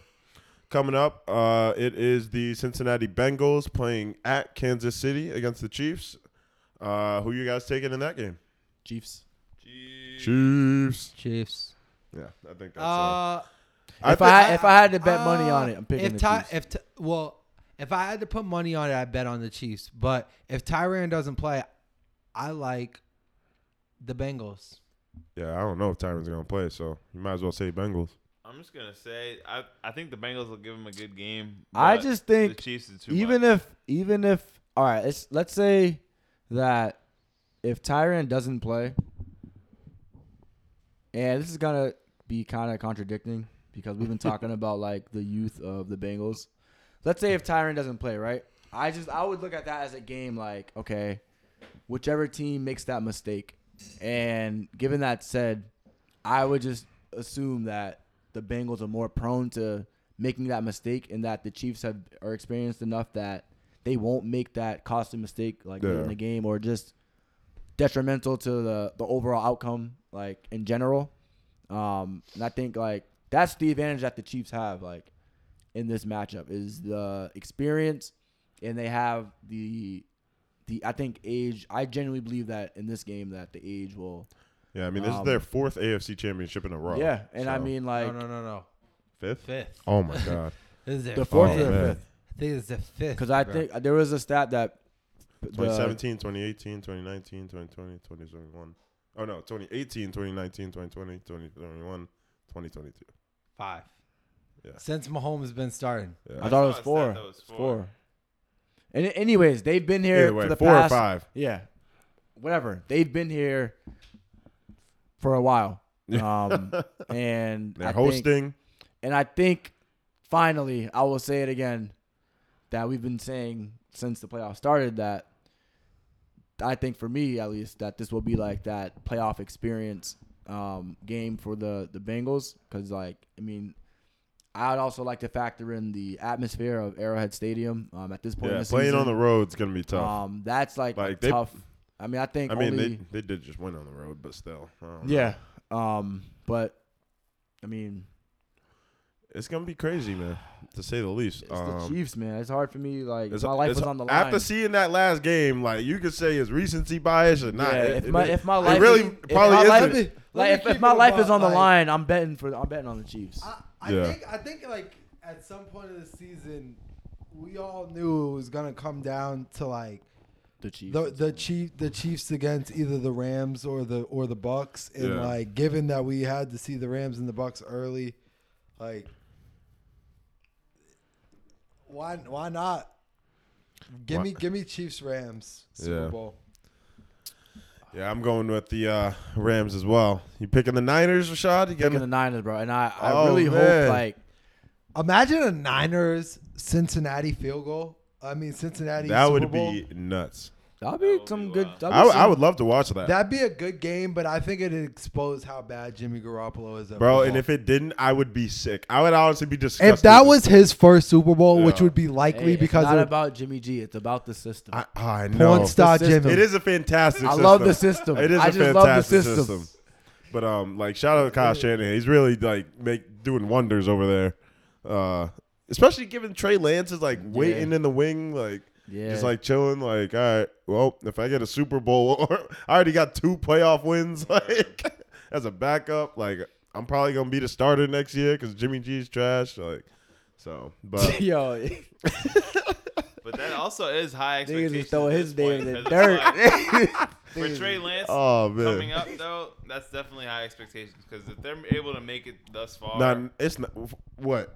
Speaker 4: coming up uh it is the cincinnati bengals playing at kansas city against the chiefs uh who you guys taking in that game
Speaker 5: Chiefs.
Speaker 4: chiefs
Speaker 2: Chiefs.
Speaker 4: yeah i think that's uh,
Speaker 2: Uh,
Speaker 5: If I, had,
Speaker 4: think-
Speaker 5: if I had to bet money
Speaker 2: uh,
Speaker 5: on it, I'm picking
Speaker 2: if
Speaker 5: the
Speaker 2: Ty,
Speaker 5: Chiefs.
Speaker 2: if Ty- well, if I had to put money on it, I bet on the Chiefs. But if Tyran doesn't play, I like the Bengals.
Speaker 4: Yeah, I don't know if Tyron's gonna play, so you might as well say Bengals.
Speaker 3: I'm just gonna say, I I think the Bengals will give him a good game.
Speaker 5: I
Speaker 3: but
Speaker 5: just think
Speaker 3: the Chiefs is too
Speaker 5: even if even if all right, let's let's say that if Tyron doesn't play, and this is gonna be kind of contradicting because we've been talking about like the youth of the Bengals. Let's say if Tyron doesn't play, right? I just I would look at that as a game like okay, whichever team makes that mistake, and given that said, I would just assume that the Bengals are more prone to making that mistake and that the Chiefs have are experienced enough that they won't make that costly mistake like late
Speaker 4: Yeah.
Speaker 5: in the game or just detrimental to the, the overall outcome like in general. Um, and I think like that's the advantage that the Chiefs have like in this matchup is the experience and they have the the I think age I genuinely believe that in this game that the age will
Speaker 4: Yeah, I mean this
Speaker 5: Um,
Speaker 4: is their fourth AFC championship in a row.
Speaker 5: yeah, and I
Speaker 4: so-
Speaker 5: mean like
Speaker 2: no, no, no, no.
Speaker 4: fifth.
Speaker 2: Fifth.
Speaker 4: Oh my god.
Speaker 2: This is their
Speaker 5: the fourth
Speaker 4: Oh,
Speaker 5: or the
Speaker 4: man.
Speaker 5: fifth.
Speaker 2: I think it's the fifth.
Speaker 5: Because I
Speaker 2: bro.
Speaker 5: think there was a stat that the-
Speaker 4: 2017, 2018, 2019, 2020, 2021. Oh no, 2018, 2019, 2020, 2021, 2022.
Speaker 2: five.
Speaker 4: Yeah.
Speaker 2: Since Mahomes has been starting.
Speaker 5: I
Speaker 4: Yeah.
Speaker 5: thought it
Speaker 3: I
Speaker 5: was
Speaker 3: saw a stat
Speaker 5: four.
Speaker 3: that was
Speaker 5: It's
Speaker 3: four.
Speaker 5: four. And a- anyways, they've been here
Speaker 4: Either way,
Speaker 5: for the
Speaker 4: four
Speaker 5: past,
Speaker 4: or five.
Speaker 5: Yeah, whatever. They've been here for a while. Um, and
Speaker 4: They're
Speaker 5: I think-
Speaker 4: hosting.
Speaker 5: And I think finally, I will say it again that we've been saying since the playoffs started that I think for me at least that this will be like that playoff experience um, game for the the Bengals because like I mean. I'd also like to factor in the atmosphere of Arrowhead Stadium um, at this point. in
Speaker 4: Yeah,
Speaker 5: the
Speaker 4: playing
Speaker 5: season.
Speaker 4: on the road's gonna be tough.
Speaker 5: Um, that's like, a
Speaker 4: Like, they-
Speaker 5: tough. I mean, I think.
Speaker 4: I mean,
Speaker 5: only,
Speaker 4: they they did just win on the road, but still. I don't know.
Speaker 5: yeah. Um, but I mean,
Speaker 4: it's gonna be crazy, man, to say the least.
Speaker 5: it's the
Speaker 4: Um,
Speaker 5: Chiefs, man. It's hard for me. Like
Speaker 4: it's-
Speaker 5: my life
Speaker 4: it's-
Speaker 5: was on the line.
Speaker 4: After seeing that last game, like you could say it's recency bias or not.
Speaker 5: yeah,
Speaker 4: It-
Speaker 5: if
Speaker 4: it-
Speaker 5: my if my life
Speaker 4: it really
Speaker 5: is, if
Speaker 4: probably
Speaker 5: my
Speaker 4: isn't.
Speaker 5: life-
Speaker 2: Let me- let
Speaker 5: like
Speaker 2: me
Speaker 5: if,
Speaker 2: keep
Speaker 5: if my
Speaker 2: it
Speaker 5: life
Speaker 2: above,
Speaker 5: is on the
Speaker 2: like-
Speaker 5: line, I'm betting for I'm betting on the Chiefs.
Speaker 2: I, I
Speaker 4: Yeah.
Speaker 2: think I think like at some point in the season, we all knew it was gonna come down to like
Speaker 5: the Chiefs.
Speaker 2: the the chief the Chiefs against either the Rams or the or the Bucks, and
Speaker 4: Yeah.
Speaker 2: like given that we had to see the Rams and the Bucks early, like why why not? Give me
Speaker 4: Why-
Speaker 2: give me Chiefs Rams Super
Speaker 4: Yeah.
Speaker 2: Bowl.
Speaker 4: yeah, I'm going with the uh, Rams as well. You picking the Niners, Rashad? You
Speaker 5: Picking
Speaker 4: getting
Speaker 5: the Niners, bro, and I, I
Speaker 4: Oh,
Speaker 5: really
Speaker 4: man.
Speaker 5: hope like
Speaker 2: Imagine a Niners Cincinnati field goal. I mean Cincinnati.
Speaker 4: that
Speaker 2: Super
Speaker 4: would
Speaker 2: Bowl.
Speaker 4: be nuts.
Speaker 5: that'll
Speaker 3: That
Speaker 5: be
Speaker 3: would
Speaker 5: some
Speaker 3: be
Speaker 5: good.
Speaker 3: wild.
Speaker 5: that'll be
Speaker 4: I, w-
Speaker 5: some-
Speaker 4: I would love to watch that,
Speaker 2: That'd be a good game, but I think it'd expose how bad Jimmy Garoppolo is. At
Speaker 4: bro.
Speaker 2: football.
Speaker 4: And if it didn't, I would be sick. I would honestly be disgusted.
Speaker 2: if that was
Speaker 4: with-
Speaker 2: his first Super Bowl, which
Speaker 4: Yeah.
Speaker 2: would be
Speaker 5: Hey,
Speaker 2: likely
Speaker 5: it's
Speaker 2: because
Speaker 5: not
Speaker 2: of
Speaker 5: about Jimmy G. It's about the system.
Speaker 4: I, I know.
Speaker 2: porn star
Speaker 5: The system.
Speaker 2: Jimmy.
Speaker 4: It is a fantastic.
Speaker 5: I
Speaker 4: system.
Speaker 5: love the system.
Speaker 4: It is
Speaker 5: I
Speaker 4: a
Speaker 5: just
Speaker 4: fantastic
Speaker 5: love the system.
Speaker 4: system. But um, like shout out to Kyle Shanahan. He's really like make doing wonders over there. Uh, especially given Trey Lance is like waiting in the wing, like
Speaker 5: Yeah.
Speaker 4: just like chilling. Like all right, well, if I get a Super Bowl, or I already got two playoff wins. Like as a backup, like I'm probably gonna be the starter next year because Jimmy G's trash. Like so, but
Speaker 5: Yo,
Speaker 3: But that also is high
Speaker 5: niggas is
Speaker 3: expectations.
Speaker 5: throwing
Speaker 3: at
Speaker 5: his
Speaker 3: this
Speaker 5: name
Speaker 3: point,
Speaker 5: in the
Speaker 3: 'cause it's like,
Speaker 5: dirt.
Speaker 3: for Trey Lance
Speaker 4: oh man,
Speaker 3: coming up though, that's definitely high expectations because if they're able to make it thus far,
Speaker 4: Nah, it's not what.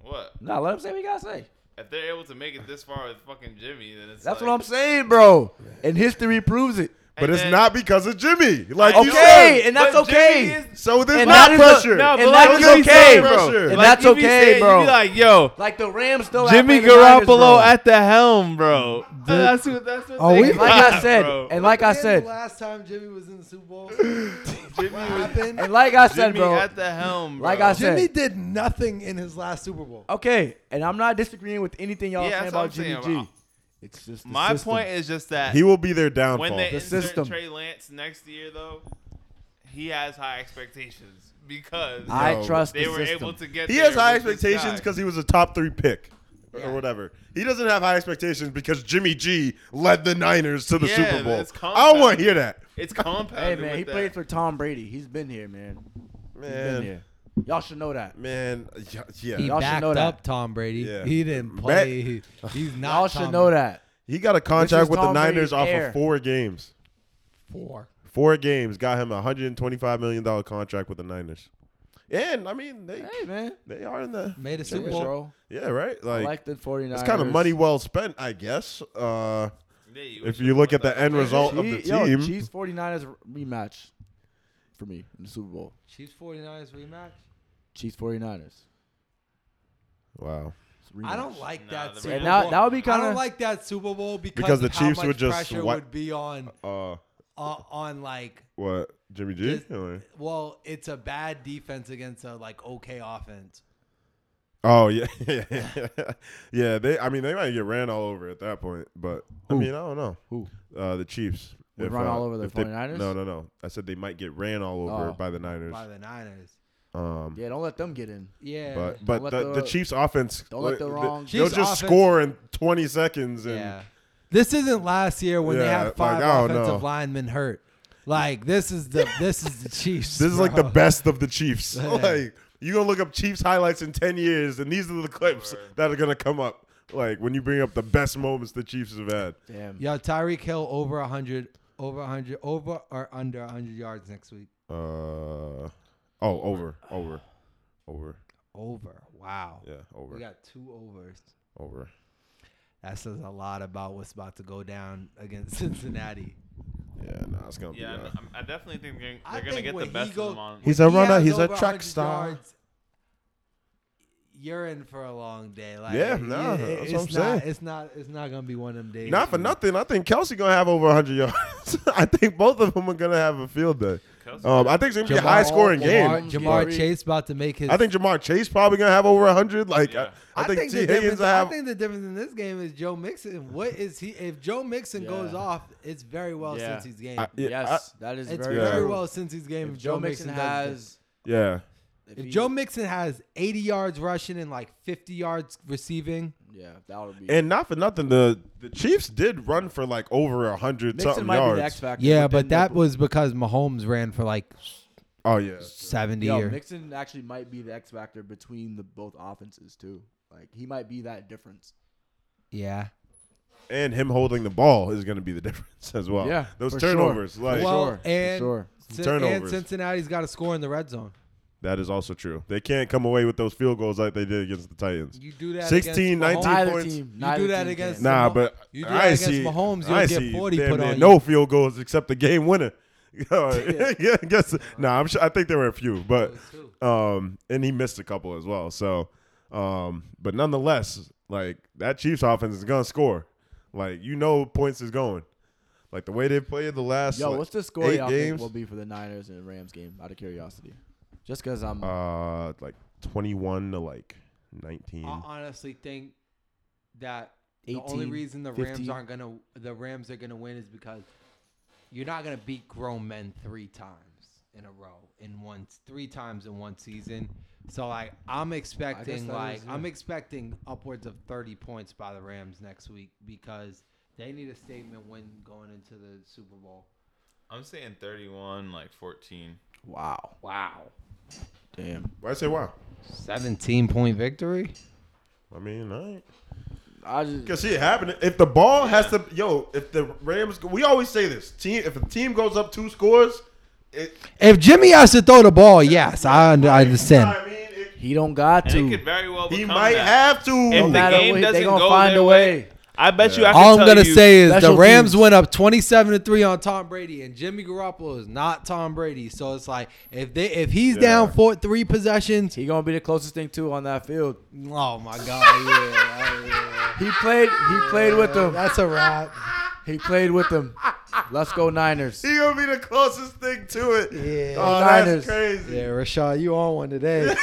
Speaker 3: what
Speaker 5: nah, let him say what he gotta say.
Speaker 3: if they're able to make it this far with fucking Jimmy? Then it's
Speaker 5: That's
Speaker 3: like,
Speaker 5: what I'm saying, bro. And history proves it.
Speaker 4: But it's
Speaker 3: then-
Speaker 4: not because of Jimmy. Like you
Speaker 5: Okay,
Speaker 4: said.
Speaker 5: and that's
Speaker 3: But Jimmy
Speaker 5: okay.
Speaker 3: is-
Speaker 4: So there's
Speaker 5: and
Speaker 4: not
Speaker 5: that is a-
Speaker 4: pressure.
Speaker 3: no,
Speaker 5: and
Speaker 3: but
Speaker 5: that's
Speaker 3: like
Speaker 4: what
Speaker 5: okay,
Speaker 4: he said,
Speaker 5: bro.
Speaker 4: pressure.
Speaker 5: And
Speaker 3: Like,
Speaker 5: that's
Speaker 3: if you
Speaker 5: okay,
Speaker 3: said, you
Speaker 5: bro.
Speaker 3: be
Speaker 5: Like,
Speaker 3: like, yo,
Speaker 5: the Rams still
Speaker 3: Jimmy
Speaker 5: outplayed the Niners,
Speaker 3: Garoppolo
Speaker 5: bro.
Speaker 3: at the helm, bro. that's what. That's what.
Speaker 2: Are
Speaker 3: they
Speaker 2: we-
Speaker 5: And like I
Speaker 3: got,
Speaker 5: said,
Speaker 3: bro.
Speaker 5: and like I
Speaker 2: When was the
Speaker 5: said,
Speaker 2: last time Jimmy was in the Super Bowl,
Speaker 3: Jimmy,
Speaker 2: what
Speaker 3: was-
Speaker 2: happened?
Speaker 5: and like I said,
Speaker 3: Jimmy
Speaker 5: bro.
Speaker 3: at the helm, bro.
Speaker 5: Like I said-
Speaker 2: Jimmy did nothing in his last Super Bowl.
Speaker 5: Okay, and I'm not disagreeing with anything y'all
Speaker 3: Yeah,
Speaker 5: saying
Speaker 3: that's what
Speaker 5: about
Speaker 3: I'm
Speaker 5: Jimmy
Speaker 3: saying. Uh,
Speaker 5: G. It's just the
Speaker 3: my
Speaker 5: system.
Speaker 3: point is just that
Speaker 4: He will be their downfall.
Speaker 3: when they
Speaker 5: The
Speaker 3: insert
Speaker 5: system.
Speaker 3: Trey Lance next year, though, he has high expectations because
Speaker 5: I
Speaker 4: No.
Speaker 5: trust
Speaker 3: they
Speaker 5: the
Speaker 3: were
Speaker 5: system.
Speaker 3: able to get.
Speaker 4: he
Speaker 3: there
Speaker 4: has high
Speaker 3: with this
Speaker 4: expectations
Speaker 3: guy.
Speaker 4: because he was a top three pick or whatever. He doesn't have high expectations because Jimmy G led the Niners to the
Speaker 3: Yeah,
Speaker 4: Super Bowl.
Speaker 3: it's
Speaker 4: I don't want
Speaker 3: compounded.
Speaker 4: to hear that.
Speaker 3: it's compounded.
Speaker 5: Hey man,
Speaker 3: with
Speaker 5: he
Speaker 3: that.
Speaker 5: played for Tom Brady. He's been here, man. He's been
Speaker 4: Man,
Speaker 5: here. Y'all should know that.
Speaker 4: man, yeah, yeah.
Speaker 6: He
Speaker 4: He,
Speaker 5: Y'all should
Speaker 6: backed
Speaker 5: know that.
Speaker 6: up Tom Brady.
Speaker 4: Yeah.
Speaker 6: He didn't play. He- he's not.
Speaker 5: Y'all
Speaker 6: Tom
Speaker 5: should know that.
Speaker 4: got a contract
Speaker 5: is
Speaker 4: with the
Speaker 5: Tom Brady's
Speaker 4: Niners off
Speaker 5: heir.
Speaker 4: of four games.
Speaker 6: Four.
Speaker 4: Four games got him a hundred and twenty-five million dollar contract with the Niners. And I mean, they
Speaker 5: Hey man,
Speaker 4: they are in the
Speaker 6: Made a Super
Speaker 5: Super
Speaker 6: Bowl.
Speaker 5: Bowl.
Speaker 4: yeah, right.
Speaker 5: I
Speaker 4: Like,
Speaker 5: like the 49ers.
Speaker 4: it's kind of money well spent, I guess. Uh,
Speaker 3: Yeah, you
Speaker 4: if
Speaker 3: should
Speaker 4: you look
Speaker 3: have
Speaker 4: at the
Speaker 3: won
Speaker 4: end result of the
Speaker 5: Chiefs, yo,
Speaker 4: team,
Speaker 5: Chiefs 49ers rematch for me in the Super Bowl.
Speaker 6: Chiefs 49ers rematch.
Speaker 5: Chiefs 49ers.
Speaker 4: wow.
Speaker 5: It's a rematch.
Speaker 6: I don't like
Speaker 3: Nah,
Speaker 6: that
Speaker 3: the
Speaker 6: Super
Speaker 3: Rams-
Speaker 5: And that,
Speaker 6: Bowl.
Speaker 5: that would be
Speaker 6: I
Speaker 5: kind
Speaker 6: don't
Speaker 5: of
Speaker 6: like that Super Bowl because,
Speaker 4: Because the
Speaker 6: of how
Speaker 4: Chiefs
Speaker 6: much
Speaker 4: would just
Speaker 6: pressure
Speaker 4: wi-
Speaker 6: would be on
Speaker 4: Uh,
Speaker 6: uh, on like
Speaker 4: what Jimmy G?
Speaker 6: Just- well, it's a bad defense against a like okay offense.
Speaker 4: Oh yeah, yeah, yeah, yeah. They, I mean, they might get ran all over at that point. But I mean, I don't know.
Speaker 5: Who?
Speaker 4: Uh, the Chiefs
Speaker 5: Would run all over the
Speaker 4: if they-
Speaker 5: 49ers?
Speaker 4: No, no, no. I said they might get ran all over
Speaker 5: Oh.
Speaker 4: by the Niners.
Speaker 6: by the Niners.
Speaker 4: um,
Speaker 5: yeah. Don't let them get in.
Speaker 6: Yeah,
Speaker 4: but but
Speaker 5: let
Speaker 4: the, the
Speaker 5: the-
Speaker 4: Chiefs offense.
Speaker 5: don't let
Speaker 4: like,
Speaker 5: the
Speaker 4: they-
Speaker 5: wrong-
Speaker 4: They'll
Speaker 6: Chiefs
Speaker 4: just
Speaker 6: offense-
Speaker 4: score in twenty seconds and.
Speaker 6: yeah. This isn't last year when they
Speaker 4: Yeah,
Speaker 6: had five
Speaker 4: like, I don't
Speaker 6: offensive
Speaker 4: know.
Speaker 6: linemen hurt. Like this is the this is the Chiefs.
Speaker 4: This is like the
Speaker 6: bro.
Speaker 4: best of the Chiefs. Like you gonna look up Chiefs highlights in ten years, and these are the clips that are gonna come up. Like when you bring up the best moments the Chiefs have had.
Speaker 5: Damn.
Speaker 6: Yo, Tyreek Hill over hundred, over hundred, over or under hundred yards next week.
Speaker 4: Uh, oh, over, over, over.
Speaker 6: Over. Wow.
Speaker 4: Yeah, over,
Speaker 6: We got two overs.
Speaker 4: over.
Speaker 6: That says a lot about what's about to go down against Cincinnati.
Speaker 4: Yeah, no, it's gonna
Speaker 3: Yeah,
Speaker 4: be. Uh,
Speaker 3: I'm- I definitely think they're,
Speaker 6: I
Speaker 3: they're gonna
Speaker 6: think
Speaker 3: get
Speaker 6: when
Speaker 3: the
Speaker 6: he
Speaker 3: best
Speaker 6: go-
Speaker 3: of them on.
Speaker 4: He's
Speaker 6: When
Speaker 4: a
Speaker 6: he
Speaker 4: runner.
Speaker 6: has
Speaker 4: He's a
Speaker 6: over
Speaker 4: track
Speaker 6: 100
Speaker 4: star.
Speaker 6: yards,
Speaker 2: you're in for a long day. Like,
Speaker 4: Yeah,
Speaker 2: it-
Speaker 4: no,
Speaker 2: it-
Speaker 4: that's
Speaker 2: it's
Speaker 4: what I'm
Speaker 2: not,
Speaker 4: saying.
Speaker 2: It's not. It's not gonna be one of them days.
Speaker 4: Not for nothing. I think Kelsey gonna have over 100 yards. I think both of them are gonna have a field day.
Speaker 3: Kelsey-
Speaker 4: Um, I think it's gonna be a high scoring
Speaker 2: Jamar,
Speaker 4: game.
Speaker 2: Jamar
Speaker 5: Yeah.
Speaker 2: Chase about to make his.
Speaker 4: I think Jamar Chase probably gonna have over 100. Like
Speaker 3: Yeah.
Speaker 4: I, I think, T
Speaker 2: the
Speaker 4: Higgins
Speaker 2: difference.
Speaker 4: will
Speaker 2: I
Speaker 4: have.
Speaker 2: think the difference in this game is Joe Mixon. What is he? If Joe Mixon
Speaker 5: Yeah.
Speaker 2: goes off, it's very well
Speaker 5: Yeah.
Speaker 2: since he's game.
Speaker 4: I- yeah, I-
Speaker 5: yes, that is
Speaker 2: it's
Speaker 5: very,
Speaker 2: very,
Speaker 4: Yeah.
Speaker 5: true.
Speaker 2: well since he's game.
Speaker 5: If Joe Mixon
Speaker 2: does this.
Speaker 5: has
Speaker 4: yeah.
Speaker 2: If
Speaker 5: he-
Speaker 2: Joe Mixon has 80 yards rushing and like 50 yards receiving,
Speaker 5: yeah, that would be.
Speaker 4: And not for nothing, the the Chiefs did run for like over 100
Speaker 5: Mixon
Speaker 4: something
Speaker 5: might be the X
Speaker 4: yards.
Speaker 5: factor.
Speaker 2: yeah, but
Speaker 5: then
Speaker 2: that
Speaker 5: the-
Speaker 2: was because Mahomes ran for like
Speaker 4: Oh yeah.
Speaker 2: 70
Speaker 5: Yo,
Speaker 2: or
Speaker 5: Mixon actually might be the X factor between the both offenses too. Like he might be that difference.
Speaker 2: yeah.
Speaker 4: And him holding the ball is gonna be the difference as well.
Speaker 5: Yeah,
Speaker 4: Those
Speaker 5: for sure.
Speaker 4: turnovers. Like
Speaker 5: For
Speaker 2: well,
Speaker 5: sure, Oh, for
Speaker 2: and
Speaker 5: sure.
Speaker 2: Cin- and
Speaker 4: Turnovers.
Speaker 2: Cincinnati's got to score in the red zone.
Speaker 4: that is also true. They can't come away with those field goals like they did against the Titans.
Speaker 2: You do that against Mahomes-
Speaker 4: 16, 19
Speaker 5: Neither
Speaker 4: points.
Speaker 5: team.
Speaker 2: You
Speaker 5: Neither
Speaker 2: do that
Speaker 5: team
Speaker 2: against
Speaker 5: Can.
Speaker 4: Nah,
Speaker 2: Mahomes-
Speaker 4: but
Speaker 2: you do that
Speaker 4: I
Speaker 2: against
Speaker 4: see
Speaker 2: Mahomes,
Speaker 4: I
Speaker 2: you'll get
Speaker 4: see
Speaker 2: 40
Speaker 4: damn
Speaker 2: put
Speaker 4: near
Speaker 2: on
Speaker 4: no
Speaker 2: you.
Speaker 4: field goals except the game winner. yeah, yeah, I guess. Nah, I'm sure. I think there were a few, but um, and he missed a couple as well. So, um, but nonetheless, like that Chiefs offense is gonna score. Like you know, points is going. Like the way they played the last.
Speaker 5: Yo,
Speaker 4: like,
Speaker 5: what's the score
Speaker 4: eight
Speaker 5: y'all think
Speaker 4: games?
Speaker 5: will be for the Niners and Rams game? Out of curiosity, just because I'm
Speaker 4: Uh, like 21 to like 19.
Speaker 3: Uh,
Speaker 2: I honestly think that the
Speaker 5: 18,
Speaker 2: only reason the Rams
Speaker 5: 15.
Speaker 2: aren't gonna the Rams are gonna win is because you're not gonna beat grown men three times in a row in one three times in one season. So like I'm expecting
Speaker 5: that
Speaker 2: like
Speaker 5: is,
Speaker 2: I'm expecting upwards of 30 points by the Rams next week because they need a statement win going into the Super Bowl.
Speaker 3: I'm saying 31, like 14.
Speaker 5: wow,
Speaker 2: Wow,
Speaker 5: damn.
Speaker 4: Why I say wow?
Speaker 2: 17 point victory.
Speaker 4: I mean, all right.
Speaker 5: I just
Speaker 4: Cause see it happening. If the ball has to, yo, if the Rams, we always say this team. If a team goes up two scores, it.
Speaker 2: If Jimmy has to throw the ball, yes, I, I understand.
Speaker 4: I mean, it,
Speaker 5: he don't got
Speaker 3: And
Speaker 5: to.
Speaker 3: it could very well become
Speaker 4: he might
Speaker 3: that.
Speaker 4: have to.
Speaker 3: If the
Speaker 5: matter
Speaker 3: game
Speaker 5: what, they
Speaker 3: doesn't
Speaker 5: gonna
Speaker 3: go
Speaker 5: find
Speaker 3: their
Speaker 5: a
Speaker 3: way.
Speaker 5: way.
Speaker 3: I bet you. I can
Speaker 2: All I'm
Speaker 3: tell
Speaker 2: gonna
Speaker 3: you-
Speaker 2: say is the
Speaker 5: special
Speaker 2: Rams
Speaker 5: teams.
Speaker 2: went up 27 to three on Tom Brady, and Jimmy Garoppolo is not Tom Brady. So it's like if they if he's down four three possessions,
Speaker 5: he gonna be the closest thing to on that field.
Speaker 2: oh my god, yeah,
Speaker 5: He played. He played with them.
Speaker 2: that's a wrap.
Speaker 5: He played with them. Let's go Niners.
Speaker 4: he gonna be the closest thing to it.
Speaker 2: Yeah.
Speaker 4: oh, that's
Speaker 5: Niners.
Speaker 4: crazy.
Speaker 2: Yeah, Rashad, you on one today?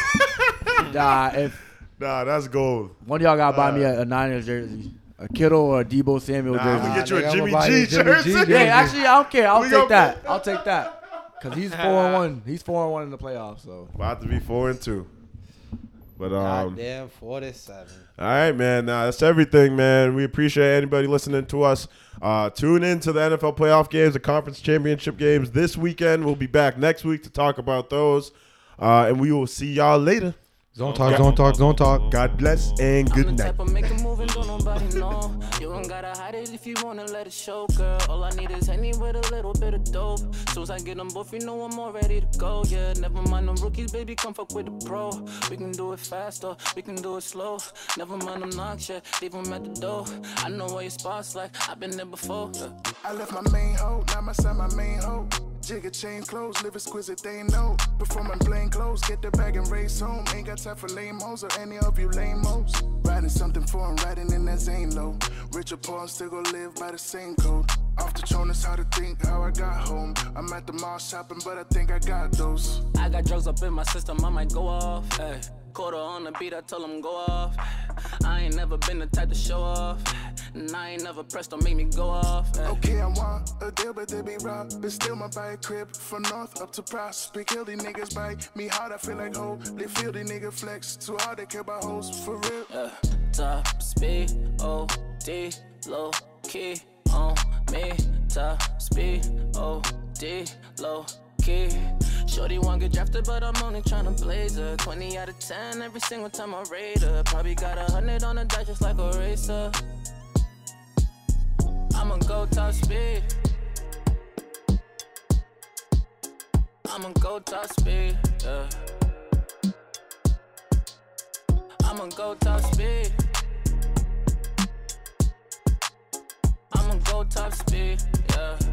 Speaker 5: Nah, if
Speaker 4: Nah, that's gold.
Speaker 5: one of y'all gotta buy me a, a Niners jersey, a Kittle or a Debo Samuel
Speaker 4: Uh. Nah,
Speaker 5: jersey.
Speaker 2: nigga,
Speaker 4: we get you a
Speaker 2: I'ma
Speaker 4: Jimmy
Speaker 2: buy you a
Speaker 4: G
Speaker 2: Jimmy G
Speaker 4: jersey.
Speaker 2: jersey.
Speaker 5: Yeah, actually, I don't care. I'll
Speaker 4: We
Speaker 5: take
Speaker 4: gonna-
Speaker 5: that. I'll take that. Cause he's four and one. He's four and one in the playoffs. So
Speaker 4: About to be four and two. But um,
Speaker 2: Goddamn, 47.
Speaker 4: All right, man. Nah, that's everything, man. We appreciate anybody listening to us. Uh, tune in to the NFL playoff games, the conference championship games this weekend. We'll be back next week to talk about those. Uh, and we will see y'all later.
Speaker 10: Don't talk, don't talk, don't talk.
Speaker 4: God bless and good
Speaker 11: I'm the
Speaker 4: night.
Speaker 11: type of make a move and don't nobody know. You don't gotta hide it if you wanna let it show, girl. All I need is any with a little bit of dope. Soon as I get them both, you know I'm all ready to go. Yeah, never mind them rookies, baby, come fuck with the pro. We can do it faster, we can do it slow. Never mind them knocks, yeah, leave them at the door. I know where your spots like, I've been there before. yeah.
Speaker 1: I left my main hoe, now my son, my main hoe. Jigga chain clothes, live exquisite, they know. Performing plain clothes, get the bag and race home. Ain't got time for lame hoes or any of you lame hoes. Riding something foreign, riding in that Zane low. Rich or poor, I'm still gonna live by the same code. Off the throne is how to think, how I got home. I'm at the mall shopping, but I think I got those.
Speaker 11: I got drugs up in my system, I might go off. Ay. Quarter on the beat, I tell 'em go off. I ain't never been the type to show off. And I ain't never pressed, don't make me go off. Ay.
Speaker 1: Okay, I want a deal, but they be robbed. But still, my buy a crib from north up to prospect. Kill these niggas bite me hard. I feel like hoe. They feel these nigga flex too hard. They care about hoes for real.
Speaker 11: Uh, top speed, O D, low key on me. Top speed, O D, low key. Shorty won't get drafted, but I'm only tryna blaze her. 20 out of 10 every single time I raid her. Probably got a hundred on the dot just like a racer. I'ma go top speed. I'ma go top speed. Yeah. I'ma go top speed. I'ma go top speed, yeah.